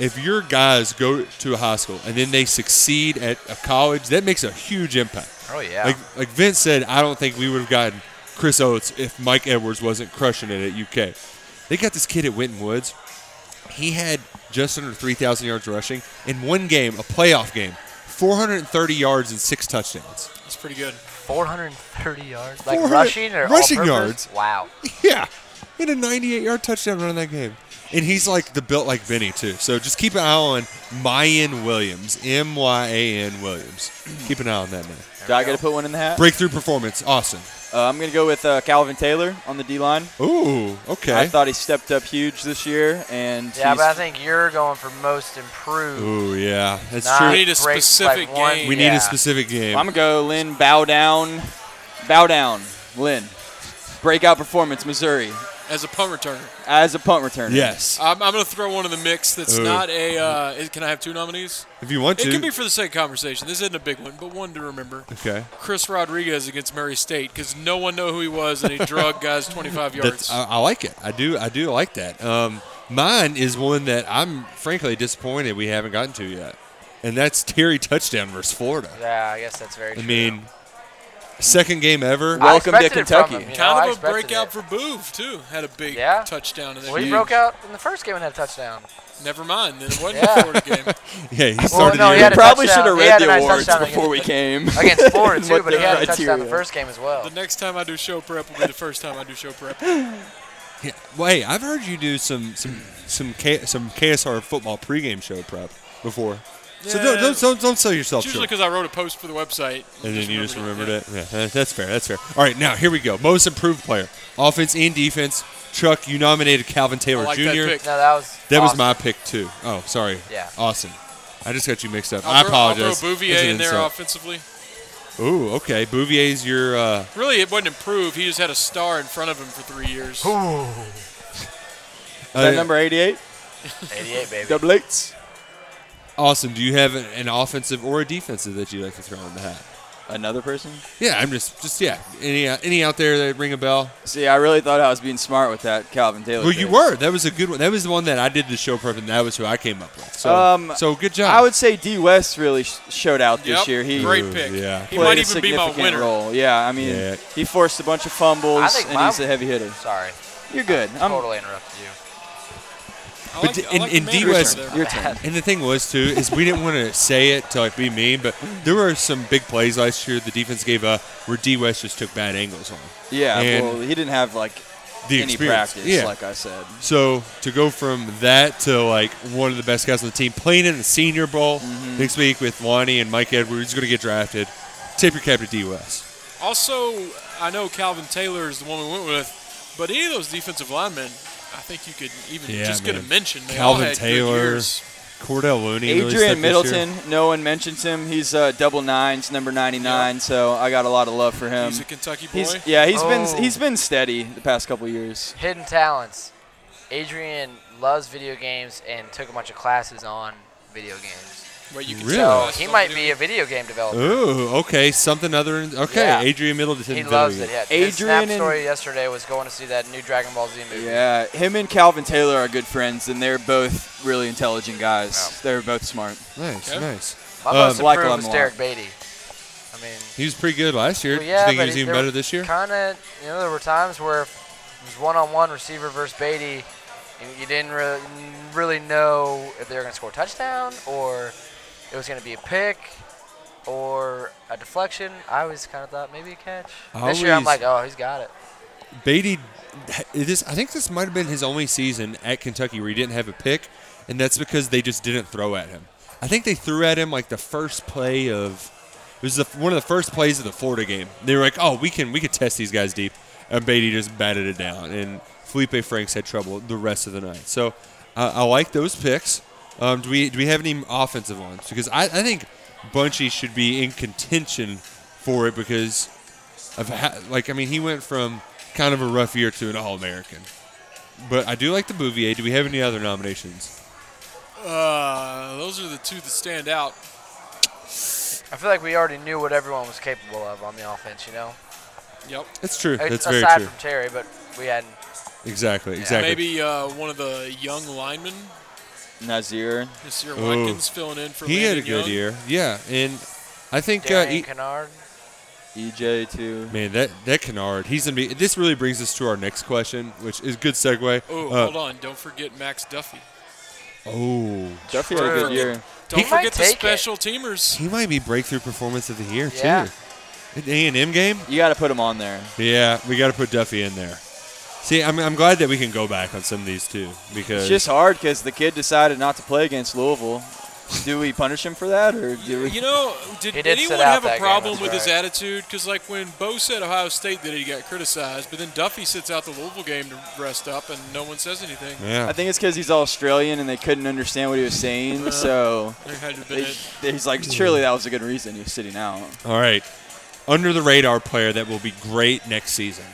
[SPEAKER 3] if your guys go to a high school and then they succeed at a college, that makes a huge impact.
[SPEAKER 5] Oh, yeah.
[SPEAKER 3] Like like Vince said, I don't think we would have gotten Chris Oates if Mike Edwards wasn't crushing it at UK. They got this kid at Winton Woods. He had just under 3,000 yards rushing in one game, a playoff game, 430 yards and six touchdowns.
[SPEAKER 4] That's pretty good.
[SPEAKER 5] 430 yards, like
[SPEAKER 3] 400
[SPEAKER 5] rushing or
[SPEAKER 3] rushing
[SPEAKER 5] all-purpose?
[SPEAKER 3] yards.
[SPEAKER 5] Wow,
[SPEAKER 3] Yeah, he had a 98 yard touchdown run in that game, and he's like the built like Benny too. So just keep an eye on Mayan Williams, M Y A N Williams. Keep an eye on that man.
[SPEAKER 6] Do I got to put one in the hat?
[SPEAKER 3] Breakthrough performance, awesome.
[SPEAKER 6] Uh, I'm going to go with uh, Calvin Taylor on the D line.
[SPEAKER 3] Ooh,
[SPEAKER 6] I
[SPEAKER 3] okay.
[SPEAKER 6] thought he stepped up huge this year, and
[SPEAKER 5] yeah,
[SPEAKER 6] he's-
[SPEAKER 5] but I think you're going for most improved.
[SPEAKER 3] Ooh, yeah, that's
[SPEAKER 5] not
[SPEAKER 3] true.
[SPEAKER 4] We need a
[SPEAKER 5] break by
[SPEAKER 4] specific
[SPEAKER 5] one.
[SPEAKER 4] game.
[SPEAKER 3] We need
[SPEAKER 5] Yeah.
[SPEAKER 3] a specific game.
[SPEAKER 6] I'm gonna go Lynn. Bow down, bow down, Lynn. Breakout performance, Missouri,
[SPEAKER 4] As a punt return,
[SPEAKER 6] as a punt returner.
[SPEAKER 3] yes,
[SPEAKER 4] I'm, I'm going to throw one in the mix. That's
[SPEAKER 3] Ooh.
[SPEAKER 4] not a. Uh, is- can I have two nominees?
[SPEAKER 3] if you want
[SPEAKER 4] It
[SPEAKER 3] to.
[SPEAKER 4] can be for the sake of conversation. This isn't a big one, but one to remember.
[SPEAKER 3] okay.
[SPEAKER 4] Chris Rodriguez against Murray State because no one knew who he was and he drug guys 25 yards.
[SPEAKER 3] That's, I, I like it. I do. I do like that. Um, mine is one that I'm frankly disappointed we haven't gotten to yet, and that's Terry touchdown versus Florida.
[SPEAKER 5] Yeah, I guess that's very.
[SPEAKER 3] I
[SPEAKER 5] True.
[SPEAKER 3] mean, second game ever.
[SPEAKER 5] I
[SPEAKER 6] Welcome to
[SPEAKER 5] expected it from
[SPEAKER 6] Kentucky.
[SPEAKER 5] him, you know, I
[SPEAKER 4] kind of a
[SPEAKER 5] expected
[SPEAKER 4] breakout
[SPEAKER 5] it.
[SPEAKER 4] for Boov too. Had a big
[SPEAKER 5] Yeah.
[SPEAKER 4] touchdown in that
[SPEAKER 5] Well, he
[SPEAKER 4] game.
[SPEAKER 5] broke out in the first game and had a touchdown.
[SPEAKER 4] Never mind. Then it wasn't
[SPEAKER 5] Yeah.
[SPEAKER 4] a Florida game.
[SPEAKER 3] Yeah, he started
[SPEAKER 5] no,
[SPEAKER 3] the
[SPEAKER 5] Oh, he
[SPEAKER 3] year.
[SPEAKER 5] had a
[SPEAKER 6] Probably
[SPEAKER 5] touchdown.
[SPEAKER 6] should have
[SPEAKER 5] He
[SPEAKER 6] read
[SPEAKER 5] had a
[SPEAKER 6] the
[SPEAKER 5] nice
[SPEAKER 6] awards
[SPEAKER 5] touchdown
[SPEAKER 6] before we
[SPEAKER 5] against-
[SPEAKER 6] came
[SPEAKER 5] against Florida
[SPEAKER 6] and
[SPEAKER 5] too,
[SPEAKER 6] what
[SPEAKER 5] but he
[SPEAKER 6] their
[SPEAKER 5] had a touchdown the
[SPEAKER 6] criteria.
[SPEAKER 5] first game as well.
[SPEAKER 4] The next time I do show prep will be the first time I do show prep.
[SPEAKER 3] Yeah. Well, hey, I've heard you do some some some K, some KSR football pregame show prep before. So don't,
[SPEAKER 4] Yeah.
[SPEAKER 3] don't don't don't sell yourself
[SPEAKER 4] It's usually
[SPEAKER 3] short.
[SPEAKER 4] because I wrote a post for the website.
[SPEAKER 3] And then you just remembered it. Yeah, that- that's fair. That's fair. All right, now here we go. Most improved player, offense and defense. Chuck, you nominated Calvin Taylor
[SPEAKER 4] I like
[SPEAKER 3] Jr.
[SPEAKER 4] that pick.
[SPEAKER 5] no, that was.
[SPEAKER 3] That was
[SPEAKER 5] awesome.
[SPEAKER 3] my pick too. Oh, sorry.
[SPEAKER 5] Yeah.
[SPEAKER 3] Austin. I just got you mixed up.
[SPEAKER 4] I'll
[SPEAKER 3] I
[SPEAKER 4] throw,
[SPEAKER 3] apologize.
[SPEAKER 4] I'll throw Bouvier
[SPEAKER 3] That's an
[SPEAKER 4] in there
[SPEAKER 3] insult.
[SPEAKER 4] offensively.
[SPEAKER 3] Ooh, okay. Bouvier's your. Uh,
[SPEAKER 4] Really, it wasn't improved. He just had a star in front of him for three years.
[SPEAKER 6] Is that
[SPEAKER 3] uh,
[SPEAKER 6] number 88?
[SPEAKER 5] 88, baby.
[SPEAKER 6] Double eights.
[SPEAKER 3] Austin, do you have an, an offensive or a defensive that you'd like to throw in the hat?
[SPEAKER 6] Another person?
[SPEAKER 3] Yeah, I'm just, just yeah. Any, uh, any out there that ring a bell?
[SPEAKER 6] See, I really thought I was being smart with that Calvin Taylor.
[SPEAKER 3] Well, you
[SPEAKER 6] pick.
[SPEAKER 3] were. That was a good one. That was the one that I did the show prep, and that was who I came up with. So,
[SPEAKER 6] Um,
[SPEAKER 3] so good job.
[SPEAKER 6] I would say D West really sh- showed out this
[SPEAKER 4] Yep,
[SPEAKER 6] year. He
[SPEAKER 4] Great pick.
[SPEAKER 3] yeah.
[SPEAKER 4] He
[SPEAKER 6] played
[SPEAKER 4] might
[SPEAKER 6] a
[SPEAKER 4] even be my
[SPEAKER 6] significant
[SPEAKER 4] winner.
[SPEAKER 6] role. Yeah, I mean,
[SPEAKER 3] Yeah.
[SPEAKER 6] he forced a bunch of
[SPEAKER 5] I
[SPEAKER 6] fumbles,
[SPEAKER 5] think
[SPEAKER 6] and
[SPEAKER 5] my-
[SPEAKER 6] he's a heavy hitter.
[SPEAKER 5] Sorry,
[SPEAKER 6] You're good. I'm
[SPEAKER 5] totally interrupted you.
[SPEAKER 4] I
[SPEAKER 3] But
[SPEAKER 4] like, I
[SPEAKER 3] in-
[SPEAKER 4] like
[SPEAKER 3] in
[SPEAKER 4] the
[SPEAKER 3] D
[SPEAKER 4] Manders
[SPEAKER 3] West-
[SPEAKER 4] there.
[SPEAKER 6] your turn.
[SPEAKER 3] And the thing was too is we didn't want to say it to like be mean, but there were some big plays last year the defense gave up where D West just took bad angles on.
[SPEAKER 6] Yeah,
[SPEAKER 3] And
[SPEAKER 6] well, he didn't have like
[SPEAKER 3] The
[SPEAKER 6] any
[SPEAKER 3] experience,
[SPEAKER 6] practice,
[SPEAKER 3] yeah.
[SPEAKER 6] like I said.
[SPEAKER 3] So to go from that to like one of the best guys on the team playing in the Senior Bowl
[SPEAKER 5] Mm-hmm.
[SPEAKER 3] next week with Lonnie and Mike Edwards, who's going to get drafted. Tip your cap to D West.
[SPEAKER 4] Also, I know Calvin Taylor is the one we went with, but any of those defensive linemen, I think you could even
[SPEAKER 3] Yeah,
[SPEAKER 4] just get
[SPEAKER 3] man.
[SPEAKER 4] a mention. They all
[SPEAKER 3] Calvin
[SPEAKER 4] had good
[SPEAKER 3] Taylor,
[SPEAKER 4] years.
[SPEAKER 3] Cordell Looney, really stepped
[SPEAKER 6] Adrian
[SPEAKER 3] this
[SPEAKER 6] Middleton,
[SPEAKER 3] year.
[SPEAKER 6] no one mentions him. He's uh, double nines, number 99, so I got a lot of love for
[SPEAKER 5] Um,
[SPEAKER 6] him.
[SPEAKER 4] He's a Kentucky boy.
[SPEAKER 6] He's- yeah, he's
[SPEAKER 5] Oh.
[SPEAKER 6] been he's been steady the past couple years.
[SPEAKER 5] Hidden talents. Adrian loves video games and took a bunch of classes on video games.
[SPEAKER 4] Wait, you can
[SPEAKER 3] Really?
[SPEAKER 4] say
[SPEAKER 5] So
[SPEAKER 4] that's
[SPEAKER 5] he
[SPEAKER 4] not
[SPEAKER 5] might
[SPEAKER 4] new.
[SPEAKER 5] be a video game developer.
[SPEAKER 3] Ooh, okay, something other. than- Okay,
[SPEAKER 5] Yeah.
[SPEAKER 3] Adrian Middleton.
[SPEAKER 5] He
[SPEAKER 3] Villa
[SPEAKER 5] loves
[SPEAKER 3] again.
[SPEAKER 5] it. Yeah. His
[SPEAKER 6] Adrian
[SPEAKER 5] snap
[SPEAKER 6] and-
[SPEAKER 5] story yesterday was going to see that new Dragon Ball Z movie.
[SPEAKER 6] Yeah, him and Calvin Taylor are good friends, and they're both really intelligent guys. They're both smart.
[SPEAKER 3] Nice,
[SPEAKER 4] Okay.
[SPEAKER 3] nice.
[SPEAKER 5] My
[SPEAKER 3] Um,
[SPEAKER 5] most
[SPEAKER 6] like
[SPEAKER 5] improved
[SPEAKER 6] him a
[SPEAKER 5] was
[SPEAKER 6] lot.
[SPEAKER 5] Derek Beatty. I mean,
[SPEAKER 3] He was pretty good last year.
[SPEAKER 5] well, yeah,
[SPEAKER 3] Do you think
[SPEAKER 5] but
[SPEAKER 3] he was
[SPEAKER 5] he-
[SPEAKER 3] even
[SPEAKER 5] there
[SPEAKER 3] better this year?
[SPEAKER 5] Kind of. You know, there were times where if it was one-on-one receiver versus Beatty. You, you didn't really, really know if they were going to score a touchdown or it was going to be a pick or a deflection. I always kind of thought maybe a catch. This year I'm
[SPEAKER 3] Always-
[SPEAKER 5] like, oh, he's got it.
[SPEAKER 3] Beatty, this I think this might have been his only season at Kentucky where he didn't have a pick, and that's because they just didn't throw at him. I think they threw at him like the first play of it was the, one of the first plays of the Florida game. They were like, "Oh, we can we could test these guys deep," and Beatty just batted it down, and Felipe Franks had trouble the rest of the night. So uh, I like those picks. Um, do we do we have any offensive ones? Because I, I think Bunchy should be in contention for it because of ha- like I mean he went from kind of a rough year to an All American. But I do like the Bouvier. Do we have any other nominations?
[SPEAKER 4] Uh, those are the two that stand out.
[SPEAKER 5] I feel like we already knew what everyone was capable of on the offense, you know?
[SPEAKER 4] Yep.
[SPEAKER 3] That's true.
[SPEAKER 5] A-
[SPEAKER 3] That's very
[SPEAKER 5] Aside
[SPEAKER 3] true.
[SPEAKER 5] from Terry, but we hadn't.
[SPEAKER 3] Exactly, exactly.
[SPEAKER 4] Maybe uh, one of the young linemen,
[SPEAKER 6] Nazir.
[SPEAKER 4] Nasir
[SPEAKER 3] Ooh.
[SPEAKER 4] Watkins, filling in for
[SPEAKER 3] he had a
[SPEAKER 4] Landon
[SPEAKER 3] good
[SPEAKER 4] Young.
[SPEAKER 3] year. Yeah, and I think uh,
[SPEAKER 5] Darian
[SPEAKER 3] he-
[SPEAKER 5] Kennard.
[SPEAKER 6] EJ E too.
[SPEAKER 3] man that that Kennard, he's gonna be. This really brings us to our next question, which is a good segue.
[SPEAKER 4] Oh,
[SPEAKER 3] Uh,
[SPEAKER 4] hold on! Don't forget Max Duffy.
[SPEAKER 3] Oh,
[SPEAKER 6] Duffy had a
[SPEAKER 5] True.
[SPEAKER 6] good year.
[SPEAKER 4] Don't
[SPEAKER 5] He might
[SPEAKER 4] forget the
[SPEAKER 5] take it.
[SPEAKER 4] special teamers.
[SPEAKER 3] he might be breakthrough performance of the year
[SPEAKER 5] Yeah.
[SPEAKER 3] too. An A and M game.
[SPEAKER 6] You got to put him on there.
[SPEAKER 3] Yeah, we got to put Duffy in there. See, I'm, I'm glad that we can go back on some of these too because
[SPEAKER 6] It's just hard because the kid decided not to play against Louisville. Do we punish him for that, or do we?
[SPEAKER 4] You know, did,
[SPEAKER 5] He did sit
[SPEAKER 4] anyone
[SPEAKER 5] out
[SPEAKER 4] have
[SPEAKER 5] that
[SPEAKER 4] a
[SPEAKER 5] game,
[SPEAKER 4] problem
[SPEAKER 5] that's
[SPEAKER 4] with his
[SPEAKER 5] right.
[SPEAKER 4] attitude? Because like when Bo said Ohio State that he got criticized, but then Duffy sits out the Louisville game to rest up, and no one says anything.
[SPEAKER 3] yeah,
[SPEAKER 6] I think it's because he's Australian and they couldn't understand what he was saying, so
[SPEAKER 4] There had to have been
[SPEAKER 6] they,
[SPEAKER 4] Uh, it.
[SPEAKER 6] he's like, surely that was a good reason he was sitting out.
[SPEAKER 3] all right, under the radar player that will be great next season.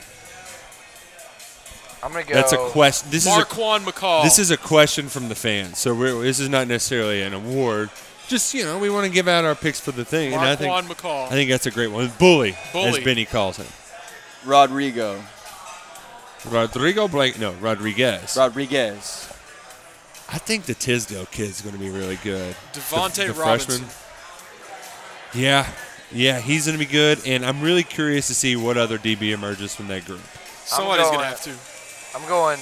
[SPEAKER 5] I'm gonna go.
[SPEAKER 3] That's a question. This is a
[SPEAKER 4] Marquand McCall.
[SPEAKER 3] This is a question from the fans, so we're, this is not necessarily an award. Just you know, we want to give out our picks for the thing, and I think
[SPEAKER 4] Marquand McCall.
[SPEAKER 3] I think that's a great one. Bully, as
[SPEAKER 4] Bully.
[SPEAKER 3] Benny calls him,
[SPEAKER 6] Rodrigo,
[SPEAKER 3] Rodrigo Blank. No, Rodriguez.
[SPEAKER 6] Rodriguez,
[SPEAKER 3] I think the Tisdale kid's going to be really good.
[SPEAKER 4] Devontae
[SPEAKER 3] the, the
[SPEAKER 4] Robinson.
[SPEAKER 3] Freshman. Yeah, yeah, he's going to be good, and I'm really curious to see what other DB emerges from that group.
[SPEAKER 4] Somebody's
[SPEAKER 5] I'm
[SPEAKER 4] gonna
[SPEAKER 5] going-
[SPEAKER 4] have to.
[SPEAKER 5] I'm going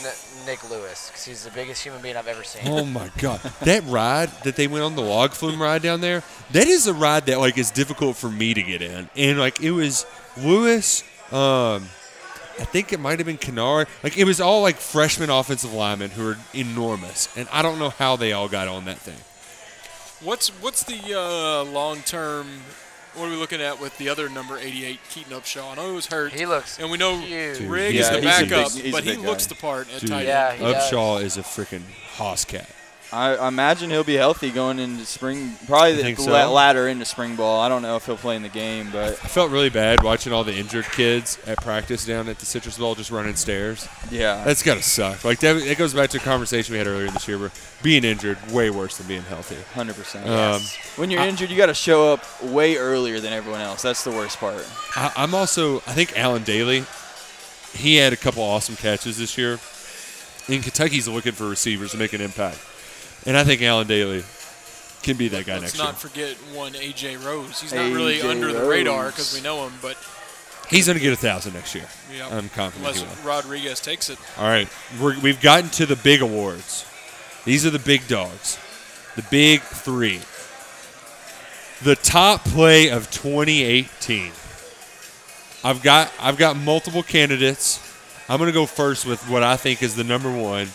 [SPEAKER 5] Nick Lewis because he's the biggest human being I've ever seen.
[SPEAKER 3] Oh my god, that ride that they went on the log flume ride down there, that is a ride that like is difficult for me to get in, and like it was Lewis, um, I think it might have been Kennard, like it was all like freshman offensive linemen who are enormous, and I don't know how they all got on that thing.
[SPEAKER 4] What's what's the uh, long term? What are we looking at with the other number 88, Keaton Upshaw? I know he was hurt.
[SPEAKER 5] He looks
[SPEAKER 4] and we know
[SPEAKER 5] huge.
[SPEAKER 4] Rigg is
[SPEAKER 3] Yeah,
[SPEAKER 4] the
[SPEAKER 3] he's a big-
[SPEAKER 4] backup,
[SPEAKER 6] he's a
[SPEAKER 4] but he
[SPEAKER 6] big guy.
[SPEAKER 4] looks the part at
[SPEAKER 3] Dude,
[SPEAKER 4] tight end.
[SPEAKER 5] Yeah, he does.
[SPEAKER 3] Upshaw is a freaking hoss cat.
[SPEAKER 6] I, I imagine he'll be healthy going into spring, probably
[SPEAKER 3] You
[SPEAKER 6] the
[SPEAKER 3] think
[SPEAKER 6] la-
[SPEAKER 3] so?
[SPEAKER 6] latter into spring ball. I don't know if he'll play in the game, but
[SPEAKER 3] I felt really bad watching all the injured kids at practice down at the Citrus Bowl just running stairs.
[SPEAKER 6] yeah,
[SPEAKER 3] That's gotta suck. Like that, that goes back to a conversation we had earlier this year, where being injured way worse than being healthy.
[SPEAKER 6] hundred percent.
[SPEAKER 3] Um,
[SPEAKER 6] When you're injured, you got to show up way earlier than everyone else. That's the worst part.
[SPEAKER 3] I, I'm also, I think Alan Daly, he had a couple awesome catches this year. And Kentucky's looking for receivers to make an impact. And I think Alan Daly can be that guy
[SPEAKER 4] Let's
[SPEAKER 3] next
[SPEAKER 4] not
[SPEAKER 3] year.
[SPEAKER 4] forget one AJ Rose. He's not really
[SPEAKER 6] A.J.
[SPEAKER 4] under the radar
[SPEAKER 6] Rose.
[SPEAKER 4] because we know him, but
[SPEAKER 3] He's going to get a 1,000 next year.
[SPEAKER 4] you know,
[SPEAKER 3] I'm confident
[SPEAKER 4] unless
[SPEAKER 3] he will.
[SPEAKER 4] Rodriguez takes it.
[SPEAKER 3] All right. We're, we've gotten to the big awards. These are the big dogs, the big three. The top play of 2018. I've got I've got multiple candidates. I'm gonna go first with what I think is the number one,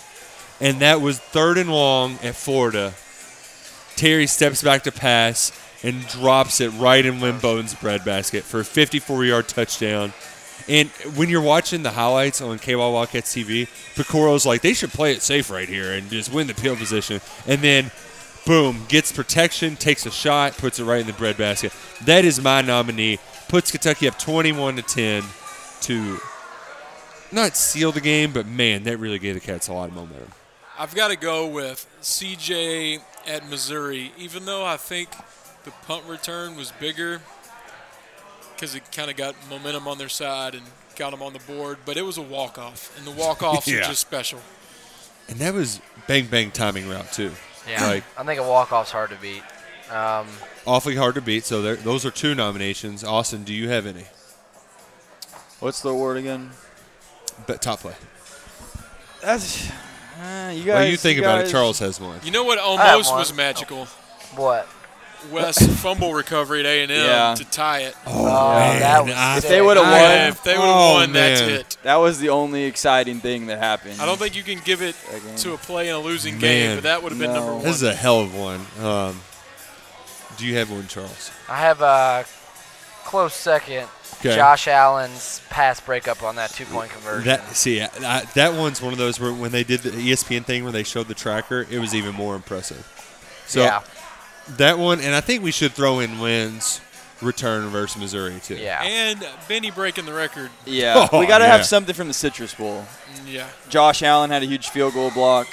[SPEAKER 3] and that was third and long at Florida. Terry steps back to pass and drops it right in Lynn Bowden's breadbasket for a 54-yard touchdown. And when you're watching the highlights on KY Wildcats TV, Picoro's like, they should play it safe right here and just win the field position. And then, boom, gets protection, takes a shot, puts it right in the breadbasket. That is my nominee. Puts Kentucky up 21 to 10 to not seal the game, but man, that really gave the Cats a lot of momentum.
[SPEAKER 4] I've got to go with CJ at Missouri, even though I think the punt return was bigger because it kind of got momentum on their side and got them on the board, but it was a walk off, and the walk offs
[SPEAKER 3] Yeah.
[SPEAKER 4] are just special.
[SPEAKER 3] And that was bang bang timing route too.
[SPEAKER 5] yeah,
[SPEAKER 3] Like
[SPEAKER 5] I think a walk off's hard to beat. Um,
[SPEAKER 3] awfully hard to beat. So there, those are two nominations. Austin, do you have any?
[SPEAKER 6] What's the award again?
[SPEAKER 3] But top play.
[SPEAKER 6] That's uh, you guys.
[SPEAKER 3] Well, you think about it.
[SPEAKER 6] guys-
[SPEAKER 3] Charles has one.
[SPEAKER 4] You know what almost
[SPEAKER 5] one.
[SPEAKER 4] was magical?
[SPEAKER 5] what?
[SPEAKER 4] Wes fumble recovery at A and M
[SPEAKER 6] Yeah.
[SPEAKER 4] to tie it.
[SPEAKER 5] Oh, that was
[SPEAKER 3] I-
[SPEAKER 5] sick.
[SPEAKER 6] If they would have
[SPEAKER 4] I-
[SPEAKER 6] won,
[SPEAKER 4] if they would have
[SPEAKER 3] Oh,
[SPEAKER 4] won, that's
[SPEAKER 3] man.
[SPEAKER 4] it.
[SPEAKER 6] that was the only exciting thing that happened.
[SPEAKER 4] I don't think you can give it
[SPEAKER 6] game.
[SPEAKER 4] to a play in a losing
[SPEAKER 3] Man.
[SPEAKER 4] game, but that would have been
[SPEAKER 6] No.
[SPEAKER 4] number one.
[SPEAKER 3] This is a hell of one. Um, do you have one, Charles?
[SPEAKER 5] I have a close second.
[SPEAKER 3] 'Kay.
[SPEAKER 5] Josh Allen's pass breakup on that two-point conversion.
[SPEAKER 3] That see, I, I, that one's one of those where when they did the E ESPN thing where they showed the tracker, it was even more impressive. So
[SPEAKER 5] yeah,
[SPEAKER 3] that one, and I think we should throw in Lynn's return versus Missouri too.
[SPEAKER 5] yeah.
[SPEAKER 4] and Benny breaking the record. mm,
[SPEAKER 6] Yeah,
[SPEAKER 3] Oh,
[SPEAKER 6] we got to
[SPEAKER 3] yeah.
[SPEAKER 6] have something from the Citrus Bowl.
[SPEAKER 4] Yeah,
[SPEAKER 6] Josh Allen had a huge field goal block.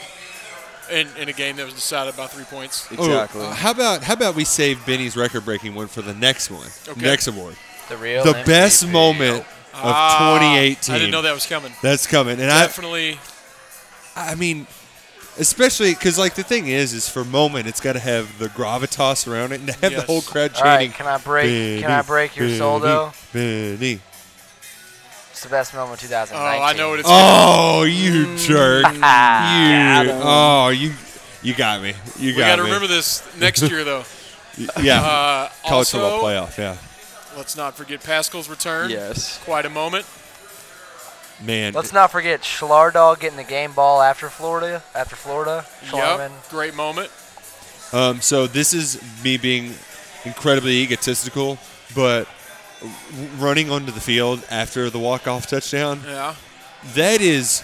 [SPEAKER 4] in, in a game that was decided by three points.
[SPEAKER 3] Oh,
[SPEAKER 6] Exactly.
[SPEAKER 3] uh, how about how about we save Benny's record breaking one for the next one,
[SPEAKER 4] Okay.
[SPEAKER 3] next award,
[SPEAKER 5] the real
[SPEAKER 3] the best
[SPEAKER 5] MVP.
[SPEAKER 3] moment of 2018.
[SPEAKER 4] Ah, I didn't know that was coming.
[SPEAKER 3] That's coming, and I,
[SPEAKER 4] Definitely.
[SPEAKER 3] I mean, especially because like the thing is, is for moment it's got to have the gravitas around it, and to have the
[SPEAKER 4] Yes.
[SPEAKER 3] whole crowd
[SPEAKER 5] All right,
[SPEAKER 3] chanting.
[SPEAKER 5] can I break? Can I
[SPEAKER 3] "Benny,
[SPEAKER 5] break your soul
[SPEAKER 3] Benny,
[SPEAKER 5] though?
[SPEAKER 3] Benny.
[SPEAKER 5] It's the best moment of
[SPEAKER 4] Oh,
[SPEAKER 5] 2019.
[SPEAKER 4] I know what it's.
[SPEAKER 3] Oh, you
[SPEAKER 5] Mm.
[SPEAKER 3] jerk! you oh, you you got me. You
[SPEAKER 4] we got
[SPEAKER 3] got
[SPEAKER 4] to
[SPEAKER 3] me.
[SPEAKER 4] remember this next year, though.
[SPEAKER 3] yeah,
[SPEAKER 4] Uh,
[SPEAKER 3] college
[SPEAKER 4] also,
[SPEAKER 3] football playoff. Yeah,
[SPEAKER 4] let's not forget Pascal's return.
[SPEAKER 6] Yes.
[SPEAKER 4] Quite a moment.
[SPEAKER 3] man.
[SPEAKER 5] Let's not forget Schlardog getting the game ball after Florida. After Florida, Schlarman.
[SPEAKER 4] Yep. Great moment.
[SPEAKER 3] Um, so this is me being incredibly egotistical, but w- running onto the field after the walk-off touchdown.
[SPEAKER 4] Yeah.
[SPEAKER 3] that is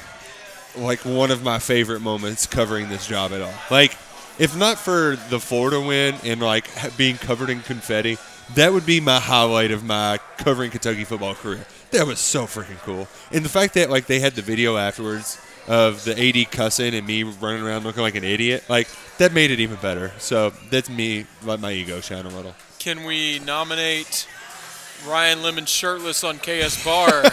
[SPEAKER 3] like one of my favorite moments covering this job at all. Like, if not for the Florida win and like ha- being covered in confetti, that would be my highlight of my covering Kentucky football career. That was so freaking cool, and the fact that like they had the video afterwards of the AD cussing and me running around looking like an idiot, like that made it even better. So that's me, let my ego shine a little.
[SPEAKER 4] Can we nominate Ryan Lemon shirtless on KS Bar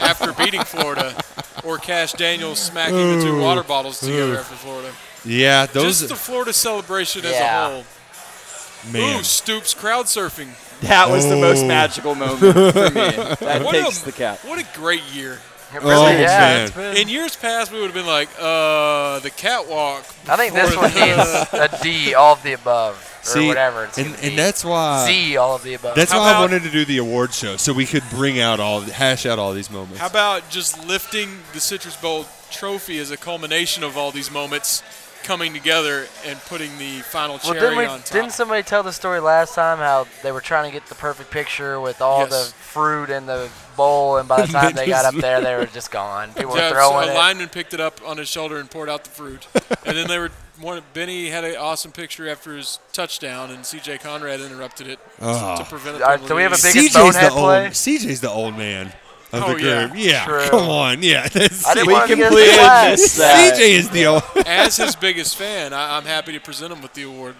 [SPEAKER 4] after beating Florida, or Cash Daniels smacking the two water bottles together after Florida?
[SPEAKER 3] Yeah, those
[SPEAKER 4] Just the Florida celebration
[SPEAKER 5] Yeah.
[SPEAKER 4] as a whole.
[SPEAKER 3] man.
[SPEAKER 4] Ooh, Stoops crowd surfing.
[SPEAKER 6] That was the most
[SPEAKER 3] Oh.
[SPEAKER 6] magical moment for me. That
[SPEAKER 4] What
[SPEAKER 6] takes
[SPEAKER 4] a,
[SPEAKER 6] the cap.
[SPEAKER 4] What a great year.
[SPEAKER 5] It
[SPEAKER 3] Oh,
[SPEAKER 5] really- yeah,
[SPEAKER 3] man.
[SPEAKER 5] it's been-
[SPEAKER 4] In years past, we would have been like, uh, the catwalk.
[SPEAKER 5] I think this
[SPEAKER 4] before
[SPEAKER 5] one
[SPEAKER 4] the-
[SPEAKER 5] needs a D, all of the above, or
[SPEAKER 3] See,
[SPEAKER 5] whatever. It's
[SPEAKER 3] and,
[SPEAKER 5] gonna be.
[SPEAKER 3] and that's why
[SPEAKER 5] Z, all of the above.
[SPEAKER 3] That's
[SPEAKER 4] How
[SPEAKER 3] why I
[SPEAKER 4] about-
[SPEAKER 3] wanted to do the award show so we could bring out all, hash out all these moments.
[SPEAKER 4] How about just lifting the Citrus Bowl trophy as a culmination of all these moments coming together and putting the final
[SPEAKER 5] well,
[SPEAKER 4] cherry
[SPEAKER 5] didn't, we,
[SPEAKER 4] on top?
[SPEAKER 5] didn't somebody tell the story last time how they were trying to get the perfect picture with all
[SPEAKER 4] Yes.
[SPEAKER 5] the fruit in the bowl, and by the time they got up there, they were just gone. People were
[SPEAKER 4] Yeah,
[SPEAKER 5] throwing
[SPEAKER 4] so a
[SPEAKER 5] it.
[SPEAKER 4] lineman picked it up on his shoulder and poured out the fruit. and then they were one, Benny had an awesome picture after his touchdown, and C.J. Conrad interrupted it to-
[SPEAKER 3] Oh.
[SPEAKER 4] to prevent it.
[SPEAKER 5] Ah. All right,
[SPEAKER 4] from
[SPEAKER 5] so we have a
[SPEAKER 4] leading.
[SPEAKER 5] big- biggest
[SPEAKER 3] the
[SPEAKER 5] bonehead play?
[SPEAKER 3] old CJ's the old man of
[SPEAKER 4] Oh,
[SPEAKER 3] the
[SPEAKER 4] yeah.
[SPEAKER 3] group. Yeah,
[SPEAKER 5] True.
[SPEAKER 3] come on, yeah. That's
[SPEAKER 5] I didn't
[SPEAKER 6] We
[SPEAKER 5] want to get
[SPEAKER 6] completely
[SPEAKER 5] us flagged.
[SPEAKER 6] missed that.
[SPEAKER 3] CJ is the old.
[SPEAKER 4] As his biggest fan, I, I'm happy to present him with the award.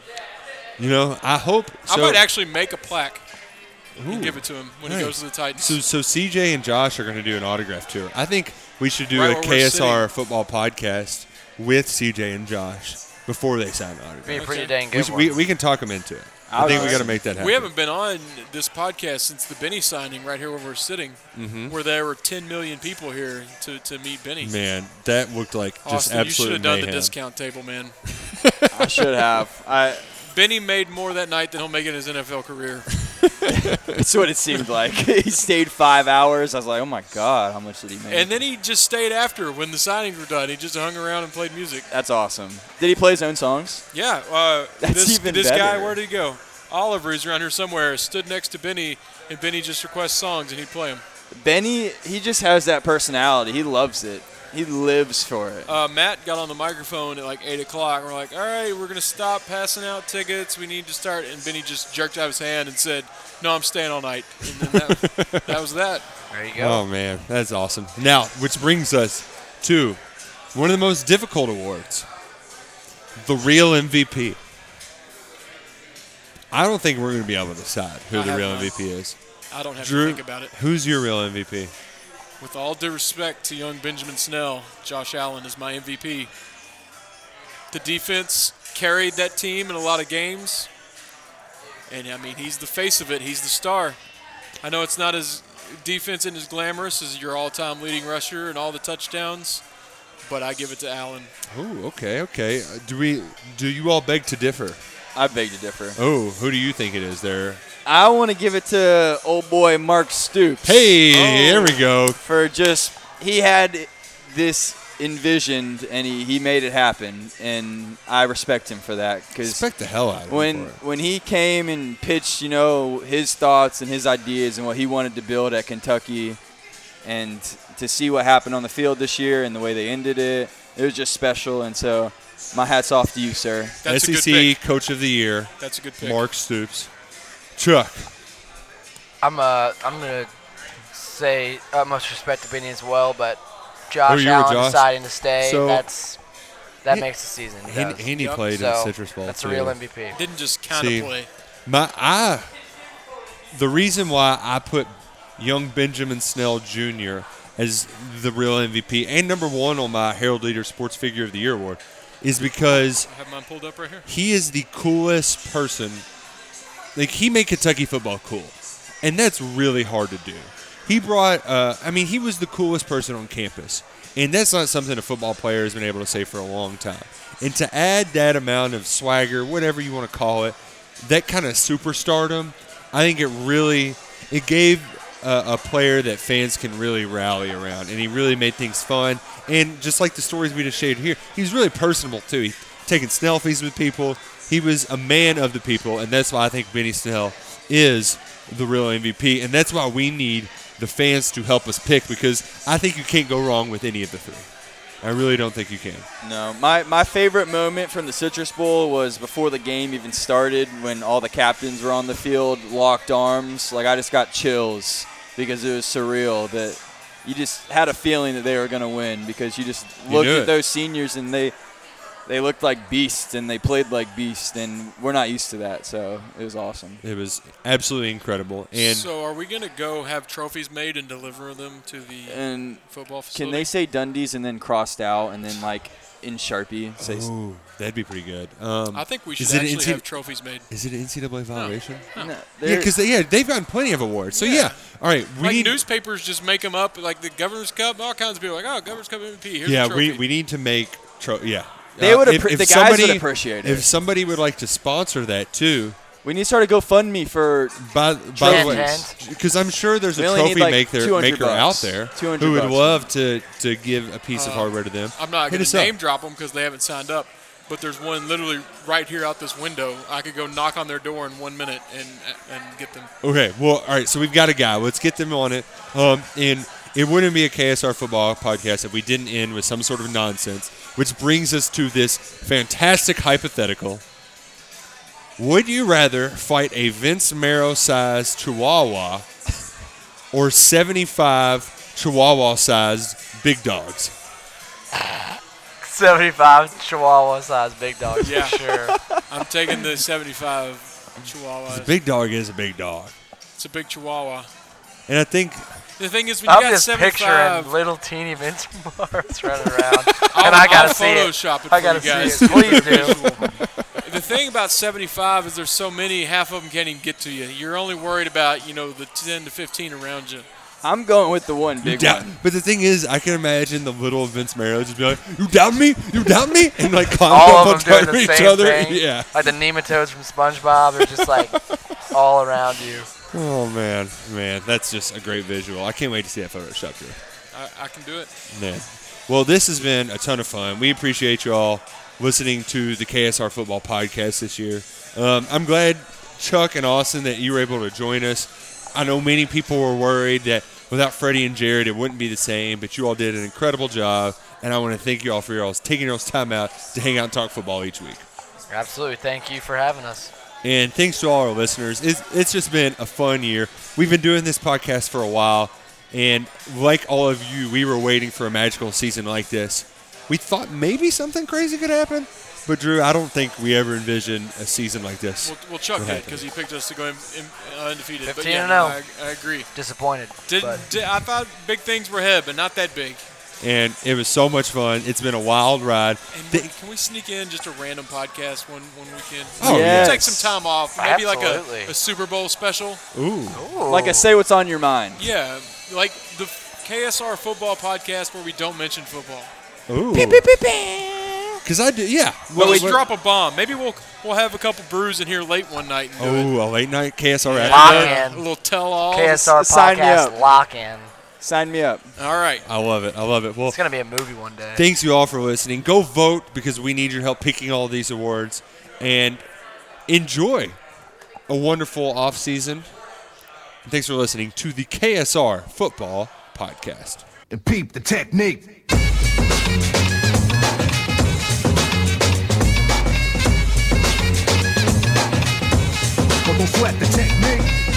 [SPEAKER 3] You know, I hope. So,
[SPEAKER 4] I might actually make a plaque and
[SPEAKER 3] Ooh.
[SPEAKER 4] give it to him when
[SPEAKER 3] nice.
[SPEAKER 4] he goes to the Titans.
[SPEAKER 3] so so CJ and Josh are going to do an autograph tour. I think we should do
[SPEAKER 4] Right
[SPEAKER 3] a
[SPEAKER 4] where we're
[SPEAKER 3] KSR football podcast with CJ and Josh before they sign the autograph.
[SPEAKER 5] be a pretty
[SPEAKER 4] Okay.
[SPEAKER 5] dang
[SPEAKER 3] We,
[SPEAKER 5] good
[SPEAKER 3] should-
[SPEAKER 5] one.
[SPEAKER 3] we, we can talk them into it. I,
[SPEAKER 6] I
[SPEAKER 3] think we
[SPEAKER 6] was-
[SPEAKER 3] got to make that happen.
[SPEAKER 4] We haven't been on this podcast since the Benny signing right here where we're sitting,
[SPEAKER 5] Mm-hmm.
[SPEAKER 4] where there were 10 million people here to, to meet Benny.
[SPEAKER 3] Man, that looked like just
[SPEAKER 4] Austin, you should
[SPEAKER 3] absolute
[SPEAKER 4] have done the
[SPEAKER 3] mayhem.
[SPEAKER 4] discount table, man.
[SPEAKER 6] I should have. I.
[SPEAKER 4] Benny made more that night than he'll make in his NFL career.
[SPEAKER 6] That's what it seemed like. he stayed five hours. I was like, oh my god, how much did he make?
[SPEAKER 4] and then he just stayed after when the signings were done. He just hung around and played music.
[SPEAKER 6] That's awesome. Did he play his own songs?
[SPEAKER 4] Yeah, uh,
[SPEAKER 6] That's
[SPEAKER 4] this,
[SPEAKER 6] even
[SPEAKER 4] this guy,
[SPEAKER 6] better.
[SPEAKER 4] where did he go? Oliver, he's around here somewhere, stood next to Benny, and Benny just requests songs and he'd play them.
[SPEAKER 6] Benny, he just has that personality. He loves it. He lives for it.
[SPEAKER 4] uh, Matt got on the microphone at like eight o'clock. We're like, all right, we're gonna stop passing out tickets. We need to start. And Benny just jerked out his hand and said, "No, I'm staying all night." And then that, that was that.
[SPEAKER 5] there you
[SPEAKER 3] Oh
[SPEAKER 5] go.
[SPEAKER 3] man, that's awesome. Now, which brings us to one of the most difficult awards, the real MVP. I don't think we're going to be able to decide who
[SPEAKER 4] I
[SPEAKER 3] the
[SPEAKER 4] have
[SPEAKER 3] real
[SPEAKER 4] mine.
[SPEAKER 3] MVP is.
[SPEAKER 4] I don't have
[SPEAKER 3] Drew,
[SPEAKER 4] to think about it.
[SPEAKER 3] who's your real MVP?
[SPEAKER 4] With all due respect to young Benjamin Snell, Josh Allen is my MVP. The defense carried that team in a lot of games, and I mean, he's the face of it. He's the star. I know it's not as defense and as glamorous as your all-time leading rusher and all the touchdowns, but I give it to Allen.
[SPEAKER 3] Oh, okay, okay. Uh, Do we? Do you all beg to differ?
[SPEAKER 6] I beg to differ.
[SPEAKER 3] Oh, who do you think it is? There.
[SPEAKER 6] I want to give it to old boy Mark Stoops.
[SPEAKER 3] Hey, there we
[SPEAKER 4] Oh.
[SPEAKER 3] go.
[SPEAKER 6] for just he had this envisioned and he, he made it happen and I respect him for that because
[SPEAKER 3] Respect the hell out of him
[SPEAKER 6] when
[SPEAKER 3] for it.
[SPEAKER 6] when he came and pitched you know his thoughts and his ideas and what he wanted to build at Kentucky and to see what happened on the field this year and the way they ended it it was just special and so my hat's off to you sir
[SPEAKER 4] That's a good
[SPEAKER 3] SEC
[SPEAKER 4] pick.
[SPEAKER 3] Coach of the Year,
[SPEAKER 4] That's a good pick.
[SPEAKER 3] E Mark Stoops. Chuck.
[SPEAKER 5] I'm uh, I'm gonna say uh, much respect to Benny as well, but
[SPEAKER 3] Who
[SPEAKER 5] Josh
[SPEAKER 3] you were,
[SPEAKER 5] Allen
[SPEAKER 3] Josh?
[SPEAKER 5] deciding to stay.
[SPEAKER 3] So-
[SPEAKER 5] that's that
[SPEAKER 3] He-
[SPEAKER 5] makes the season. He
[SPEAKER 3] And,
[SPEAKER 5] does.
[SPEAKER 3] and he
[SPEAKER 4] Yep.
[SPEAKER 3] played
[SPEAKER 5] so
[SPEAKER 3] in Citrus Bowl.
[SPEAKER 5] that's
[SPEAKER 3] too.
[SPEAKER 5] a real MVP.
[SPEAKER 4] Didn't just kind
[SPEAKER 3] See.
[SPEAKER 4] of play.
[SPEAKER 3] My I the reason why I put young Benjamin Snell Jr. as the real MVP and number one on my Herald Leader Sports Figure of the Year award is because
[SPEAKER 4] I have mine pulled up right here.
[SPEAKER 3] he is the coolest person. Like he made Kentucky football cool, and that's really hard to do. He brought. Uh, I mean, he was the coolest person on campus, and that's not something a football player has been able to say for a long time. And to add that amount of swagger, whatever you want to call it, that kind of superstardom, I think it really it gave a, a player that fans can really rally around, and he really made things fun. And just like the stories we just shared here, he was really personable too. He taking selfies with people. He was a man of the people, and that's why I think Benny Snell is the real MVP, and that's why we need the fans to help us pick because I think you can't go wrong with any of the three. I really don't think you can.
[SPEAKER 6] No, my, my favorite moment from the Citrus Bowl was before the game even started when all the captains were on the field, locked arms. Like, I just got chills because it was surreal that you just had a feeling that they were going to win because you just
[SPEAKER 3] You
[SPEAKER 6] looked
[SPEAKER 3] knew
[SPEAKER 6] at
[SPEAKER 3] it.
[SPEAKER 6] those seniors and they they looked like beasts and they played like beasts, and we're not used to that. So it was awesome.
[SPEAKER 3] It was absolutely incredible, and
[SPEAKER 4] so, are we going to go have trophies made and deliver them to the
[SPEAKER 6] And
[SPEAKER 4] football
[SPEAKER 6] can
[SPEAKER 4] facility?
[SPEAKER 6] they say Dundee's and then crossed out and then, like, in Sharpie? Say,
[SPEAKER 3] Ooh, that'd be pretty good. Um,
[SPEAKER 4] I think we
[SPEAKER 3] Is
[SPEAKER 4] should
[SPEAKER 3] it
[SPEAKER 4] actually
[SPEAKER 3] NC
[SPEAKER 4] have trophies made.
[SPEAKER 3] is it NCAA violation?
[SPEAKER 6] no,
[SPEAKER 3] Yeah,
[SPEAKER 6] they're-
[SPEAKER 3] because they, yeah, they've gotten plenty of awards. So yeah,
[SPEAKER 4] Yeah.
[SPEAKER 3] all right, we
[SPEAKER 4] like
[SPEAKER 3] need
[SPEAKER 4] newspapers just make them up, like the Governor's Cup, all kinds of people like, oh, Governor's Cup MVP. Here's
[SPEAKER 3] yeah,
[SPEAKER 4] the trophy.
[SPEAKER 3] we, we need to make tro- yeah. Uh,
[SPEAKER 6] They would
[SPEAKER 3] if-
[SPEAKER 6] appre-
[SPEAKER 3] if
[SPEAKER 6] the guys would
[SPEAKER 3] somebody-
[SPEAKER 6] appreciate it.
[SPEAKER 3] If somebody would like to sponsor that too,
[SPEAKER 6] we need to start a GoFundMe for
[SPEAKER 3] By, by the way,
[SPEAKER 5] Tent.
[SPEAKER 3] because I'm sure there's a
[SPEAKER 6] We only need,
[SPEAKER 3] trophy
[SPEAKER 6] like,
[SPEAKER 3] maker,
[SPEAKER 6] 200
[SPEAKER 3] maker out
[SPEAKER 6] bucks.
[SPEAKER 3] there
[SPEAKER 6] 200
[SPEAKER 3] who would
[SPEAKER 6] bucks.
[SPEAKER 3] love to, to give a piece of hardware to them.
[SPEAKER 4] Uh, I'm not
[SPEAKER 3] Hit
[SPEAKER 4] going
[SPEAKER 3] us
[SPEAKER 4] to
[SPEAKER 3] up.
[SPEAKER 4] name drop them because they haven't signed up. But there's one literally right here out this window. I could go knock on their door in one minute and and get them.
[SPEAKER 3] Okay, well, all right. So we've got a guy. Let's get them on it. Um, and it wouldn't be a KSR football podcast if we didn't end with some sort of nonsense, which brings us to this fantastic hypothetical. Would you rather fight a Vince Marrow-sized Chihuahua or 75 Chihuahua-sized big dogs?
[SPEAKER 5] 75 Chihuahua size big dogs
[SPEAKER 4] Yeah.
[SPEAKER 5] for sure.
[SPEAKER 4] I'm taking the 75 Chihuahua.
[SPEAKER 3] Big dog is a big dog.
[SPEAKER 4] It's a big Chihuahua.
[SPEAKER 3] And I think
[SPEAKER 4] The thing is, when you
[SPEAKER 5] I'm
[SPEAKER 4] got
[SPEAKER 5] just
[SPEAKER 4] 75,
[SPEAKER 5] picturing little teeny Vince Morris running around,
[SPEAKER 4] I'll-
[SPEAKER 5] and I gotta
[SPEAKER 4] I'll
[SPEAKER 5] see it.
[SPEAKER 4] Photoshop it
[SPEAKER 5] I
[SPEAKER 4] for
[SPEAKER 5] gotta
[SPEAKER 4] you
[SPEAKER 5] see
[SPEAKER 4] guys.
[SPEAKER 5] it. Please do.
[SPEAKER 4] the thing about 75 is there's so many, half of them can't even get to you. You're only worried about you know the 10 to 15 around you.
[SPEAKER 6] I'm going with the one big
[SPEAKER 3] doubt,
[SPEAKER 6] one.
[SPEAKER 3] but the thing is, I can imagine the little Vince Marrow just be like, "You doubt me? You doubt me?" and like climb
[SPEAKER 5] All
[SPEAKER 3] up on
[SPEAKER 5] of them
[SPEAKER 3] top of
[SPEAKER 5] doing
[SPEAKER 3] each
[SPEAKER 5] the same
[SPEAKER 3] other.
[SPEAKER 5] thing.
[SPEAKER 3] Yeah.
[SPEAKER 5] Like the nematodes from SpongeBob are just like all around you.
[SPEAKER 3] Oh man, man, that's just a great visual. I can't wait to see that Photoshop here.
[SPEAKER 4] I, I can do it.
[SPEAKER 3] Man. Well, this has been a ton of fun. We appreciate you all listening to the KSR Football Podcast this year. Um, I'm glad, Chuck and Austin, that you were able to join us. I know many people were worried that without Freddie and Jared, it wouldn't be the same, but you all did an incredible job. And I want to thank you all for your all's taking your all's time out to hang out and talk football each week.
[SPEAKER 5] Absolutely. Thank you for having us.
[SPEAKER 3] And thanks to all our listeners. It's, it's just been a fun year. We've been doing this podcast for a while. And like all of you, we were waiting for a magical season like this. We thought maybe something crazy could happen. But, Drew, I don't think we ever envisioned a season like this.
[SPEAKER 4] Well, well Chuck
[SPEAKER 3] We're
[SPEAKER 4] did
[SPEAKER 3] happy.
[SPEAKER 4] because he picked us to go in, in, uh, undefeated. but
[SPEAKER 5] 15
[SPEAKER 4] yeah,
[SPEAKER 5] and oh. 0.
[SPEAKER 4] I, I agree.
[SPEAKER 5] Disappointed.
[SPEAKER 4] Did,
[SPEAKER 5] but
[SPEAKER 4] did, I thought big things were ahead, but not that big.
[SPEAKER 3] And it was so much fun. It's been a wild ride.
[SPEAKER 4] And
[SPEAKER 3] Th-
[SPEAKER 4] can we sneak in just a random podcast one, one weekend?
[SPEAKER 3] Oh,
[SPEAKER 4] We'll
[SPEAKER 6] Yes.
[SPEAKER 4] take some time off. Maybe
[SPEAKER 5] Absolutely.
[SPEAKER 4] like a, a Super Bowl special.
[SPEAKER 3] Ooh.
[SPEAKER 5] Ooh.
[SPEAKER 6] Like I say, what's on your mind?
[SPEAKER 4] Yeah, like the KSR football podcast where we don't mention football.
[SPEAKER 3] Ooh. Because I do, yeah.
[SPEAKER 4] Well,
[SPEAKER 3] Well,
[SPEAKER 4] let's
[SPEAKER 3] what-
[SPEAKER 4] drop a bomb. Maybe we'll we'll have a couple brews in here late one night and do it.
[SPEAKER 3] Oh, a late night KSR after
[SPEAKER 5] Lock
[SPEAKER 3] dark.
[SPEAKER 4] A
[SPEAKER 5] in.
[SPEAKER 4] little tell all.
[SPEAKER 5] KSR
[SPEAKER 6] sign me
[SPEAKER 5] podcast
[SPEAKER 6] up.
[SPEAKER 5] lock in.
[SPEAKER 6] Sign me up.
[SPEAKER 4] All right.
[SPEAKER 3] I love it. I love it. Well,
[SPEAKER 5] It's gonna be a movie one day.
[SPEAKER 3] Thanks you all for listening. Go vote because we need your help picking all these awards and enjoy a wonderful off season. And thanks for listening to the KSR Football Podcast.
[SPEAKER 7] and peep the technique. But don't sweat the technique.